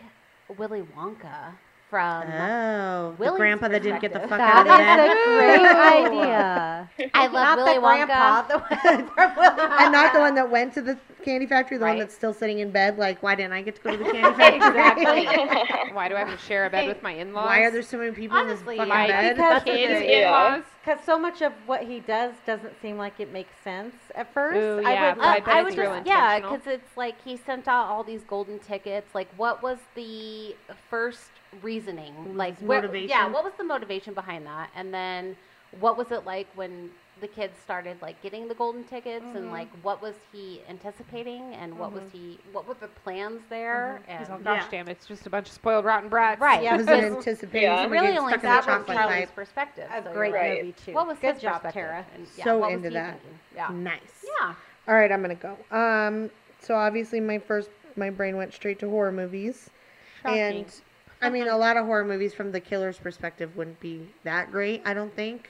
[SPEAKER 4] Willy Wonka from
[SPEAKER 3] Oh, the
[SPEAKER 4] Um, Willie's
[SPEAKER 3] grandpa that didn't get the fuck out of
[SPEAKER 4] perspective.
[SPEAKER 1] That
[SPEAKER 3] bed,
[SPEAKER 1] is a great idea.
[SPEAKER 4] I love
[SPEAKER 1] Not
[SPEAKER 4] Willy
[SPEAKER 1] the
[SPEAKER 4] Wonka.
[SPEAKER 1] grandpa, the one from Willy
[SPEAKER 3] and not the one that went to the candy factory, the one
[SPEAKER 4] Right.
[SPEAKER 3] that's still sitting in bed. Like, why didn't I get to go to the candy factory?
[SPEAKER 5] Why do I have to share a bed with my in-laws?
[SPEAKER 3] Why are there so many people
[SPEAKER 4] Honestly,
[SPEAKER 3] in this
[SPEAKER 5] my
[SPEAKER 3] fucking bed?
[SPEAKER 1] because-
[SPEAKER 5] kids
[SPEAKER 2] Yeah.
[SPEAKER 5] in-laws?
[SPEAKER 1] Because so much of what he does doesn't seem like it makes sense at first.
[SPEAKER 5] Ooh,
[SPEAKER 1] I
[SPEAKER 5] yeah,
[SPEAKER 1] would
[SPEAKER 5] but I
[SPEAKER 1] love
[SPEAKER 5] bet
[SPEAKER 1] I
[SPEAKER 5] it's
[SPEAKER 1] would
[SPEAKER 5] real
[SPEAKER 1] just,
[SPEAKER 4] yeah,
[SPEAKER 5] intentional.
[SPEAKER 4] because it's like he sent out all these golden tickets. Like, what was the first reasoning? Like,
[SPEAKER 3] was
[SPEAKER 4] where- yeah,
[SPEAKER 3] motivation?
[SPEAKER 4] what was the motivation behind that? And then, what was it like when the kids started like getting the golden tickets? And like, what was he anticipating? And what was he? What were the plans there?
[SPEAKER 5] He's all,
[SPEAKER 4] And
[SPEAKER 5] oh, gosh
[SPEAKER 3] Yeah.
[SPEAKER 5] damn, it's just a bunch of spoiled rotten brats.
[SPEAKER 4] Right.
[SPEAKER 3] I
[SPEAKER 4] Yeah,
[SPEAKER 3] was
[SPEAKER 4] because
[SPEAKER 3] anticipating
[SPEAKER 2] Yeah.
[SPEAKER 4] it
[SPEAKER 3] somebody
[SPEAKER 4] really
[SPEAKER 3] getting
[SPEAKER 4] only
[SPEAKER 3] stuck in the
[SPEAKER 4] that was
[SPEAKER 3] chocolate
[SPEAKER 4] Charlie's
[SPEAKER 3] pipe.
[SPEAKER 4] perspective.
[SPEAKER 1] a
[SPEAKER 4] so you're
[SPEAKER 1] great
[SPEAKER 4] right.
[SPEAKER 2] right.
[SPEAKER 1] movie too.
[SPEAKER 4] What was
[SPEAKER 1] Good
[SPEAKER 4] his
[SPEAKER 1] job,
[SPEAKER 4] perspective?
[SPEAKER 1] Tara?
[SPEAKER 4] And,
[SPEAKER 3] So
[SPEAKER 4] what was
[SPEAKER 3] into
[SPEAKER 4] he
[SPEAKER 3] that.
[SPEAKER 4] thinking? Yeah.
[SPEAKER 3] Nice.
[SPEAKER 4] Yeah.
[SPEAKER 3] All right, I'm gonna go. Um, so obviously my first, my brain went straight to horror movies, and I mean a
[SPEAKER 5] Uh-huh.
[SPEAKER 3] lot of horror movies from the killer's perspective wouldn't be that great, I don't think.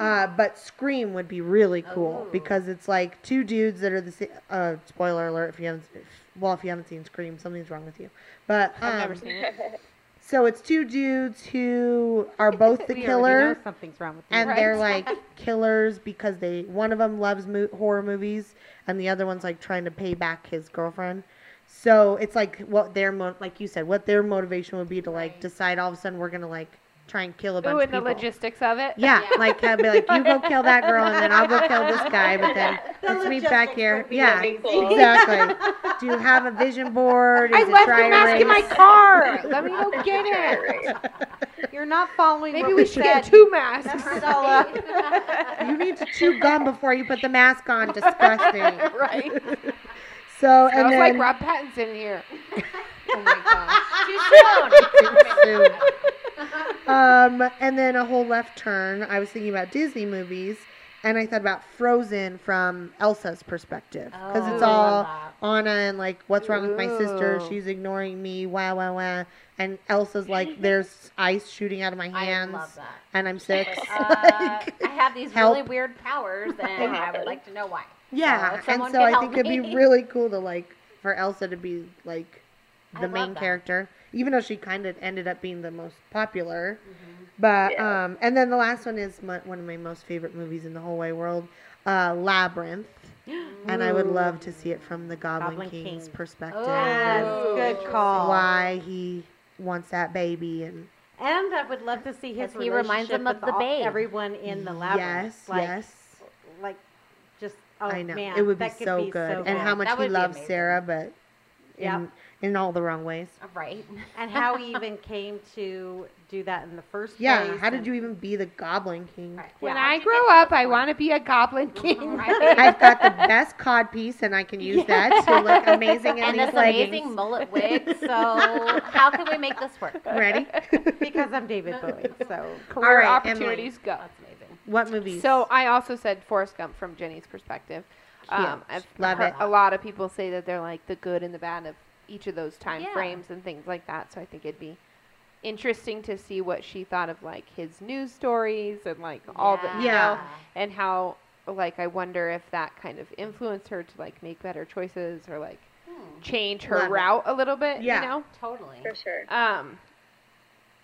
[SPEAKER 3] Uh, but Scream would be really cool
[SPEAKER 4] Ooh.
[SPEAKER 5] Oh.
[SPEAKER 3] because it's like two dudes that are the. sa- Uh, spoiler alert! If you haven't, if, well, if you haven't seen Scream, something's wrong with you. But um,
[SPEAKER 5] I've never seen it.
[SPEAKER 3] so it's two dudes who are both the
[SPEAKER 1] We already
[SPEAKER 3] killer
[SPEAKER 1] know something's wrong with you.
[SPEAKER 3] and
[SPEAKER 5] Right.
[SPEAKER 3] they're like killers because they one of them loves mo- horror movies and the other one's like trying to pay back his girlfriend so it's like what their mo- like you said what their motivation would be to like decide all of a sudden we're gonna like try and kill a bunch
[SPEAKER 5] Ooh,
[SPEAKER 3] of
[SPEAKER 5] and the
[SPEAKER 3] people
[SPEAKER 5] logistics of it.
[SPEAKER 3] yeah, like I'd be like, you go kill that girl, and then I'll go kill this guy. But then let's meet back here. Yeah,
[SPEAKER 2] really cool.
[SPEAKER 3] exactly. Do you have a vision board? Is
[SPEAKER 5] I
[SPEAKER 3] it
[SPEAKER 5] left
[SPEAKER 3] dry
[SPEAKER 5] the mask in my
[SPEAKER 3] erase?
[SPEAKER 5] car. Let me go get it.
[SPEAKER 1] You're not following
[SPEAKER 5] Maybe
[SPEAKER 1] what
[SPEAKER 5] we
[SPEAKER 1] we
[SPEAKER 5] should get
[SPEAKER 1] said.
[SPEAKER 5] two masks.
[SPEAKER 1] Mess it all up.
[SPEAKER 3] You need to chew gum before you put the mask on. Disgusting.
[SPEAKER 5] right.
[SPEAKER 3] So
[SPEAKER 5] I
[SPEAKER 3] and
[SPEAKER 5] was
[SPEAKER 3] then
[SPEAKER 5] like Rob Pattinson in here. oh my gosh.
[SPEAKER 3] soon. Um, and then a whole left turn. I was thinking about Disney movies, And I thought about Frozen from Elsa's perspective because it's
[SPEAKER 4] Oh, I
[SPEAKER 3] all
[SPEAKER 4] love that.
[SPEAKER 3] Anna and like, what's wrong with my sister?
[SPEAKER 4] Ooh.
[SPEAKER 3] She's ignoring me. Wah wah wah. And Elsa's like, there's ice shooting out of my
[SPEAKER 4] I
[SPEAKER 3] hands,
[SPEAKER 4] love that.
[SPEAKER 3] and I'm sick.
[SPEAKER 4] Uh,
[SPEAKER 3] Like-
[SPEAKER 4] I have these
[SPEAKER 3] help.
[SPEAKER 4] really weird powers, and I would like to know why.
[SPEAKER 3] Yeah,
[SPEAKER 4] if
[SPEAKER 3] and
[SPEAKER 4] someone
[SPEAKER 3] so
[SPEAKER 4] could
[SPEAKER 3] I
[SPEAKER 4] help
[SPEAKER 3] think it'd be
[SPEAKER 4] me.
[SPEAKER 3] really cool to like for Elsa to be like
[SPEAKER 4] I
[SPEAKER 3] the
[SPEAKER 4] love
[SPEAKER 3] main
[SPEAKER 4] that.
[SPEAKER 3] character, even though she kind of ended up being the most popular. But
[SPEAKER 2] Yeah.
[SPEAKER 3] um, and then the last one is my, one of my most favorite movies in the whole wide world, uh, Labyrinth, and I would love to see it from the Goblin,
[SPEAKER 1] Goblin
[SPEAKER 3] King's
[SPEAKER 1] King.
[SPEAKER 3] perspective.
[SPEAKER 4] Yes,
[SPEAKER 5] Ooh.
[SPEAKER 1] good call.
[SPEAKER 3] Why he wants that baby and
[SPEAKER 1] And I would love to see his
[SPEAKER 4] 'Cause he reminds
[SPEAKER 1] relationship
[SPEAKER 4] him of
[SPEAKER 1] with
[SPEAKER 4] the
[SPEAKER 1] all-
[SPEAKER 4] babe.
[SPEAKER 1] everyone in the labyrinth.
[SPEAKER 3] yes,
[SPEAKER 1] like,
[SPEAKER 3] yes,
[SPEAKER 1] Like, just oh
[SPEAKER 3] I know
[SPEAKER 1] man,
[SPEAKER 3] it would be
[SPEAKER 1] that could
[SPEAKER 3] so good, and how much
[SPEAKER 4] That
[SPEAKER 3] he
[SPEAKER 4] would be
[SPEAKER 3] loves
[SPEAKER 4] amazing.
[SPEAKER 3] Sarah, but
[SPEAKER 1] Yep.
[SPEAKER 3] in, in all the wrong ways.
[SPEAKER 4] Right.
[SPEAKER 1] and how he even came to do that in the first
[SPEAKER 3] Yeah,
[SPEAKER 1] place.
[SPEAKER 3] how did
[SPEAKER 1] and-
[SPEAKER 3] you even be the Goblin King?
[SPEAKER 4] Right.
[SPEAKER 5] When
[SPEAKER 4] Yeah.
[SPEAKER 5] I grow up, I want to be a goblin king.
[SPEAKER 4] Right.
[SPEAKER 3] I've got the best cod piece, and I can use that to look amazing in
[SPEAKER 4] and
[SPEAKER 3] these
[SPEAKER 4] this
[SPEAKER 3] leggings.
[SPEAKER 4] amazing mullet wig. So how can we make this work?
[SPEAKER 3] Ready?
[SPEAKER 1] Because I'm David Bowie, so
[SPEAKER 5] Career
[SPEAKER 3] right,
[SPEAKER 5] opportunities go.
[SPEAKER 4] That's amazing.
[SPEAKER 3] what movies?
[SPEAKER 5] So I also said Forrest Gump from Jenny's perspective. Um, I've
[SPEAKER 3] Love
[SPEAKER 5] heard
[SPEAKER 3] it.
[SPEAKER 5] a lot of people say that they're like the good and the bad of each of those time
[SPEAKER 4] Yeah.
[SPEAKER 5] frames and things like that. So I think it'd be interesting to see what she thought of like his news stories and like all the you
[SPEAKER 3] Yeah.
[SPEAKER 5] know, and how like I wonder if that kind of influenced her to like make better choices or like
[SPEAKER 4] Hmm,
[SPEAKER 5] change her
[SPEAKER 3] Love it.
[SPEAKER 5] route a little bit.
[SPEAKER 3] Yeah.
[SPEAKER 5] You know.
[SPEAKER 4] totally.
[SPEAKER 2] for sure.
[SPEAKER 5] Um,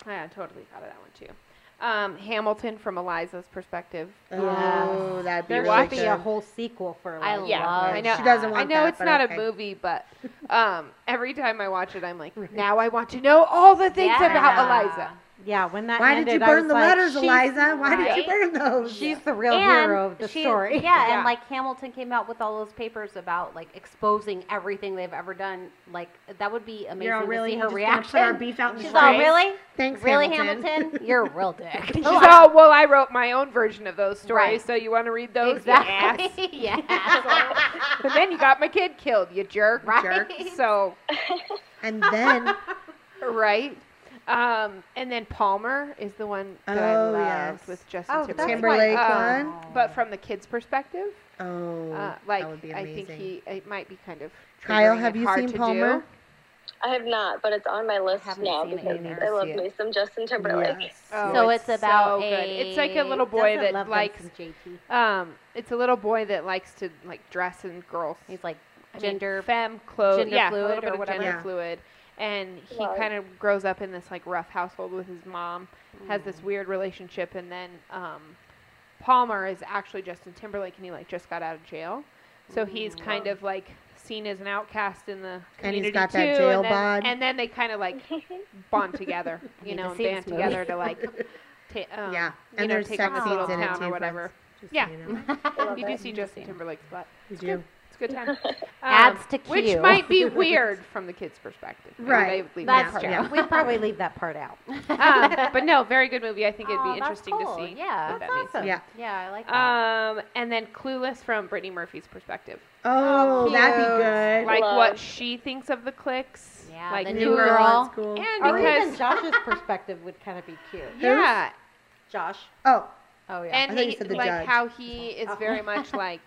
[SPEAKER 5] yeah, I totally thought of that one too. Um, Hamilton from Eliza's perspective.
[SPEAKER 3] oh, that'd be
[SPEAKER 1] there
[SPEAKER 3] really
[SPEAKER 1] should be a
[SPEAKER 3] good.
[SPEAKER 1] whole sequel for
[SPEAKER 4] I
[SPEAKER 1] Elijah.
[SPEAKER 5] Yeah,
[SPEAKER 4] love.
[SPEAKER 5] I know.
[SPEAKER 3] She doesn't
[SPEAKER 4] that.
[SPEAKER 5] I
[SPEAKER 3] want
[SPEAKER 5] know
[SPEAKER 3] that,
[SPEAKER 5] it's
[SPEAKER 3] but
[SPEAKER 5] not
[SPEAKER 3] okay.
[SPEAKER 5] a movie, but um, every time I watch it, I'm like, now I want to know all the things about
[SPEAKER 4] Yeah.
[SPEAKER 5] Eliza.
[SPEAKER 1] Yeah, when that
[SPEAKER 3] Why did you
[SPEAKER 1] ended, I
[SPEAKER 3] burn
[SPEAKER 1] was
[SPEAKER 3] the
[SPEAKER 1] like,
[SPEAKER 3] letters,
[SPEAKER 1] she's-
[SPEAKER 3] Eliza? Why did you
[SPEAKER 4] right?
[SPEAKER 3] burn those?
[SPEAKER 1] She's the real hero of the
[SPEAKER 4] she-
[SPEAKER 1] story.
[SPEAKER 4] Yeah,
[SPEAKER 5] Yeah.
[SPEAKER 4] and like Hamilton came out with all those papers about like exposing everything they've ever done. Like that would be amazing
[SPEAKER 3] You're all
[SPEAKER 4] to
[SPEAKER 3] really
[SPEAKER 4] see her
[SPEAKER 3] just gonna
[SPEAKER 4] reaction.
[SPEAKER 3] Put our beef out in the
[SPEAKER 4] She's all
[SPEAKER 3] street?
[SPEAKER 4] really,
[SPEAKER 3] Thanks,
[SPEAKER 4] really
[SPEAKER 3] Hamilton.
[SPEAKER 4] Hamilton. You're a real dick.
[SPEAKER 5] She's all, well, I wrote my own version of those stories,
[SPEAKER 4] Oh, Right.
[SPEAKER 5] so you want to read those? you ass."
[SPEAKER 4] exactly. Yeah.
[SPEAKER 5] but then you got my kid killed, you jerk.
[SPEAKER 4] Right.
[SPEAKER 3] Jerk.
[SPEAKER 5] So
[SPEAKER 3] And then,
[SPEAKER 5] right. Um, and then Palmer is the one that I
[SPEAKER 3] Oh,
[SPEAKER 5] loved
[SPEAKER 3] yes.
[SPEAKER 5] with Justin
[SPEAKER 1] Oh, that's
[SPEAKER 5] Timberlake.
[SPEAKER 3] Timberlake
[SPEAKER 5] Um,
[SPEAKER 3] one.
[SPEAKER 5] But from the kid's perspective,
[SPEAKER 3] Oh,
[SPEAKER 5] uh, like
[SPEAKER 3] that would be
[SPEAKER 5] I
[SPEAKER 3] amazing.
[SPEAKER 5] think he it might be kind of
[SPEAKER 3] Kyle,
[SPEAKER 5] triggering
[SPEAKER 3] have
[SPEAKER 5] and
[SPEAKER 3] you
[SPEAKER 5] hard
[SPEAKER 3] seen
[SPEAKER 5] to
[SPEAKER 3] Palmer?
[SPEAKER 5] do.
[SPEAKER 2] I have not, but it's on my list
[SPEAKER 4] haven't
[SPEAKER 2] now
[SPEAKER 4] seen it
[SPEAKER 2] because
[SPEAKER 4] either.
[SPEAKER 2] I love
[SPEAKER 3] See it.
[SPEAKER 2] me some Justin Timberlake.
[SPEAKER 3] Yes.
[SPEAKER 5] Oh,
[SPEAKER 4] So it's about
[SPEAKER 5] so good.
[SPEAKER 4] a-
[SPEAKER 5] It's like a little boy
[SPEAKER 1] Doesn't
[SPEAKER 5] that
[SPEAKER 1] love
[SPEAKER 5] likes
[SPEAKER 1] Vincent JT.
[SPEAKER 5] um it's a little boy that likes to like dress in girls
[SPEAKER 4] He's like
[SPEAKER 5] I mean,
[SPEAKER 4] gender.
[SPEAKER 5] femme clothes
[SPEAKER 4] gender
[SPEAKER 5] yeah, a
[SPEAKER 4] fluid
[SPEAKER 5] little bit
[SPEAKER 4] or
[SPEAKER 5] of
[SPEAKER 4] whatever.
[SPEAKER 5] gender
[SPEAKER 3] Yeah.
[SPEAKER 5] fluid and he
[SPEAKER 2] Right.
[SPEAKER 5] kind of grows up in this like rough household with his mom has this weird relationship and then um Palmer is actually Justin Timberlake and he like just got out of jail so he's kind of like seen as an outcast in the
[SPEAKER 3] And
[SPEAKER 5] community
[SPEAKER 3] he's got that
[SPEAKER 5] too,
[SPEAKER 3] jail
[SPEAKER 5] and then,
[SPEAKER 3] bod.
[SPEAKER 5] and then they kind of like bond together you
[SPEAKER 4] need to
[SPEAKER 5] know and
[SPEAKER 4] see
[SPEAKER 5] band
[SPEAKER 4] this movie.
[SPEAKER 5] together to like ta- um,
[SPEAKER 3] yeah,
[SPEAKER 5] you
[SPEAKER 3] and
[SPEAKER 5] know
[SPEAKER 3] there's
[SPEAKER 5] take
[SPEAKER 3] sex
[SPEAKER 5] on this
[SPEAKER 3] scenes
[SPEAKER 5] little
[SPEAKER 3] in it
[SPEAKER 5] town
[SPEAKER 3] too.
[SPEAKER 5] or
[SPEAKER 3] friends.
[SPEAKER 5] whatever
[SPEAKER 3] Just so
[SPEAKER 5] Yeah.
[SPEAKER 3] you know.
[SPEAKER 2] I love
[SPEAKER 5] you do
[SPEAKER 2] it.
[SPEAKER 5] see Justin Timberlake's butt
[SPEAKER 3] We
[SPEAKER 5] It's good.
[SPEAKER 3] do.
[SPEAKER 5] It's a good time. Um,
[SPEAKER 4] Adds to
[SPEAKER 5] Which
[SPEAKER 4] queue.
[SPEAKER 5] might be weird from the kid's perspective. Maybe
[SPEAKER 3] Right.
[SPEAKER 5] they leave
[SPEAKER 4] That's
[SPEAKER 5] that
[SPEAKER 4] true.
[SPEAKER 5] part
[SPEAKER 1] We'd probably leave that part out.
[SPEAKER 5] out. Um, but no, very good movie. I think it'd
[SPEAKER 4] Aw,
[SPEAKER 5] be
[SPEAKER 4] that's
[SPEAKER 5] interesting
[SPEAKER 4] cool.
[SPEAKER 5] to see.
[SPEAKER 4] Yeah.
[SPEAKER 5] what that
[SPEAKER 4] That's
[SPEAKER 5] means.
[SPEAKER 4] awesome.
[SPEAKER 3] Yeah.
[SPEAKER 4] Yeah, I like that.
[SPEAKER 5] Um, and then Clueless from Brittany Murphy's perspective.
[SPEAKER 3] Oh, that'd
[SPEAKER 1] Cute.
[SPEAKER 3] be good.
[SPEAKER 5] Like
[SPEAKER 2] Love.
[SPEAKER 5] what she thinks of the clicks.
[SPEAKER 4] Yeah,
[SPEAKER 5] Like
[SPEAKER 4] the
[SPEAKER 3] New
[SPEAKER 4] New
[SPEAKER 3] Girl,
[SPEAKER 4] Girl.
[SPEAKER 3] in school.
[SPEAKER 5] And
[SPEAKER 1] Or even
[SPEAKER 5] because
[SPEAKER 1] Josh's perspective would kind of be cute.
[SPEAKER 5] yeah,
[SPEAKER 1] Josh.
[SPEAKER 3] oh,
[SPEAKER 1] Oh yeah.
[SPEAKER 5] and
[SPEAKER 3] I thought you
[SPEAKER 5] he-
[SPEAKER 3] said the
[SPEAKER 5] like
[SPEAKER 3] judge.
[SPEAKER 5] how he is very much like,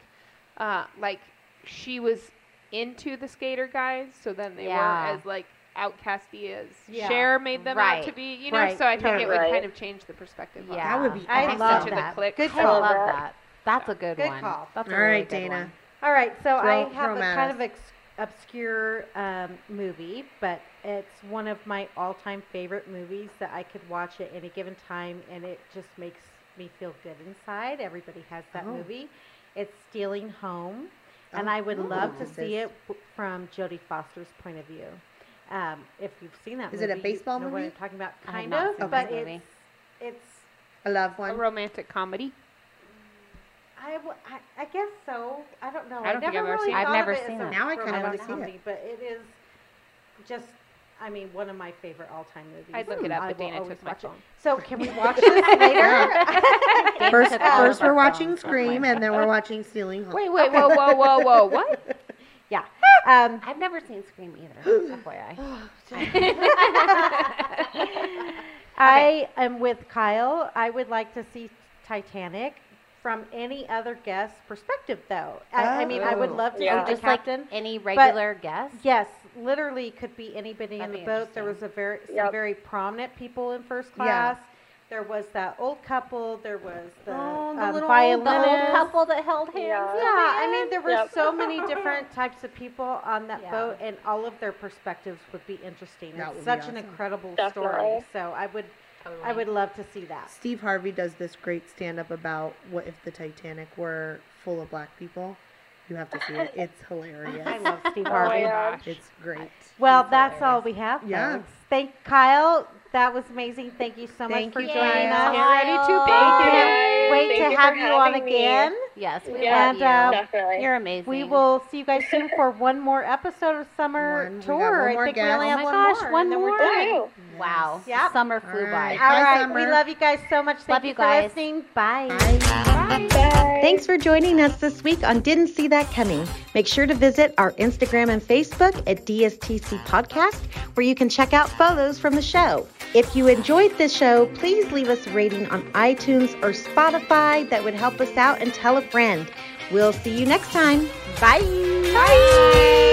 [SPEAKER 5] uh, like she was into the skater guys, so then they
[SPEAKER 4] Yeah.
[SPEAKER 5] were as like outcasty as
[SPEAKER 1] Yeah.
[SPEAKER 5] Cher made them out to
[SPEAKER 4] Right.
[SPEAKER 5] be, you know.
[SPEAKER 1] Right.
[SPEAKER 5] So I think
[SPEAKER 2] Yeah.
[SPEAKER 5] it would
[SPEAKER 2] Right.
[SPEAKER 5] kind of change the perspective. on
[SPEAKER 4] Yeah.
[SPEAKER 3] that would be
[SPEAKER 1] I
[SPEAKER 3] awesome.
[SPEAKER 1] love
[SPEAKER 5] to the
[SPEAKER 1] that.
[SPEAKER 5] click.
[SPEAKER 1] Good
[SPEAKER 4] I
[SPEAKER 1] call.
[SPEAKER 4] love that. That's a good,
[SPEAKER 1] Good
[SPEAKER 4] one.
[SPEAKER 1] call.
[SPEAKER 4] That's a
[SPEAKER 3] All
[SPEAKER 4] really
[SPEAKER 3] right,
[SPEAKER 4] good
[SPEAKER 3] Dana.
[SPEAKER 4] one.
[SPEAKER 1] All right, so
[SPEAKER 3] Throw-
[SPEAKER 1] I have
[SPEAKER 3] throw
[SPEAKER 1] a
[SPEAKER 3] 'em at
[SPEAKER 1] kind
[SPEAKER 3] us.
[SPEAKER 1] of ex- obscure um, movie, but it's one of my all-time favorite movies that I could watch at any given time, and it just makes me feel good inside. Everybody has that
[SPEAKER 3] Oh.
[SPEAKER 1] movie. It's Stealing Home, and
[SPEAKER 3] Oh.
[SPEAKER 1] I would
[SPEAKER 3] Ooh.
[SPEAKER 1] love to see
[SPEAKER 3] This-
[SPEAKER 1] it w- from Jodie Foster's point of view. Um, if you've seen that,
[SPEAKER 3] Is it
[SPEAKER 1] movie,
[SPEAKER 3] a baseball
[SPEAKER 1] you know What
[SPEAKER 3] movie?
[SPEAKER 1] I'm talking about,
[SPEAKER 4] I have
[SPEAKER 1] kind
[SPEAKER 4] not
[SPEAKER 1] of,
[SPEAKER 4] seen
[SPEAKER 1] but
[SPEAKER 4] that
[SPEAKER 1] it's
[SPEAKER 4] movie.
[SPEAKER 1] it's
[SPEAKER 3] I love
[SPEAKER 5] A
[SPEAKER 3] one.
[SPEAKER 5] romantic comedy.
[SPEAKER 1] I, w- I, I guess so. I don't know.
[SPEAKER 5] I don't think
[SPEAKER 1] never
[SPEAKER 5] I've ever
[SPEAKER 1] really
[SPEAKER 5] seen
[SPEAKER 4] it. I've
[SPEAKER 1] thought of
[SPEAKER 4] never
[SPEAKER 1] it as
[SPEAKER 4] seen
[SPEAKER 1] a
[SPEAKER 4] it.
[SPEAKER 3] Now I kinda
[SPEAKER 1] romantic
[SPEAKER 3] wanna see it.
[SPEAKER 1] comedy, But it is just, I mean, one of my favorite all-time movies.
[SPEAKER 5] I'd look it
[SPEAKER 1] and
[SPEAKER 5] up,
[SPEAKER 1] I
[SPEAKER 5] but
[SPEAKER 1] will
[SPEAKER 5] Dana
[SPEAKER 1] always
[SPEAKER 5] took my
[SPEAKER 1] watch it.
[SPEAKER 5] phone.
[SPEAKER 1] So can we watch this later?
[SPEAKER 3] First,
[SPEAKER 4] took all
[SPEAKER 3] first
[SPEAKER 4] of our
[SPEAKER 3] we're watching
[SPEAKER 4] phones.
[SPEAKER 3] Scream, and then we're watching Stealing Home.
[SPEAKER 5] Wait, wait, whoa, whoa, whoa, whoa, what?
[SPEAKER 1] yeah. Um,
[SPEAKER 4] I've never seen Scream either. FYI.
[SPEAKER 1] I am with Kyle. I would like to see Titanic. from any other guest perspective, though. I, I mean, I would
[SPEAKER 3] Oh.
[SPEAKER 1] love to
[SPEAKER 2] Yeah.
[SPEAKER 1] know the
[SPEAKER 4] Just like
[SPEAKER 1] captain.
[SPEAKER 4] any regular guest.
[SPEAKER 1] Yes, literally could be anybody
[SPEAKER 4] That'd
[SPEAKER 1] on the
[SPEAKER 4] be
[SPEAKER 1] boat. There was a
[SPEAKER 4] interesting.
[SPEAKER 1] very some
[SPEAKER 2] Yep.
[SPEAKER 1] very prominent people in first
[SPEAKER 3] Yeah.
[SPEAKER 1] class. There was that old couple. There was the,
[SPEAKER 4] Oh, the
[SPEAKER 1] um,
[SPEAKER 4] little old,
[SPEAKER 1] violinist.
[SPEAKER 4] the old couple that held hands.
[SPEAKER 2] Yeah.
[SPEAKER 1] Yeah, I mean there were
[SPEAKER 2] Yep.
[SPEAKER 1] so many different types of people on that
[SPEAKER 4] Yeah.
[SPEAKER 1] boat, and all of their perspectives would be interesting.
[SPEAKER 3] That
[SPEAKER 1] it's
[SPEAKER 3] would be
[SPEAKER 1] such
[SPEAKER 3] awesome.
[SPEAKER 1] an incredible story.
[SPEAKER 2] Definitely.
[SPEAKER 1] So I would, I would love to see that.
[SPEAKER 3] Steve Harvey does this great stand up about what if the Titanic were full of black people. You have to see it. It's hilarious.
[SPEAKER 1] I love Steve
[SPEAKER 2] Oh my
[SPEAKER 1] Harvey.
[SPEAKER 2] God.
[SPEAKER 3] It's great.
[SPEAKER 1] Well, that's all we have.
[SPEAKER 3] Yeah.
[SPEAKER 1] folks. Thank Kyle. That was amazing. Thank you so
[SPEAKER 3] Thank
[SPEAKER 1] much for
[SPEAKER 3] you,
[SPEAKER 1] joining us.
[SPEAKER 3] Kyle.
[SPEAKER 5] Get ready to
[SPEAKER 1] We
[SPEAKER 5] bake it.
[SPEAKER 1] can't wait to
[SPEAKER 2] Thank you for
[SPEAKER 1] have you on
[SPEAKER 2] having me.
[SPEAKER 1] again.
[SPEAKER 4] Yes, we
[SPEAKER 2] Yeah.
[SPEAKER 4] love
[SPEAKER 1] And, uh,
[SPEAKER 4] you.
[SPEAKER 2] Definitely.
[SPEAKER 4] You're amazing.
[SPEAKER 1] We will see you guys soon for one more episode of Summer
[SPEAKER 3] One- we got
[SPEAKER 1] Tour.
[SPEAKER 3] one
[SPEAKER 1] I
[SPEAKER 3] more
[SPEAKER 1] think we
[SPEAKER 3] guest.
[SPEAKER 1] only
[SPEAKER 3] Oh
[SPEAKER 1] have
[SPEAKER 4] my
[SPEAKER 1] one
[SPEAKER 4] gosh,
[SPEAKER 1] more. and
[SPEAKER 4] one
[SPEAKER 1] then
[SPEAKER 4] more?
[SPEAKER 1] We're
[SPEAKER 2] Thank
[SPEAKER 1] done.
[SPEAKER 2] you.
[SPEAKER 4] Wow.
[SPEAKER 1] Yep.
[SPEAKER 4] Summer flew
[SPEAKER 3] All
[SPEAKER 4] by.
[SPEAKER 3] right.
[SPEAKER 1] All
[SPEAKER 3] Bye,
[SPEAKER 1] right. We
[SPEAKER 3] Summer.
[SPEAKER 1] love you guys so much. Thank
[SPEAKER 4] Love
[SPEAKER 1] you,
[SPEAKER 4] you
[SPEAKER 1] for
[SPEAKER 4] guys.
[SPEAKER 1] listening.
[SPEAKER 3] Bye.
[SPEAKER 6] Thanks for joining us this week on Didn't See That Coming. Make sure to visit our Instagram and Facebook at DSTC Podcast, where you can check out photos from the show. If you enjoyed this show, please leave us a rating on iTunes or Spotify. That would help us out and tell a friend. We'll see you next time.
[SPEAKER 1] Bye. Bye.